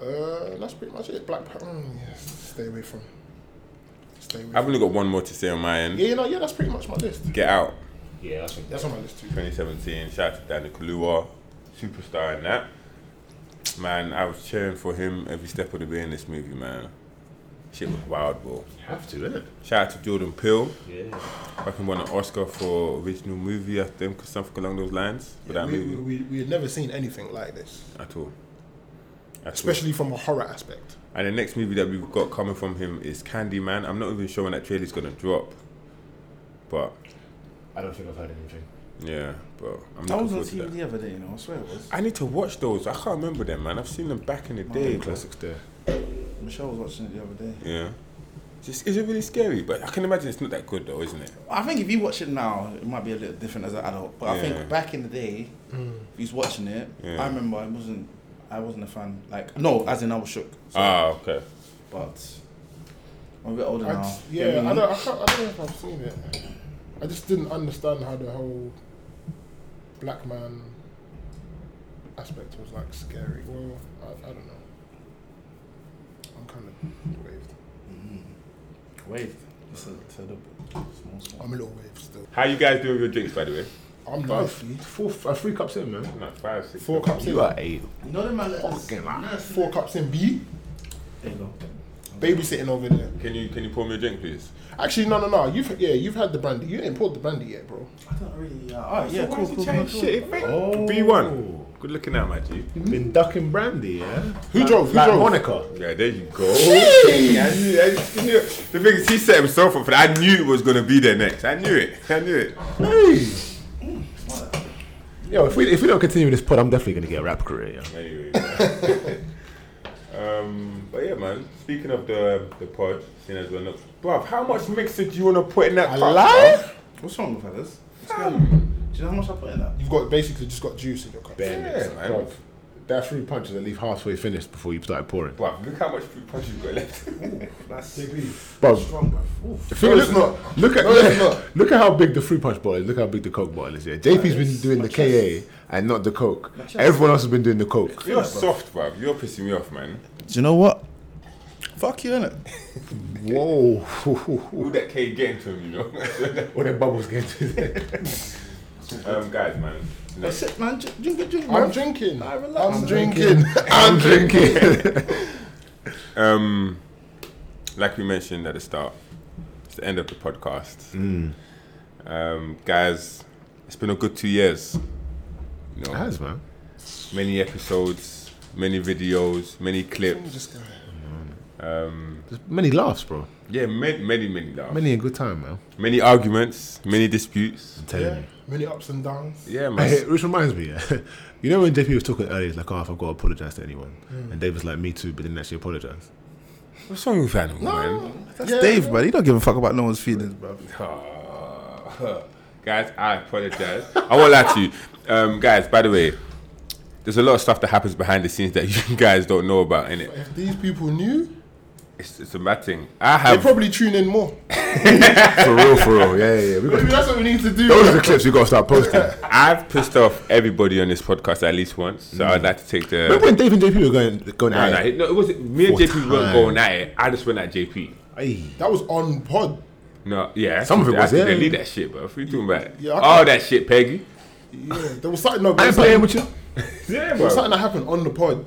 C: Uh, that's pretty much it. Black Panther. Mm, yes, stay away from. Stay away.
D: I've
C: From.
D: only got one more to say on my end.
C: Yeah, you know, yeah, that's pretty much my list.
D: Get out.
A: Yeah, that's
C: That's on my list too.
D: 2017. Shout out to Danny Kalua, superstar in that. Man, I was cheering for him every step of the way in this movie, man. Shit was wild, bro.
A: have to, innit?
D: Shout out to Jordan Peele.
A: Yeah.
D: Fucking won an Oscar for original movie, I think, or something along those lines. For that
C: We,
D: movie.
C: we, we, we had never seen anything like this,
D: At all. At all.
C: especially from a horror aspect.
D: And the next movie that we've got coming from him is Candyman. I'm not even sure when that trailer's gonna drop. But
A: I don't think I've heard anything.
D: yeah, bro. I'm
G: I
D: looking
G: was on
D: forward to
G: TV
D: that.
G: the other day, you know. I swear it was.
D: I need to watch those. I can't remember them, man. I've seen them back in the day. bro.
A: Classics there.
G: Michelle was watching it the other day.
D: Yeah. Just is it really scary? But I can imagine it's not that good though, isn't it?
G: I think if you watch it now, it might be a little different as an adult. But I
D: Yeah.
G: think back in the day,
C: Mm.
G: if you was watching it,
D: Yeah.
G: I remember I wasn't. I wasn't a fan. Like no, as in I was shook. So,
D: Ah, okay.
G: but I'm a bit older
C: I
G: now.
C: just,
G: You
C: yeah,
G: know what
C: I
G: mean?
C: don't. I, can't, I don't know if I've seen it. I just didn't understand how the whole black man aspect was like scary. Well, I, I don't know. I'm kind of waved.
G: Wait, it's a, it's a little bit small, small.
C: I'm a little waved still.
D: How you guys doing with your drinks, by the way?
C: I'm lovely.
A: Four, uh, three cups in, man.
D: No, five, six.
C: Four cups in.
A: eight.
G: You know uh, the man let us. There
C: Four cups in. B.
G: you go.
C: Babysitting over there.
D: Can you can you pour me a drink, please?
C: Actually, no, no, no. You've yeah, you've had the brandy. You ain't poured the brandy yet, bro.
G: I don't really. Uh, all right, yeah, cool, cool, cool,
D: Change
G: cool.
D: Oh, shit, mate. B one. Good looking out, my G.
A: Been ducking brandy, yeah.
C: Who drove? Who
A: Like
C: drove?
A: Monica.
D: Yeah, there you go. I knew, I just knew it. The thing is, he set himself up for that. I knew it was gonna be there next. I knew it. I knew it.
A: Hey. Mm, Yo, if we if we don't continue this pod, I'm definitely gonna get a rap career. Yeah.
D: Anyway. man. <laughs> um, but yeah, man. Speaking of the the pod, seeing as we're not, bruv, how much mixer do you wanna put in that? cup, bruv?
C: Alive?
G: What's wrong with fellas? What's going on? Do you know how much I put in that?
C: You've got basically just got juice in your cup.
A: Bare mix,
D: man.
A: bruv. That three punches that leave halfway finished before you started pouring.
D: Bruv, look how much fruit punch you've got <laughs> left.
G: That's
A: Bruv,
G: strong, bro. Oof.
A: the thing
C: No,
A: is,
C: it's not.
A: look at
C: No, it's not.
A: look at how big the fruit punch bottle is. Look how big the coke bottle is. Yeah, JP's been doing the KA and not the coke. Everyone else has been doing the coke.
D: You're soft, bruv. You're pissing me off, man.
G: Do you know what? Fuck you,
D: <laughs>
G: innit?
A: Whoa, <laughs>
D: All that K getting to him, you know. <laughs>
A: what are bubbles getting to there?
D: um, guys, man. No,
G: That's it, man. Ju- Drink it, drink it,
C: I'm
G: man.
C: drinking.
G: Nah, relax.
C: I'm
G: I'm
C: drinking.
A: <laughs> I'm <laughs> drinking.
D: Um, like we mentioned at the start, it's the end of the podcast. Mm. Um, guys, it's been a good two years. You know,
A: It has, man.
D: many episodes, many videos, many clips.
C: <laughs> Just go.
A: There's many laughs, bro.
D: Yeah, many, many, many laughs. Many,
A: Many a good time, man.
D: arguments, many disputes.
A: I'm telling
C: Yeah,
A: you.
C: many ups and downs.
D: Yeah, man.
A: Hey, which reminds me, <laughs> yeah. you Mm. know when JP was talking earlier, he's like, "Oh, I've got to apologize to anyone," and Dave was like, "Me too," but didn't actually apologize.
D: What's wrong with Animal Man?
B: That's Dave, bro. He don't give a fuck about no one's feelings, bro.
D: Oh, <laughs> guys, I apologize. I won't lie to you. Um, guys, by the way, there's a lot of stuff that happens behind the scenes that <laughs> you guys don't know about, innit?
C: If these people knew,
D: It's, it's a mad thing. I
C: they
D: have.
C: probably tune in more.
A: <laughs> For real, for real. Yeah, yeah, yeah. We got,
C: Maybe
A: <laughs>
C: that's what we need to do.
A: those are the clips we got to start posting.
D: I've pissed off everybody on this podcast at least once, so I'd like to take the.
A: Remember when Dave and JP were going, going
D: No,
A: out?
D: no, it- no, it wasn't. Me and
A: Four
D: JP weren't
A: times.
D: going at it. I just went at JP.
C: That was on pod.
D: No, yeah.
A: Some of it
D: I
A: was,
D: had to
A: yeah.
D: delete that shit, bro. What you talking about?
C: Yeah, I
D: All
C: can-
D: that shit, Peggy.
C: Yeah, there was something. No,
A: I
C: there
A: ain't
C: was
A: playing
C: something,
A: with you.
D: Yeah,
C: there
D: bro.
C: was something that happened on the pod.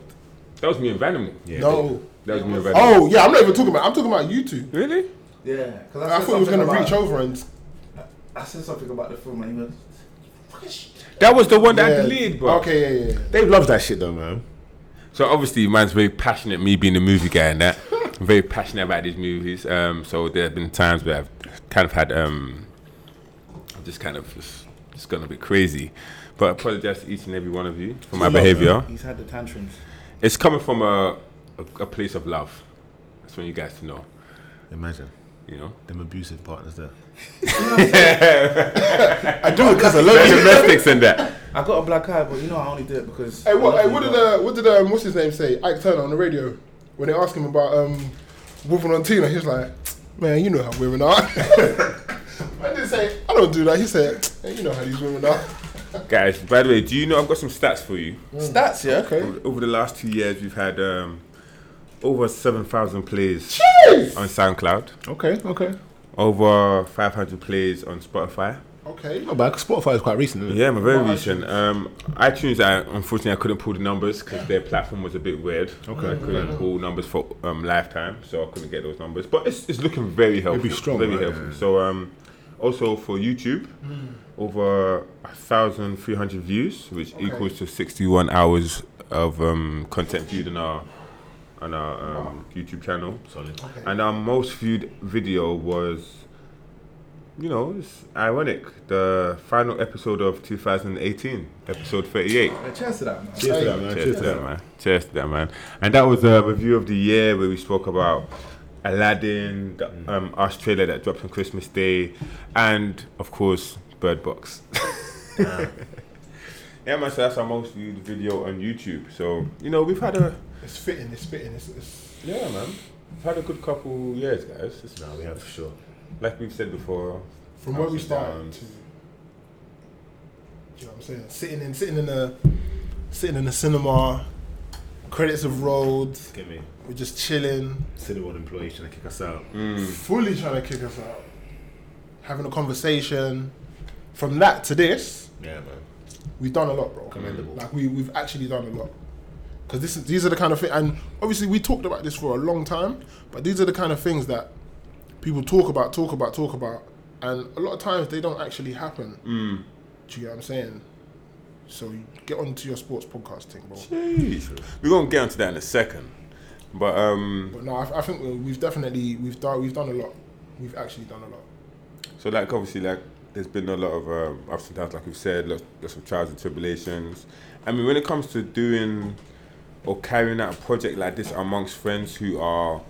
D: That was me and Venom. Yeah.
C: no.
D: That was me and Venom.
C: Oh yeah, I'm not even talking about. I'm talking about you two.
D: really?
B: Yeah, because
C: I thought he was gonna reach over and
B: I said something about the film, and he went, "Fucking shit."
D: That was the one that I
C: Yeah.
D: deleted, bro.
C: Okay, yeah, yeah, yeah.
A: Dave loves that shit though, man.
D: So obviously, man's very passionate. Me being a movie guy and that, I'm very passionate about these movies. Um, so there have been times where I've kind of had, um, I've just kind of just, just gone a bit crazy. But I apologize to each and every one of you for my behavior.
B: He's had the tantrums.
D: It's coming from a, a a place of love. That's what you guys to know.
A: Imagine
D: You know,
A: them abusive partners there.
C: I do it because I
D: There's
C: love you.
D: domestics in that.
B: I got a black eye, but you know I only do it because.
C: Hey, what,
B: I
C: hey,
B: love
C: what
B: you,
C: did
B: bro.
C: uh, what did um, what's his name say? Ike Turner on the radio when they asked him about um, whooping on Tina. He was like, "Man, you know how women are." <laughs> I didn't say I don't do that. He said, hey, "You know how these women are."
D: Guys, by the way, do you know I've got some stats for you?
B: stats? Yeah.
C: Okay.
D: Over the last two years, we've had um, over seven thousand plays on SoundCloud.
A: Okay, okay.
D: over 500 plays on Spotify.
C: Okay.
A: No, but Spotify is quite recent, isn't it?
D: Yeah, I'm very recent. Um, iTunes, I unfortunately I couldn't pull the numbers because their platform was a bit weird. Okay, I couldn't pull numbers for um, lifetime, so I couldn't get those numbers. But it's, it's looking very helpful.
A: strong,
D: very
A: right?
D: helpful. So um, also for YouTube, over thousand three hundred views, which equals to 61 hours of um, content viewed on our on our um, YouTube channel.
A: Solid.
D: And our most viewed video was, you know, it's ironic. The final episode of 2018, episode 38.
B: A chance to that, man.
A: Cheers to that, man.
D: Cheers to that, man. Cheers to that, man. And that was a review of the year where we spoke about Aladdin, the um, Us trailer that dropped on Christmas Day, and of course, Bird Box. <laughs> yeah, man, so that's our most viewed video on YouTube. So, you know, we've had a.
C: It's fitting. It's fitting. It's, it's
D: Yeah, man. We've had a good couple years, guys. It's-
A: No, we have for sure.
D: like we've said before,
C: from where we
D: Ups and
C: started
D: downs.
C: to. do You know what I'm saying? Sitting in, sitting in a, sitting in a cinema. Credits have rolled.
A: Get me.
C: We're just chilling.
A: Cinnamon employees trying to kick us out.
C: fully trying to kick us out, having a conversation. From that to this,
A: Yeah, man.
C: we've done a lot, bro. Commendable. Like we we've actually done a lot. Because this is, these are the kind of things, and obviously we talked about this for a long time, but these are the kind of things that people talk about, talk about, talk about, and a lot of times they don't actually happen. Do you get what I'm saying? So you get onto your sports podcasting, bro.
D: we're gonna get onto that in a second. But um,
C: But no, I, I think we- we've definitely we've done we've done a lot. We've actually done a lot.
D: so like obviously like there's been a lot of um, ups and downs, like we've said, lots, lots of trials and tribulations. I mean, when it comes to doing or carrying out a project like this amongst friends who are,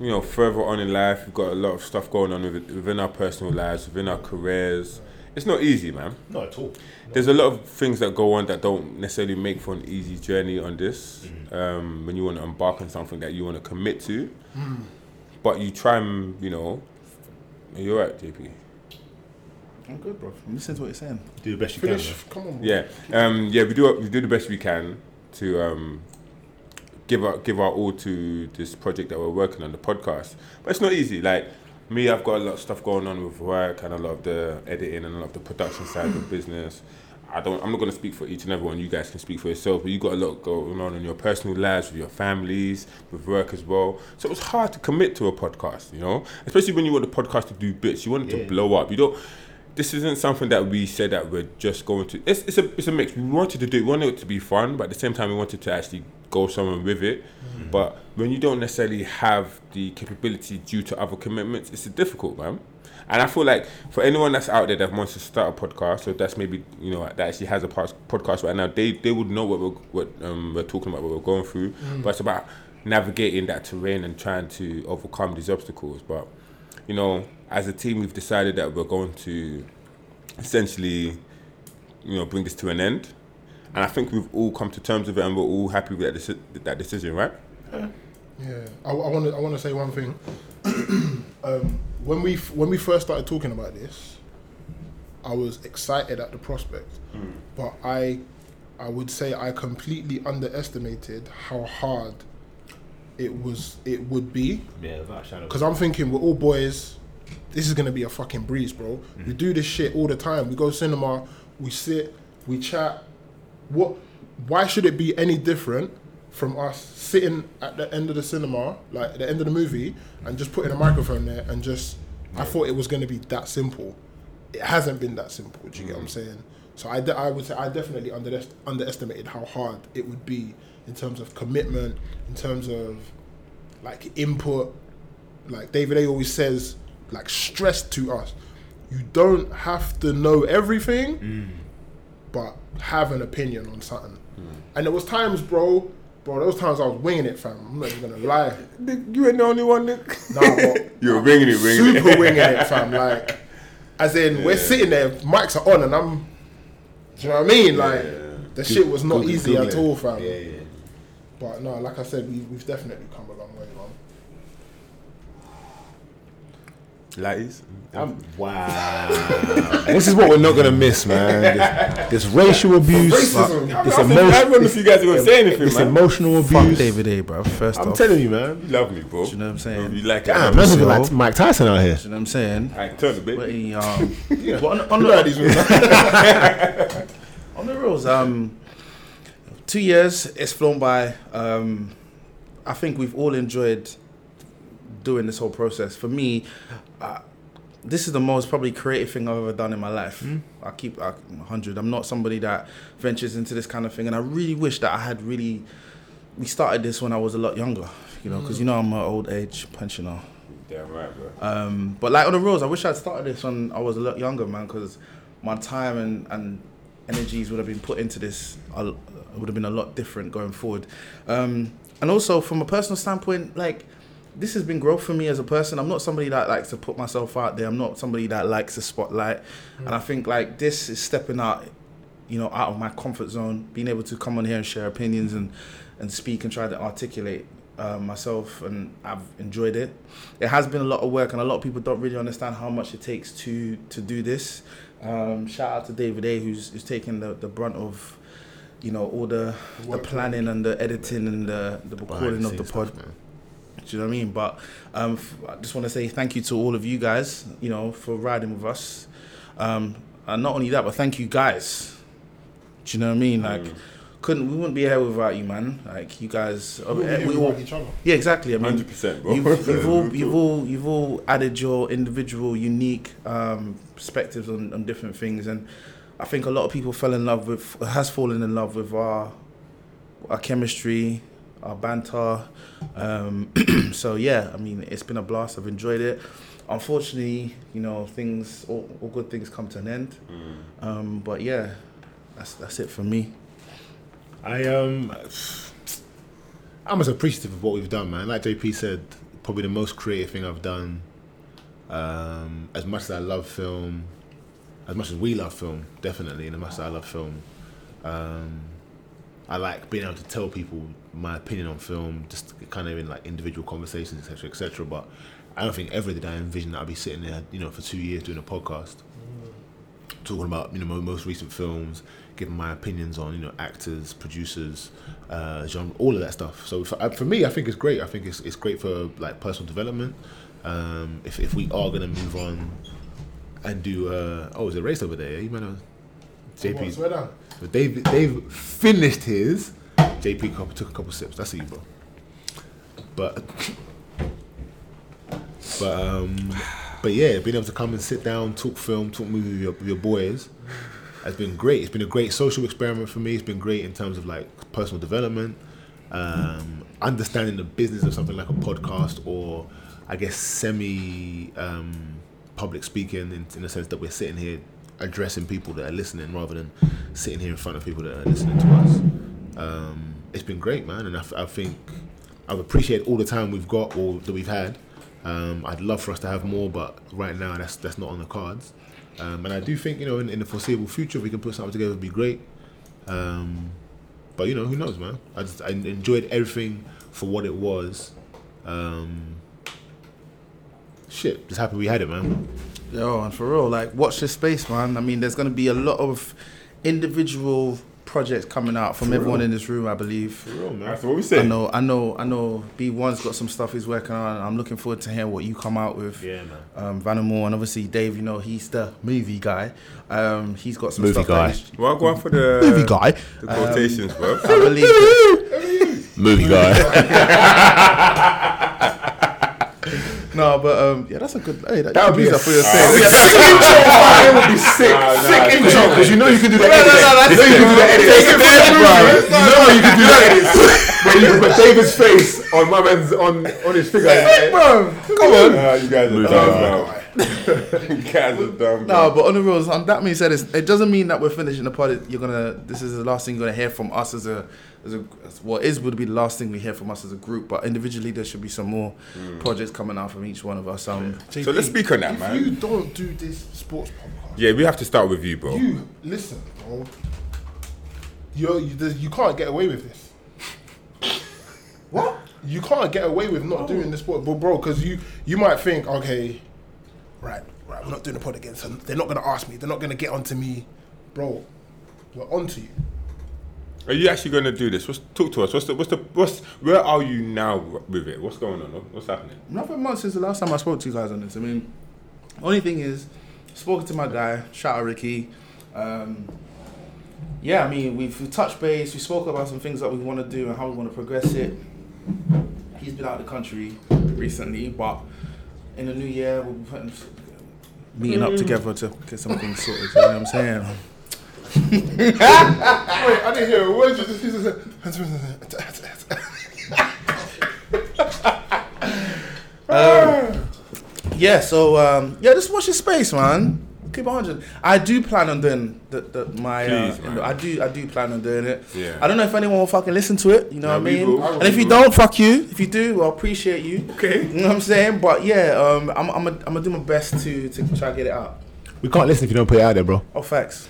D: you know, further on in life, we've got a lot of stuff going on with- within our personal lives, within our careers. It's not easy, man.
A: Not at all.
D: There's a lot of things that go on that don't necessarily make for an easy journey on this.
A: Mm-hmm.
D: Um, when you want to embark on something that you want to commit to,
A: Mm.
D: but you try and you know, you're right, JP.
B: I'm good, bro. I'm listening to what you're saying.
A: Do the best you
C: Finish.
A: can.
C: Come on, bro.
D: Yeah, um, yeah, we do we do the best we can to um, give our give our all to this project that we're working on, the podcast. But it's not easy. Like me, I've got a lot of stuff going on with work and a lot of the editing and a lot of the production side of business. I don't. I'm not going to speak for each and every one. You guys can speak for yourself. But you got a lot going on in your personal lives, with your families, with work as well. So it was hard to commit to a podcast. You know, especially when you want the podcast to do bits. You want it to blow up. You don't. This isn't something that we said that we're just going to. It's, it's a it's a mix. We wanted to do. it. We wanted it to be fun, but at the same time, we wanted to actually go somewhere with it. But when you don't necessarily have the capability due to other commitments, it's difficult, man. And I feel like for anyone that's out there that wants to start a podcast, or that's maybe you know that actually has a pod- podcast right now, they they would know what we're what um, we're talking about, what we're going through. But it's about navigating that terrain and trying to overcome these obstacles. But you know, as a team, we've decided that we're going to essentially, you know, bring this to an end. And I think we've all come to terms with it, and we're all happy with that, deci- that decision, right?
C: Yeah, I want to. I want to say one thing. <clears throat> um, when we f- when we first started talking about this, I was excited at the prospect, but I, I would say I completely underestimated how hard it was. It would be
A: Yeah, without a shadow.
C: because I'm thinking we're all boys. This is gonna be a fucking breeze, bro. We do this shit all the time. We go cinema, we sit, we chat. What? Why should it be any different from us sitting at the end of the cinema, like at the end of the movie, and just putting a microphone there and just? I thought it was gonna be that simple. It hasn't been that simple. Do you get what I'm saying? So I, de- I would say I definitely under- underestimated how hard it would be in terms of commitment, in terms of like input, like David A always says, like stress to us. You don't have to know everything,
A: Mm.
C: but have an opinion on something. Mm. And there was times, bro, bro, there was times I was winging it, fam. I'm not even gonna lie.
D: You ain't the only one, Nick.
C: Nah,
D: <laughs>
C: but
D: You're ringing it, ringing <laughs>
C: super
D: it.
C: winging it, fam. Like, as in, we're sitting there, mics are on, and I'm, do you know what I mean? Like, the shit was not easy at all, fam.
A: Yeah, yeah.
C: But no, like I said, we, we've definitely come a long way, man.
D: Lighties.
A: Wow. <laughs> this is what we're not gonna miss, <laughs> man. This, this racial abuse,
C: Racism.
A: this,
D: I
A: emo-
D: don't know if you guys are going to say anything,
A: this
D: man.
A: emotional
B: Fuck
A: abuse.
B: David A, bro. First
A: I'm
B: off,
A: telling you, man.
D: You love me, bro.
B: you know what I'm saying?
D: You like
A: Damn,
D: it.
A: that's looking like Mike Tyson out here.
B: you know what I'm
C: <laughs>
B: saying?
D: I turn a
B: But
D: bit.
B: he, um, but on, on the on the rules, um, two years it's flown by. Um, I think we've all enjoyed doing this whole process. For me, uh, this is the most probably creative thing I've ever done in my life. I keep I, 100. I'm not somebody that ventures into this kind of thing, and I really wish that I had really. We started this when I was a lot younger, you know, because you know I'm an old age pensioner.
D: <laughs> Damn right, bro.
B: Um, but like on the rules, I wish I'd started this when I was a lot younger, man, because my time and, and energies would have been put into this a l- would have been a lot different going forward. Um, and also from a personal standpoint, like this has been growth for me as a person. I'm not somebody that likes to put myself out there. I'm not somebody that likes the spotlight. And I think like this is stepping out, you know, out of my comfort zone, being able to come on here and share opinions and and speak and try to articulate uh, myself. And I've enjoyed it. It has been a lot of work, and a lot of people don't really understand how much it takes to to do this. Um, shout out to David A, who's who's taking the, the brunt of, you know, all the the planning and the editing and the the recording of the pod. Do you know what I mean? But um, f- I just want to say thank you to all of you guys, you know, for riding with us. Um, and not only that, but thank you guys. Do you know what I mean? Like, couldn't we wouldn't be here without you, man? Like, you guys, eh, we,
C: We
B: all,
C: all each other.
B: yeah, exactly. I mean,
D: 100%, bro.
B: You've, you've all, you've all, you've all added your individual, unique um, perspectives on, on different things, and I think a lot of people fell in love with, has fallen in love with our, our chemistry, our banter. Um, <clears throat> so yeah, I mean, it's been a blast. I've enjoyed it. Unfortunately, you know, things, all, all good things come to an end. Um, but yeah, that's that's it for me.
A: I um, I'm as appreciative of what we've done, man. Like JP said, probably the most creative thing I've done. Um, as much as I love film, as much as we love film, definitely, and as much as I love film, um, I like being able to tell people my opinion on film, just kind of in like individual conversations, etc., etc. But I don't think ever did I envision that I'd be sitting there, you know, for two years doing a podcast talking about you know my most recent films, giving my opinions on you know actors, producers, uh, genre, all of that stuff. So for, uh, for me, I think it's great. I think it's it's great for like personal development. Um, if if we are gonna move on and do uh, oh, is it race over there? Yeah, you might have
C: Come on,
A: JP.
C: swear down.
A: But they've they've finished his. JP cou- took a couple sips. That's you, bro. But but um but yeah, being able to come and sit down, talk film, talk movie with your, with your boys has been great. It's been a great social experiment for me. It's been great in terms of like personal development, um, understanding the business of something like a podcast or I guess semi um, public speaking in, in the sense that we're sitting here addressing people that are listening rather than sitting here in front of people that are listening to us. Um, it's been great, man, and I, f- I think I've appreciated all the time we've got or that we've had. Um, I'd love for us to have more, but right now that's that's not on the cards. Um, and I do think you know in, in the foreseeable future if we can put something together, it'd be great. Um, but you know who knows, man. I just I enjoyed everything for what it was. Um, shit, just happy we had it, man.
B: Yo, and for real, like watch this space, man. I mean, there's gonna be a lot of individual projects coming out from everyone in this room, I believe.
A: For real, man.
D: That's what we
B: I
D: said.
B: know, I know, I know. B1's got some stuff he's working on. I'm looking forward to hearing what you come out with.
A: Yeah, man.
B: Um, Vanimal and obviously Dave. You know, he's the movie guy. Um, he's got some
A: Movie
B: stuff
A: guy.
B: That he's-
D: Well, go on for the
B: movie guy.
D: The quotations, bro. <laughs>
B: I believe.
A: Movie guy.
B: no, but um, yeah, that's a good. Hey, that,
C: That would be
B: use
C: a
B: that for yourself.
C: It would be sick.
D: Nah,
C: Sick intro because you know you can do
D: <laughs>
C: that.
D: no,
C: edit.
B: <laughs>
D: no, that's Take it
C: you know you can do that. edit.
D: back,
C: You know you can do that. edit. But you can put David's face on my man's on on his figure.
D: Come on. you guys are dumb,
A: on.
D: bro. <laughs> you guys are dumb,
B: No,
D: bro.
B: but on the rules, on that being said, it's, it doesn't mean that we're finishing the pod. You're gonna. This is the last thing you're gonna hear from us as a, as a. As what is would be the last thing we hear from us as a group, but individually there should be some more projects coming out from each one of us. Um,
D: So let's speak on that, man.
C: If you don't do this sports podcast,
D: Yeah, we have to start with you, bro.
C: you listen, bro. You're, you there's- you can't get away with this.
B: what?
C: You can't get away with not doing this sport, but bro, because you you might think, okay, right, right, we're not doing the pod again, so they're not gonna ask me, they're not gonna get onto me, bro. We're onto you.
D: Are you actually going to do this? What's, talk to us. What's the, what's the, what's, where are you now with it? What's going on? What's happening?
B: Nothing much since the last time I spoke to you guys on this. I mean, only thing is, spoken to my guy. Shout out Ricky. Um, yeah, I mean, we've, we've touched base. We spoke about some things that we want to do and how we want to progress it. He's been out of the country recently, but in the new year we'll be putting meeting up together to get some things sorted. You know what I'm saying?
C: Wait, I didn't hear a word. You just, you just said,
B: Yeah. So um, yeah, just watch your space, man. Keep it 100. I do plan on doing the, the, my.
D: Please,
B: uh,
D: man.
B: I do. I do plan on doing it.
D: Yeah.
B: I don't know if anyone will fucking listen to it. You know
D: Yeah,
B: what I
D: we
B: mean?
D: will. I
B: And
D: will,
B: if you
D: we
B: don't, fuck you. If you do, well, appreciate you.
D: Okay.
B: You know what I'm saying? But yeah, um, I'm I'm gonna I'm do my best to to try to get it out.
A: <laughs> we can't listen if you don't put it out there, bro.
B: Oh, facts.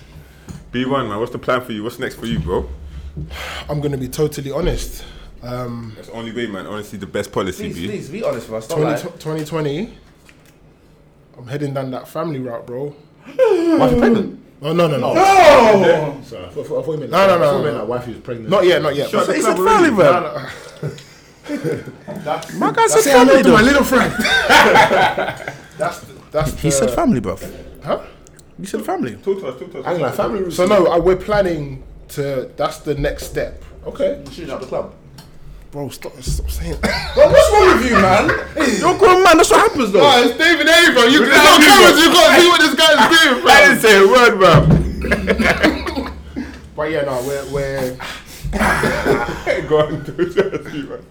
D: B1, man, what's the plan for you? What's next for you, bro?
C: <laughs> I'm gonna be totally honest. Um,
D: That's the only way, man. Honestly, the best policy,
B: Please,
D: B.
B: please be honest with us. Don't
C: 20,
B: lie.
C: 2020, I'm heading down that family route, bro.
A: Wife pregnant?
C: No, no, no, no.
B: Oh,
A: Sorry, I thought, I thought you meant
C: No, no, no,
A: I thought you
C: no,
A: meant
C: no.
A: like wife who's pregnant.
C: Not yet, not yet.
D: Shut
C: but-
D: the
B: he said
D: club already.
B: family, man.
C: No, no.
B: My guy said
C: Say hello
B: family.
C: to my
B: though.
C: little friend. that's the, that's the,
B: He said family, bro.
C: huh?
B: You said family.
D: Talk to us, talk to us.
A: I ain't like family.
C: So no, I, we're planning to. That's the next step.
A: Okay.
B: Shooting out the club.
C: Bro, stop, stop saying.
B: Bro, what's wrong with you, man? You're a grown man. That's what happens, though.
C: it's David A, bro. You
D: there's no cameras,
C: You gotta see what
D: <laughs> I didn't
C: this guy's doing,
D: say a word, bro.
C: But yeah, no, we're we're.
D: Go on, <laughs> talk to us, B1.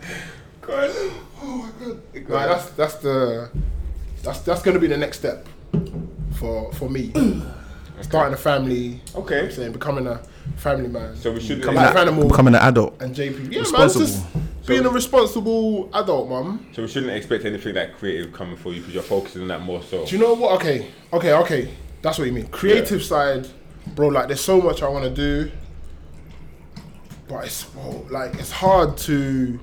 D: Go on.
C: No, that's that's the that's that's gonna be the next step for for me. Starting a family.
D: Okay.
C: I'm saying becoming a family man.
D: So we shouldn't.
C: Come like animal
B: Becoming an adult.
C: and JP. Yeah, man, it's
B: Responsible.
C: just being a responsible adult, mum.
D: So we shouldn't expect anything that creative coming for you because you're focusing on that more so.
C: Do you know what? Okay, okay, okay. That's what you mean. Creative side, bro. Like, there's so much I want to do, but it's bro, like it's hard to.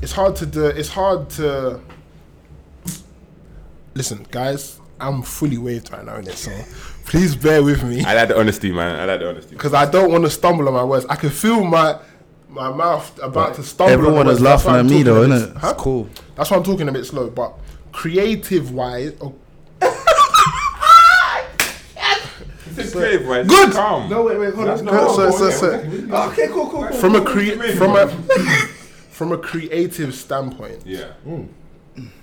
C: It's hard to do. It's hard to. Listen, guys, I'm fully waved right now in this, so <laughs> please bear with me
D: I like the honesty, man. I like the honesty.
C: because I don't want to stumble on my words. I can feel my my mouth about to stumble. on
B: Everyone
C: the
B: is
C: words. That's
B: laughing
C: why
B: at
C: I'm
B: me,
C: talking
B: though,
C: a bit
B: isn't it?
C: s- huh?
B: It's cool.
C: That's why I'm talking a bit slow, but creative wise, oh,
D: It's creative, right?
C: Good!
D: Calm.
B: No, wait, wait, hold
D: That's
B: on.
D: not
B: Go
D: what
B: on,
C: so,
D: I'm
C: so,
D: saying.
C: so,
B: Okay, cool, cool, cool.
C: from a crea- from a <laughs> from a creative standpoint,
D: Yeah.
C: Mm.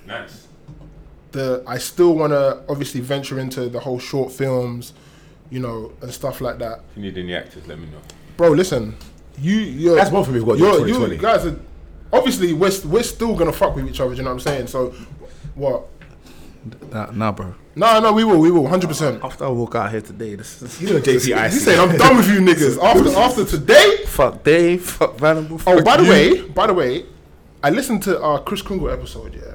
D: Nice.
C: the I still want to obviously venture into the whole short films, you know, and stuff like that.
D: If you need any actors, let me know.
C: Bro, listen, you you're,
A: That's one thing we've got to do in
C: you're- you
A: 2020.
C: guys are obviously we're st- we're still gonna fuck with each other. Do you know what I'm saying? So, what?
B: Nah, nah, bro.
C: No, no, we will, we will, hundred percent.
B: After I walk out here today, this is.
A: You know JP
C: He said, <laughs> "I'm
B: <laughs>
C: done with you niggas." After after today,
B: Fuck Dave, fuck Vanable.
C: Oh, by the Oh, way, by the way, I listened to our Chris Kringle episode, yeah,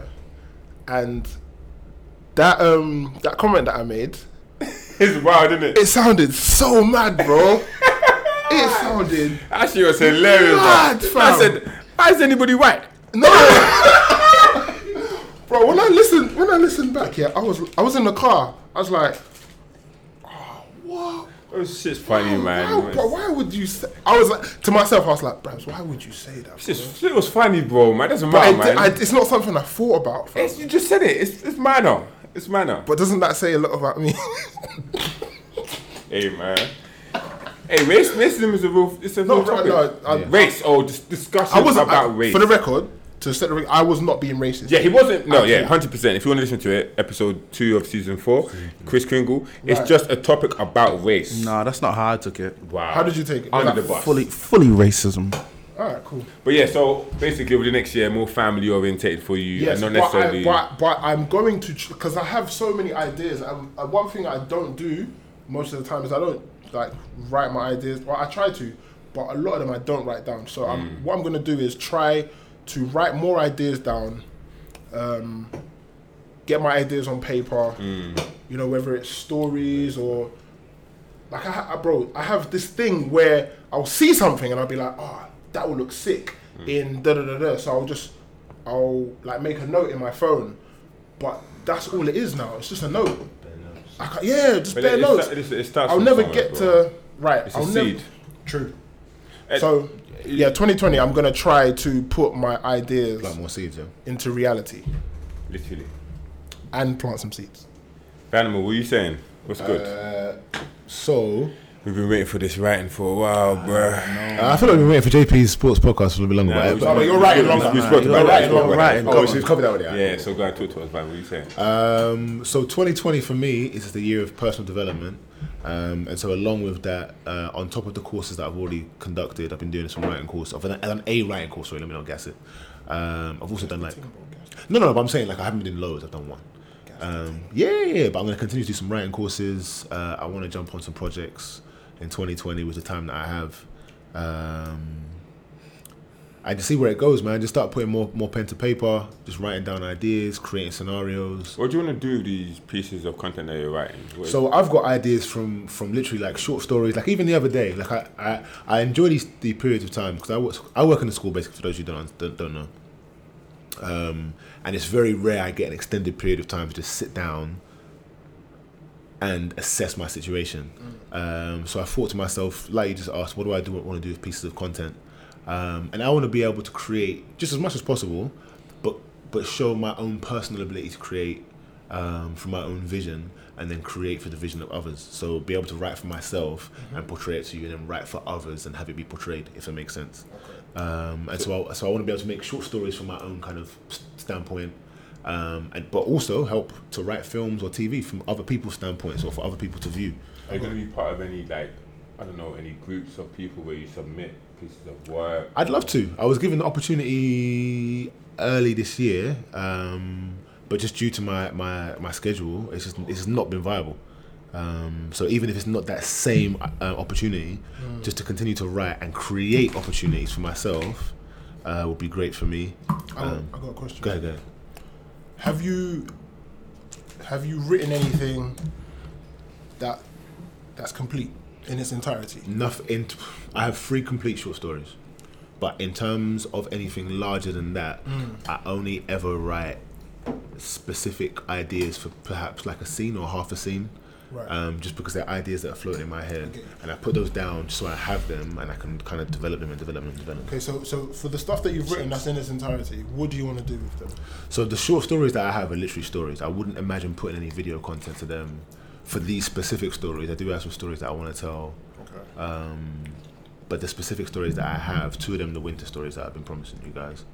C: and that um that comment that I made,
D: It's wild, isn't it?
C: it sounded so mad,
D: <laughs>
C: bro. it sounded
D: Actually, it was hilarious.
C: Mad,
D: bro.
C: fam.
D: I said, "Why is anybody white?" <laughs>
C: no, bro. When I listened, when I listened back, yeah, I was I was in the car. I was like,
D: Oh shit's funny,
C: why,
D: man.
C: bro, why would you say? I was like to myself, I was like, Brabs, why would you say that?
D: Shit's-
C: bro?"
D: Shit was funny, bro. Man, doesn't
C: But
D: matter,
C: I di-
D: man.
C: I- it's not something I thought about. fam.
D: It's- you just said it. It's, it's minor. It's minor.
C: But doesn't that say a lot about me?
D: Hey, man. Hey, race, racism is a real. It's a
C: No,
D: real
C: no,
D: topic.
C: no, I-
D: race. Oh, dis- discussion
C: I <laughs> wasn't
D: about
C: I-
D: race.
C: For the record, to set the record, I was not being racist.
D: Yeah, he wasn't. No, yeah, hundred percent. If you want to listen to it, episode two of season four, Chris Kringle. It's just a topic about race.
G: Nah, that's not how I took it.
D: Wow.
C: How did you take it?
D: Under
C: Like,
D: the bus.
G: Fully, fully racism.
C: All right, cool.
D: But yeah, so basically over the next year, more family orientated for you,
C: Yes,
D: and not
C: but,
D: necessarily.
C: I, but, but I'm going to because I have so many ideas. And uh, one thing I don't do most of the time is I don't like write my ideas. Well, I try to, but a lot of them I don't write down. So
D: Mm.
C: I'm, what I'm going to do is try to write more ideas down, um, get my ideas on paper.
D: Mm.
C: You know, whether it's stories or like, I, ha- I, bro, I have this thing where I'll see something and I'll be like, oh, that will look sick in da da da da. So I'll just, I'll like make a note in my phone, but that's all it is now. It's just a note. I can't, yeah, just
D: But
C: bare
D: it- it
C: notes.
D: sta- it's- it starts
C: I'll
D: from
C: never
D: somewhere,
C: get
D: bro.
C: to right.
D: It's a
C: I'll never-
D: seed.
C: True.
D: Eh,
C: So yeah, 2020. I'm gonna try to put my ideas
A: Like more seeds, yeah.
C: into reality
D: literally.
C: and plant some seeds.
D: Animal, what are you saying? What's good?
C: Uh,
A: So uh,
D: We've been waiting for this writing for a while, bruh.
A: I feel like we've been waiting for JP's sports podcast for a little bit longer.
D: Nah,
A: but-
D: we-
A: but-
C: but you're writing
D: we- we
C: longer.
D: spoke
G: You're
D: about that,
G: writing
D: we spoke
G: longer.
D: about that.
G: Writing
A: oh, so we've covered that already.
D: Yeah, so go and talk to us, man. What are you saying?
C: Uh,
A: Um, so 2020 for me is the year of personal development. Um, and so along with that, uh, on top of the courses that I've already conducted, I've been doing some writing course. I've done, I've done a writing course, sorry, let me not guess it. Um, I've also done like, no, no, but I'm saying like I haven't been loads, I've done one. Um, yeah, yeah, yeah, but I'm going to continue to do some writing courses. Uh, I want to jump on some projects in 2020 with the time that I have. Um, I just see where it goes, man. Just start putting more, more pen to paper, just writing down ideas, creating scenarios.
D: What do you want to do with these pieces of content that you're writing? What is-
A: So I've got ideas from from literally like short stories. Like even the other day, like I I, I enjoy these the periods of time because I work I work in a school basically for those who don't don't, don't know. Um, and it's very rare I get an extended period of time to just sit down and assess my situation. Um, so I thought to myself, like you just asked, what do I do? want to do with pieces of content? Um, and I want to be able to create just as much as possible, but but show my own personal ability to create um, from my own vision, and then create for the vision of others. So be able to write for myself and portray it to you, and then write for others and have it be portrayed, if it makes sense. Um, and so I, so I want to be able to make short stories from my own kind of s- standpoint um, and, but also help to write films or TV from other people's standpoints or for other people to view.
D: Are you going to be part of any, like, I don't know, any groups of people where you submit pieces of work?
A: I'd love to. I was given the opportunity early this year, um, but just due to my, my, my schedule, it's just it's just not been viable. Um, so even if it's not that same uh, opportunity, just to continue to write and create opportunities for myself uh, would be great for me.
C: I got, Um, I got a question.
A: Go ahead, go ahead.
C: Have you have you written anything that that's complete in its entirety?
A: Nothing. In I have three complete short stories, but in terms of anything larger than that, I only ever write specific ideas for perhaps like a scene or half a scene.
C: Right.
A: Um, just because they're ideas that are floating in my head,
C: Okay.
A: and I put those down so I have them and I can kind of develop them and develop them and develop them.
C: Okay, so so for the stuff that you've written that's in its entirety, what do you want to do with them?
A: So the short stories that I have are literally stories. I wouldn't imagine putting any video content to them for these specific stories. I do have some stories that I want to tell.
C: Okay.
A: Um, but the specific stories that I have, two of them, the winter stories that I've been promising you guys,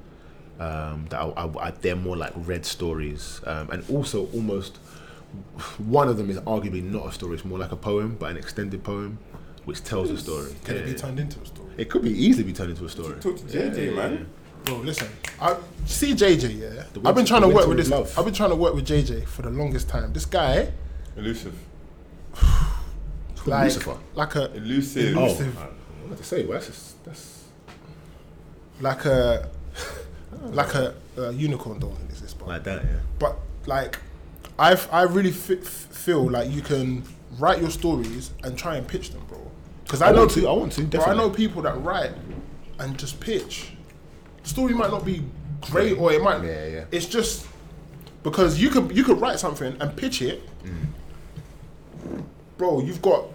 A: um, that I, I- I- they're more like red stories, um, and also almost one of them is arguably not a story; it's more like a poem, but an extended poem, which tells a story.
C: Can it
A: Yeah.
C: be turned into a story?
A: It could be easily be turned into a story.
D: Talk to JJ, man.
C: Bro, listen, I see JJ. Yeah,
A: The
C: I've been
A: winter-
C: trying to
A: the
C: work
A: winter
C: with
A: is
C: this.
A: love.
C: I've been trying to work with JJ for the longest time. This guy,
D: Elusive.
A: It's called
C: like,
A: Lucifer.
C: like a,
D: Elusive.
A: Oh,
C: Elusive.
A: I- what to say? Well, that's just, that's
C: like a, <laughs> like a, a unicorn don't exist, but
A: like that. Yeah.
C: but like i I really f- f- feel like you can write your stories and try and pitch them, bro. Because I,
A: I
C: know
A: want to,
C: peop-
A: I want to,
C: bro, I
A: definitely.
C: know people that write and just pitch. The story might not be great, or it might.
A: Yeah, yeah.
C: It's just because you could you could write something and pitch it,
A: Mm.
C: bro. You've got.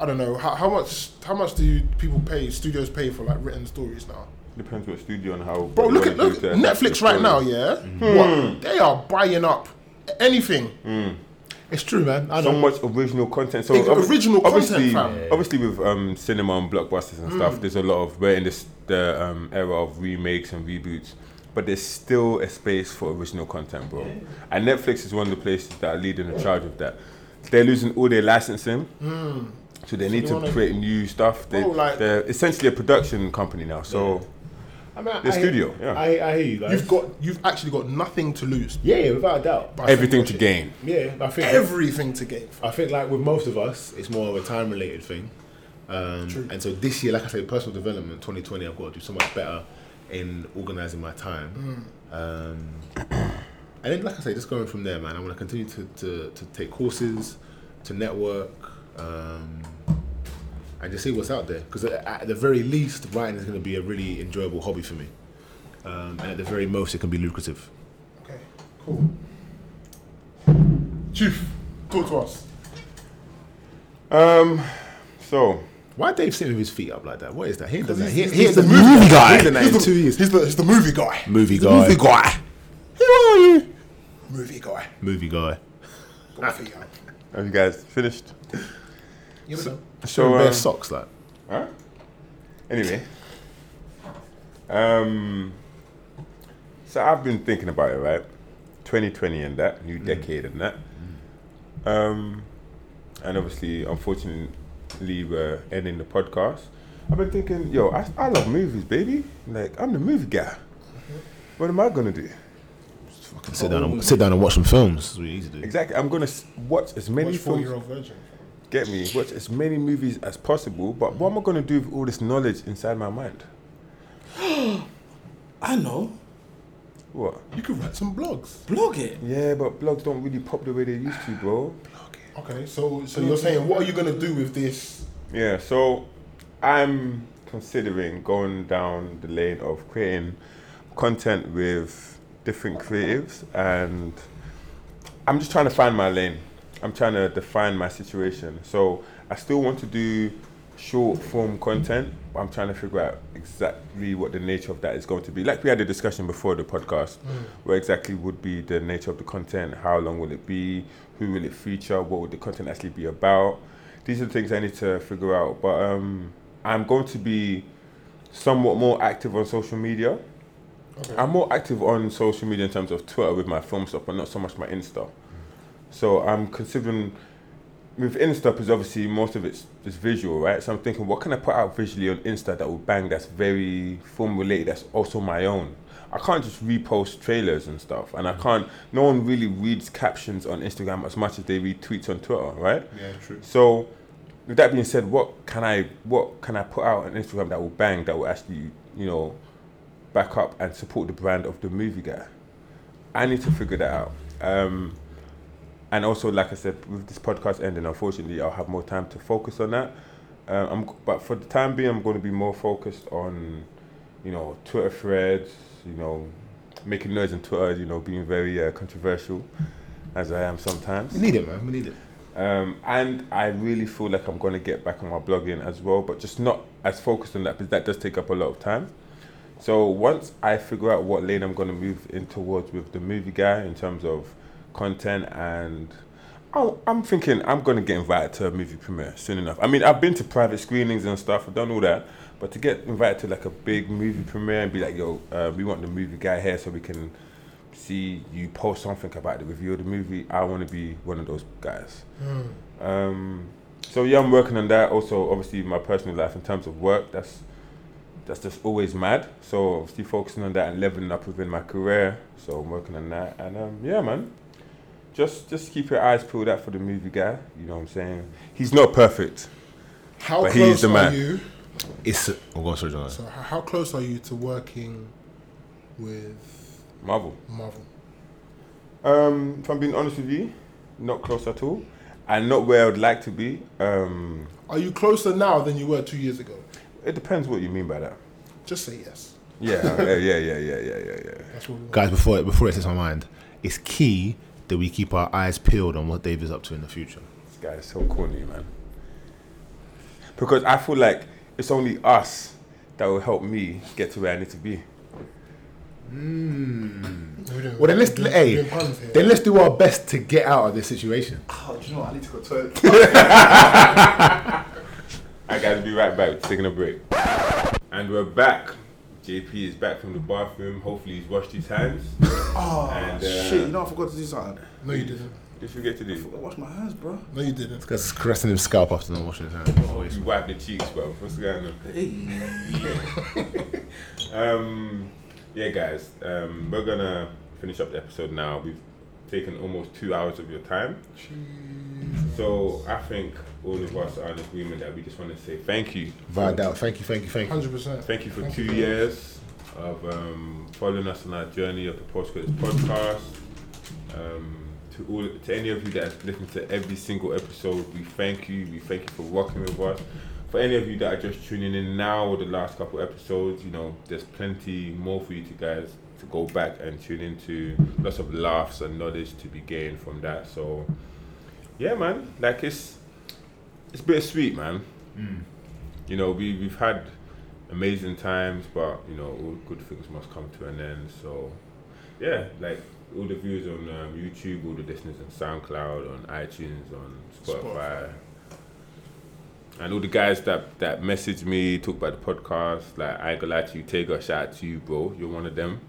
C: I don't know how, how much how much do you, people pay studios pay for like written stories now?
D: Depends what studio and how.
C: Bro,
D: what
C: look
D: you
C: at
D: wanna
C: look
D: do
C: at
D: to adapt
C: Netflix
D: the
C: right now,
D: story.
C: yeah. What they are buying up anything.
A: It's true, man. I
D: So
A: know.
D: much original content. So
C: It's
D: obvi-
C: original content,
D: obviously,
C: fam. Mm.
D: obviously with um, cinema and blockbusters and stuff, there's a lot of we're in this the um, era of remakes and reboots, but there's still a space for original content, bro. And Netflix is one of the places that are leading the charge of that. They're losing all their licensing. So they need to
C: Mm. wanna-
D: create new stuff. They,
C: Bro, like-
D: they're essentially a production company now. So
A: I mean, I-
D: the
A: I hear-
D: studio, yeah.
A: I, I hear you guys.
C: You've got you've actually got nothing to lose.
A: yeah, yeah, without a doubt.
C: by saying
D: everything
C: that
D: to
C: shit.
D: gain.
A: yeah, I think
C: Everything to gain.
A: I think like with most of us, it's more of a time related thing. Um, and so this year, like I said, personal development 2020, I've got to do so much better in organizing my time.
D: Mm.
A: Um, and then, like I say, just going from there, man. I want to continue to, to, to take courses, to network, um, and just see what's out there. Because at the very least, writing is going to be a really enjoyable hobby for me. Um, and at the very most, it can be lucrative.
C: Okay, cool. Chief, talk to us.
D: Um, so
A: Why Dave sitting with his feet up like that? What is that? He does
C: He's,
A: that. He,
C: he's-
A: he's
C: he's
A: the movie guy. He's
C: He's
A: done that in
C: the,
A: two years.
C: he's the- he's the movie guy.
A: Movie
C: He's the
A: guy.
C: Movie guy.
A: Who are you?
C: Movie guy.
A: Movie guy.
C: Got my feet out.
D: have you guys finished?
C: So-
A: So
D: So
A: bare
D: um,
A: socks, like.
D: Huh? Anyway. Um so I've been thinking about it, right? 2020 and that, new decade and that. Um and obviously unfortunately we're ending the podcast. I've been thinking, yo, I, I love movies, baby. Like I'm the movie guy. What am I gonna do?
A: Sit down and sit down and watch some films. That's what you need to do.
D: Exactly. I'm gonna s- watch as many
C: Watch Four Year
D: films.
C: Old Virgin.
D: Get me watch as many movies as possible. But what am I gonna do with all this knowledge inside my mind?
G: <gasps> I know.
D: What?
C: You could write some blogs.
G: Blog it.
D: Yeah, but blogs don't really pop the way they used to, bro.
C: Okay, so so you're saying what are you gonna do with this?
D: Yeah, so I'm considering going down the lane of creating content with different creatives, and I'm just trying to find my lane. I'm trying to define my situation. So I still want to do short form content, but I'm trying to figure out exactly what the nature of that is going to be. Like we had a discussion before the podcast, where exactly would be the nature of the content, how long will it be, who will it feature, what would the content actually be about. These are the things I need to figure out. But um, I'm going to be somewhat more active on social media. I'm more active on social media in terms of Twitter with my film stuff, but not so much my Insta. So I'm considering with Insta because obviously most of it's is visual, right? So I'm thinking, what can I put out visually on Insta that will bang? That's very film related. That's also my own. I can't just repost trailers and stuff, and I
C: Mm.
D: can't. No one really reads captions on Instagram as much as they read tweets on Twitter, right?
C: Yeah, true.
D: So, with that being said, what can I what can I put out on Instagram that will bang? That will actually you know back up and support the brand of the movie guy. I need to figure that out. Um, and also, like I said, with this podcast ending, unfortunately, I'll have more time to focus on that. Um, I'm, g- but for the time being, I'm going to be more focused on, you know, Twitter threads, you know, making noise on Twitter, you know, being very uh, controversial, as I am sometimes.
A: We need it, man. We need it.
D: Um, and I really feel like I'm going to get back on my blogging as well, but just not as focused on that because that does take up a lot of time. So once I figure out what lane I'm going to move in towards with the movie guy in terms of content and I- I'm thinking I'm going to get invited to a movie premiere soon enough. I mean, I've been to private screenings and stuff. I've done all that. But to get invited to like a big movie premiere and be like, yo, uh, we want the movie guy here so we can see you post something about the review of the movie, I want to be one of those guys. Um, so yeah, I'm working on that. Also, obviously, my personal life in terms of work, that's that's just always mad. So obviously, focusing on that and leveling up within my career. So I'm working on that, and um, yeah, man. Just, just keep your eyes peeled out for the movie guy. You know what I'm saying? He's not perfect.
C: How
D: But he's
C: close
D: the
C: are
D: man.
C: you?
A: It's. Oh, go on, sorry, John.
C: So h- how close are you to working with
D: Marvel.
C: Marvel.
D: Um, if I'm being honest with you, not close at all, and not where I would like to be. Um,
C: Are you closer now than you were two years ago?
D: it depends what you mean by that.
C: Just say yes.
D: Yeah, <laughs> yeah, yeah, yeah, yeah, yeah, yeah, yeah.
C: That's what we want.
A: Guys, before it, before it hits my mind, it's key that we keep our eyes peeled on what Dave is up to in the future.
D: This guy is so corny, man. Because I feel like it's only us that will help me get to where I need to be.
C: We're doing-
A: Well, then let's
C: we're
A: hey,
C: doing puns here.
A: then let's do our best to get out of this situation.
B: Oh, do you know what? I need to go to it.
D: I gotta be right back. Taking a break. And we're back. JP is back from the bathroom. Hopefully he's washed his hands.
B: Oh,
D: And, uh,
B: shit. You know, I forgot to do something.
C: No, you didn't.
D: Did you get to
B: I
D: do?
B: wash my hands, bro.
C: No, you didn't.
A: Because caressing his scalp after not washing his hands.
D: You wipe the cheeks, bro. What's going on?
B: Hey.
D: Um, yeah, guys, um, we're gonna finish up the episode now. We've taken almost two hours of your time. So I think all of us are in agreement that we just want to say thank you.
A: Via doubt. Thank you, thank you, thank you.
C: Hundred percent.
D: Thank you for two years of um, following us on our journey of the Postcodes podcast. Um, to all, to any of you that have listened to every single episode, we thank you. We thank you for working with us. For any of you that are just tuning in now or the last couple episodes, you know, there's plenty more for you to guys to go back and tune into. Lots of laughs and knowledge to be gained from that. So, yeah, man, like it's it's bittersweet, man. You know, we we've had amazing times, but you know, all good things must come to an end. So, yeah, like all the views on um, YouTube, all the listeners on SoundCloud, on iTunes, on Spotify, and all the guys that that message me, talk about the podcast. Like I ain't gonna lie to you, Tego, shout out to you, bro. You're one of them.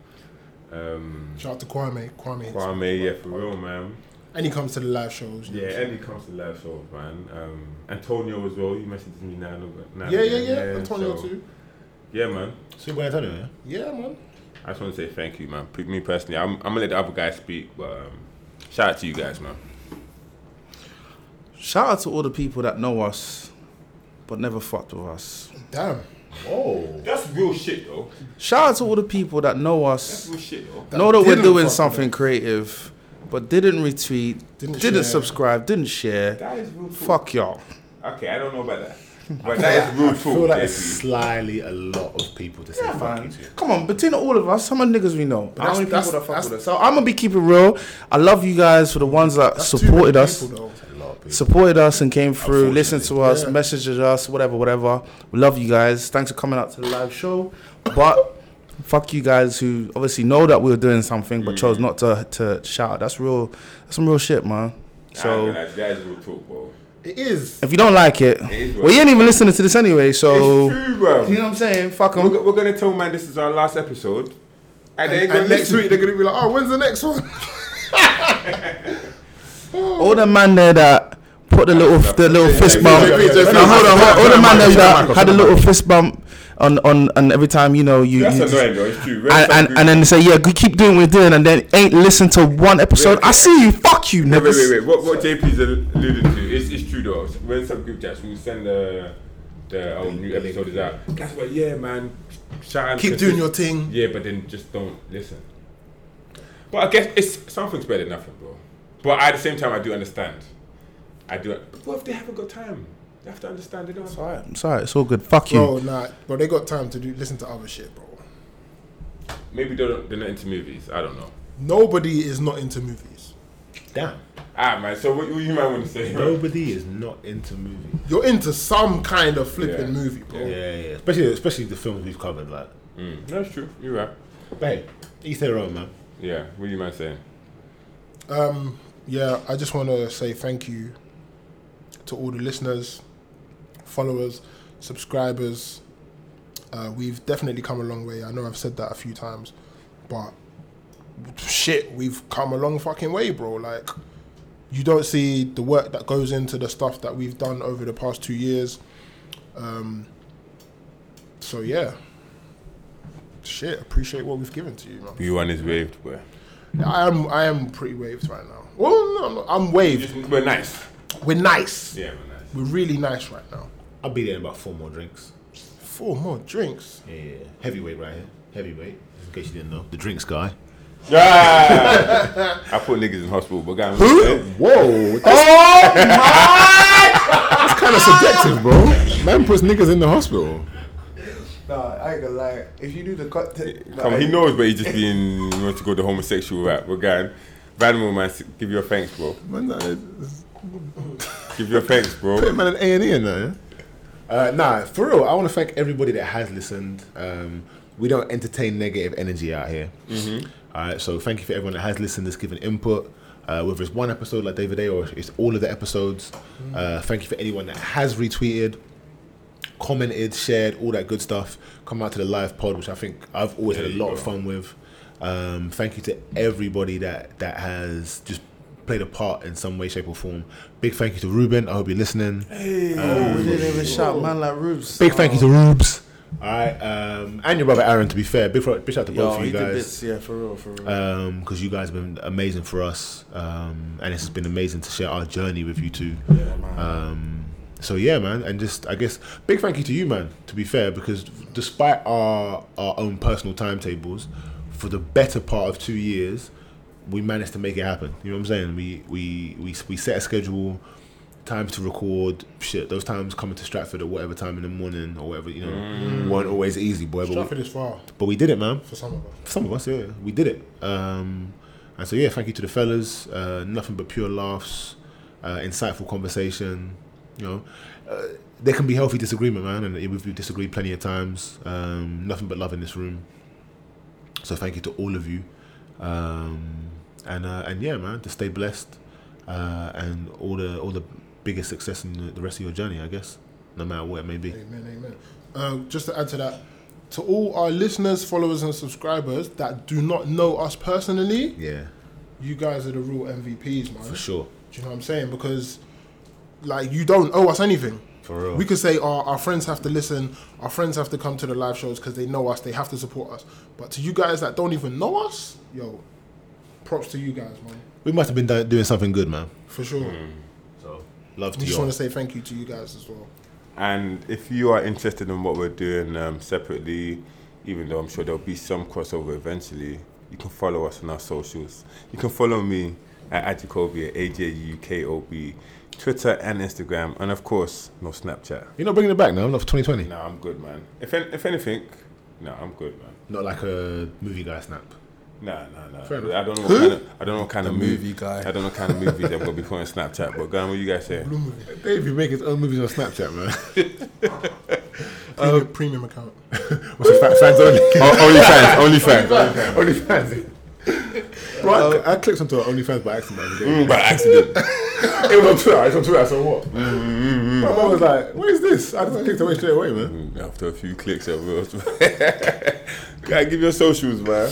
D: Um,
C: Shout out to Kwame. Kwame. hits.
D: Kwame, yeah, for real, man.
C: And he comes to the live shows. you
D: Yeah,
C: know.
D: Andy comes to live shows, man. Um, Antonio as well. You messaged me now. and- now and
C: Yeah, yeah,
D: again.
C: yeah. Antonio
D: so-
C: too.
D: Yeah, man.
A: So where Antonio? Yeah?
C: Yeah, man.
D: I just want to say thank you, man. P- Me personally, I'm, I'm gonna let the other guys speak, but um, shout out to you guys, man.
B: Shout out to all the people that know us, but never fucked with us.
C: Damn.
D: That's real shit, though.
B: Shout out to all the people that know us,
D: Real shit, though.
B: know that we're
C: didn't fuck
B: doing
C: with
B: something creative, but didn't retweet,
C: Didn't
B: didn't,
C: share.
B: subscribe, didn't share.
D: That is real. Talk.
B: Fuck y'all.
D: Okay, I don't know about that, but that is real
A: I feel
D: talk.
A: like it's
D: JP.
A: slyly a lot of people to say fuck you
B: Man,
A: to.
B: Come on, between all of us, how many niggas we know? How
C: that's-
B: many people
C: that's-
B: that fuck
C: that's-
B: with us? So I'm gonna be keeping real. I love you guys for the ones that
C: That's too many
B: supported us.
C: people,
A: A
C: though.
A: lot of people.
B: supported us and came through, listened to us,
C: Yeah.
B: messaged us, whatever, whatever. We love you guys. Thanks for coming out to the live show. But fuck you guys who obviously know that we were doing something but chose not to to shout. out. That's real. That's some real shit, man.
D: I ain't
B: So
D: gonna lie, that is real talk, bro.
C: It is.
B: if you don't like it,
D: is
B: well, you ain't even listening to this anyway. So
D: It's true, bro.
B: you know what I'm saying? Fuck 'em.
D: We're, go- we're gonna tell man this is our last episode, and, they
C: And,
D: ain't gonna
C: next
D: listen.
C: week they're gonna be like, oh, when's the next one?
B: All the man there that put the little the little fist bump.
C: yeah, yeah, yeah.
B: No, hold on, hold on. All the man there that
A: Michael,
B: had a little fist bump on on and every time you know you. <laughs>
D: That's
B: you
D: annoying, though. It's true.
B: and, and, and then they say, yeah, we keep doing what we're doing, and then ain't listen to one episode. I see you, fuck you,
D: Wait,
B: never.
D: wait, wait, wait. What, what JP's alluding to is it's true though. When some group chats, we'll send the the our new episode is out. That's what, yeah, man. Shout out
C: Keep
D: to-
C: doing your thing.
D: Yeah, but then just don't listen. But I guess it's something's better than nothing, bro. But at the same time, I do understand. I do. But what if they haven't got time? They have to understand. They don't. Have time.
B: It's alright, it's all good. Fuck you.
C: Bro, nah, bro, they got time to do listen to other shit, bro.
D: Maybe they don't, they're not into movies. I don't know.
C: Nobody is not into movies.
A: Damn.
D: Ah, man. So what, what you might want to say, bro?
A: Nobody is not into movies.
C: You're into some kind of flipping
D: Yeah.
C: movie, bro.
A: Yeah, yeah, yeah. Especially, especially the films we've covered. Like,
D: Mm, that's true. You're right.
A: but hey, each their own, man.
D: Yeah. What you might saying?
C: Um, yeah, I just want to say thank you to all the listeners, followers, subscribers. Uh, we've definitely come a long way. I know I've said that a few times, but shit, we've come a long fucking way, bro. Like, you don't see the work that goes into the stuff that we've done over the past two years. Um, so yeah, shit, appreciate what we've given to you, man.
D: You one is waved, boy.
C: I am I am pretty waved right now. Well, no, I'm, not- I'm waved.
D: We're nice.
C: We're nice.
D: Yeah, we're nice.
C: We're really nice right now.
A: I'll be there in about four more drinks.
C: Four more drinks.
A: Yeah, heavyweight right here. Heavyweight. case you didn't know, the drinks guy. <laughs>
D: Yeah. I put niggas in hospital, but guys.
A: Whoa, that's
C: Oh my!
A: kind of subjective, bro. Man puts niggas in the hospital.
G: Nah, I ain't gonna lie. If you do the cut,
D: Come, he knows, but he just being he wants to go the homosexual route. But guys, Vanimo man, s- give your thanks, bro.
A: Man, that is-
D: Give your thanks,
A: Put
D: bro.
A: man an A and E in there. yeah? Uh, nah, for real. I want to thank everybody that has listened. Um, we don't entertain negative energy out here. All right, so thank you for everyone that has listened, that's given input. Uh, whether it's one episode like David A or it's all of the episodes. Uh, thank you for anyone that has retweeted, commented, shared, all that good stuff. Come out to the live pod, which I think I've always had a lot of fun with. Um, thank you to everybody that that has just played a part in some way, shape, or form. Big thank you to Ruben. I hope you're listening. Um,
G: oh, we didn't even shout, man, like Rubes. Oh.
A: Big thank you to Rubes. All right, um, and your brother Aaron. To be fair, big, fro- big shout out to
G: Yo,
A: both of
G: he
A: you
G: did
A: guys
G: bits, yeah, for real, for real.
A: because Um, you guys have been amazing for us, um, and it's been amazing to share our journey with you two. um, so yeah, man, and just I guess big thank you to you, man. To be fair, because despite our our own personal timetables, for the better part of two years, we managed to make it happen. You know what I'm saying? We we we we set a schedule. Times to record shit. Those times coming to Stratford at whatever time in the morning or whatever, you know, weren't always easy, boy. But
C: Stratford
A: we,
C: is far
A: but we did it, man
C: for some of us.
A: some of us, yeah, we did it. Um, and so, yeah, thank you to the fellas. Uh, nothing but pure laughs, uh, insightful conversation. You know, uh, there can be healthy disagreement, man, and we've disagreed plenty of times. Um, nothing but love in this room. So thank you to all of you, um, and uh, and yeah, man, to stay blessed, uh, and all the all the biggest success in the, the rest of your journey, I guess, no matter what it may be.
C: Amen, amen. Uh, just to add to that, to all our listeners, followers, and subscribers that do not know us personally,
A: Yeah,
C: you guys are the real MVPs, man.
A: for sure,
C: Do you know what I'm saying? Because, like, you don't owe us anything.
A: for real.
C: We could say oh, our friends have to listen, our friends have to come to the live shows because they know us, they have to support us. But to you guys that don't even know us, yo, props to you guys, man,
A: we must have been do- doing something good, man.
C: for sure.
A: So love
C: We
A: Mm, to
C: just
A: you.
C: want
A: all.
C: to say thank you to you guys as well.
D: And if you are interested in what we're doing um, separately, even though I'm sure there'll be some crossover eventually, you can follow us on our socials. You can follow me at Ajikobi at A-J-U-K-O-B, Twitter and Instagram, and of course, no Snapchat.
A: You're not bringing it back now, not for 2020.
D: No, I'm good, man. If, an- if anything, no, I'm good, man.
A: Not like a movie guy snap.
D: Nah, nah,
A: Fair enough.
D: nah. I don't know what kind of, I don't know what kind of movie,
G: movie guy.
D: I don't know what kind of movies I'm gonna be putting on Snapchat. But going, what you guys say?
A: Dave, you make his own movies on Snapchat, <laughs> man. Uh,
C: Premium, premium account.
A: What's it, fa- fans only? <laughs>
D: oh, only fans, only fans.
A: only fans. Bro, I, I clicked onto only fans by accident. the other day.
D: Mm, By accident.
A: It was on Twitter. It's on Twitter. So what? My mum was like, "What is this?" I just clicked away straight away, man.
D: Mm, After a few clicks, I will. <laughs> Gotta give your socials, man.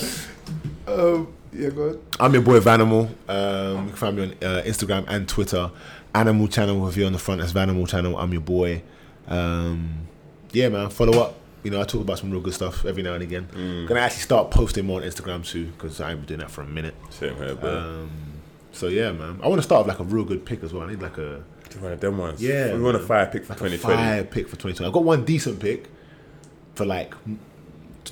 A: Um, yeah, go ahead. I'm your boy Vanimal. Um, you can find me on uh, Instagram and Twitter. Animal Channel with you on the front. That's Vanimal Channel. I'm your boy. Um, yeah, man. Follow up. You know, I talk about some real good stuff every now and again. Gonna actually start posting more on Instagram too because I ain't been doing that for a minute.
D: Same here, bro.
A: So yeah, man. I want to start with like a real good pick as well. I need like a
D: Do you want them ones?
A: yeah,
D: We want a
A: man.
D: fire pick for
A: like a
D: 2020.
A: fire pick for 2020. I got one decent pick for like n-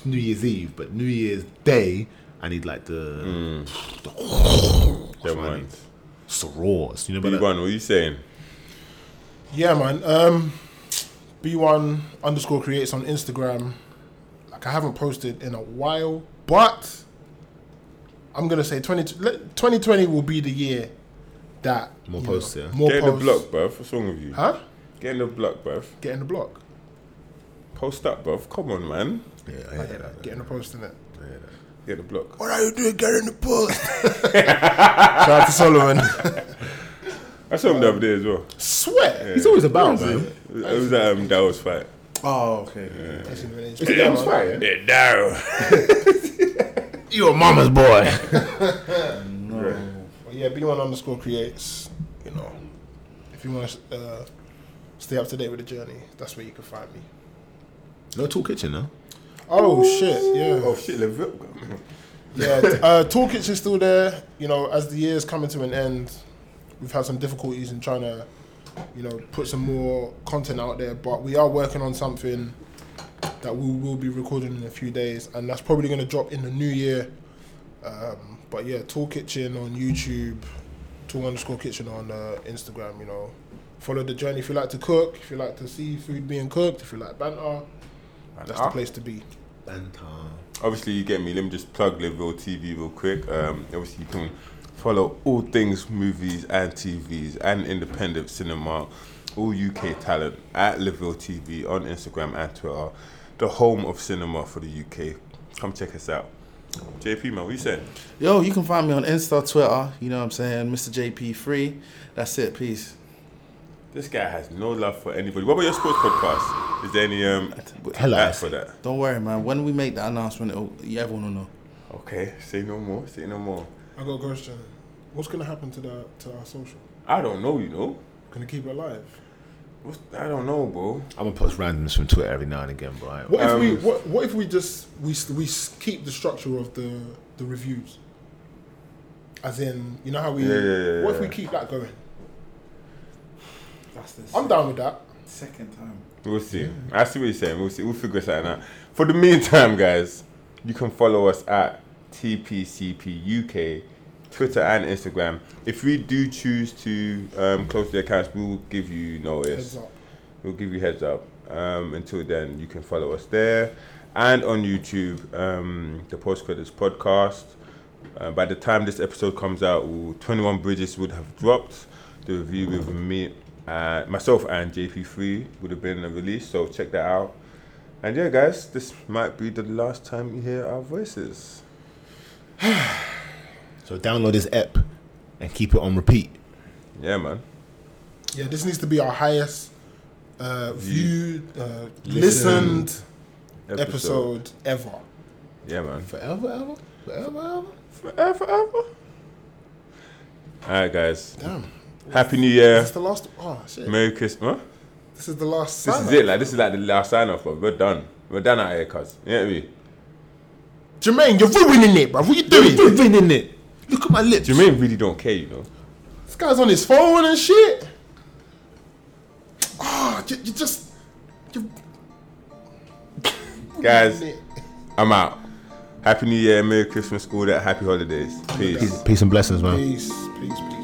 A: New Year's Eve, but New Year's Day, I need like the.
D: Them
A: what I
D: ones.
A: Sorors. You know, but
D: B1, what are you saying?
C: Yeah, man. Um, B1 underscore creates on Instagram. Like I haven't posted in a while, but I'm gonna say 20, let- 2020 will be the year that
A: More
C: you
A: posts, yeah.
C: more
D: Get in the
C: posts.
D: block, bruv. What's wrong with you?
C: huh?
D: Get in the block, bruv.
C: Get in the block.
D: Post up, bruv. Come on, man.
A: yeah, I hear that.
C: Get in the post in it.
D: Get in the block.
C: What are you doing? Get in the post. <laughs>
D: <laughs>
C: Shout out to Solomon.
D: I saw him the other day as well.
C: Sweat.
A: He's always about, man.
D: It was at um, Daryl's fight.
G: oh, okay.
A: Yeah, I'm sorry.
D: Yeah, Daryl.
A: You're a mama's
B: <laughs>
A: boy.
C: But yeah, B1 underscore creates. You know, if you want to uh, stay up to date with the journey, that's where you can find me.
A: no tool kitchen, no.
C: Oh shit! Yeah.
D: Oh shit, Leville.
C: Yeah, t- uh, Toolkit's is still there. You know, as the year's coming to an end, we've had some difficulties in trying to, you know, put some more content out there. But we are working on something that we will be recording in a few days, and that's probably going to drop in the new year. Um, but yeah, Tool Kitchen on YouTube, Tool underscore Kitchen on uh, Instagram. You know, follow the journey if you like to cook, if you like to see food being cooked, if you like banter. That's the
D: Banter.
C: place to be.
A: Banter.
D: <laughs> obviously you get me. Let me just plug Liverpool TV real quick. Um, obviously you can follow all things movies and TVs and independent cinema, all UK talent at Liverpool TV on Instagram and Twitter, the home of cinema for the UK. Come check us out. JP man, what you saying?
G: Yo, you can find me on Insta, Twitter. You know what I'm saying? Mr. JP3. That's it. Peace.
D: This guy has no love for anybody. What about your sports podcast? Is there any um
A: Hello.
D: app for that?
G: Don't worry, man. When we make that announcement, it'll, yeah, everyone will know.
D: Okay, say no more. Say no more.
C: I got a question. What's going to happen to the to our social?
D: I don't know, you know.
C: Going to keep it alive?
D: What's, I don't know, bro.
A: I'm gonna post randoms from Twitter every now and again, bro. I-
C: What if we
D: Um,
C: what, what if we just we s- we s- keep the structure of the the reviews? As in, you know how we.
D: Yeah, yeah, yeah,
C: what if we
D: yeah.
C: keep that going?
G: That's the
C: I'm down with that.
G: second time.
D: We'll see. I see what you're saying. We'll see. We'll figure something out. For the meantime, guys, you can follow us at TPCP UK, Twitter and Instagram. If we do choose to um, close the accounts, we will give you notice.
C: Heads up.
D: We'll give you heads up. Um, until then, you can follow us there and on YouTube, um, the Post Credits Podcast. Uh, by the time this episode comes out, ooh, 21 Bridges would have dropped. The review with me, uh, myself, and JP3 would have been released, so check that out. And yeah, guys, this might be the last time you hear our voices.
A: So download this app and keep it on repeat.
D: Yeah, man.
C: Yeah, this needs to be our highest uh, viewed, uh,
D: Listened.
C: listened episode ever.
D: Yeah, man.
A: Forever, ever, forever, ever.
D: Forever, forever. All right, guys. Damn. Happy New Year.
C: It's the last. Oh shit!
D: Merry Christmas.
C: This is the last.
D: This
C: sign
D: is it, like this is like the last sign off, but we're done. We're done out here, cuz. You know what I mean?
C: Jermaine, you're ruining it, bro. What you doing?
A: in it. Look at my lips.
D: Jermaine really don't care, you know.
C: This guy's on his phone and shit. Ah, you, you just. You,
D: Guys, I'm out. Happy New Year, Merry Christmas, all that happy holidays. Peace.
A: Peace and blessings, man.
C: peace, peace, peace.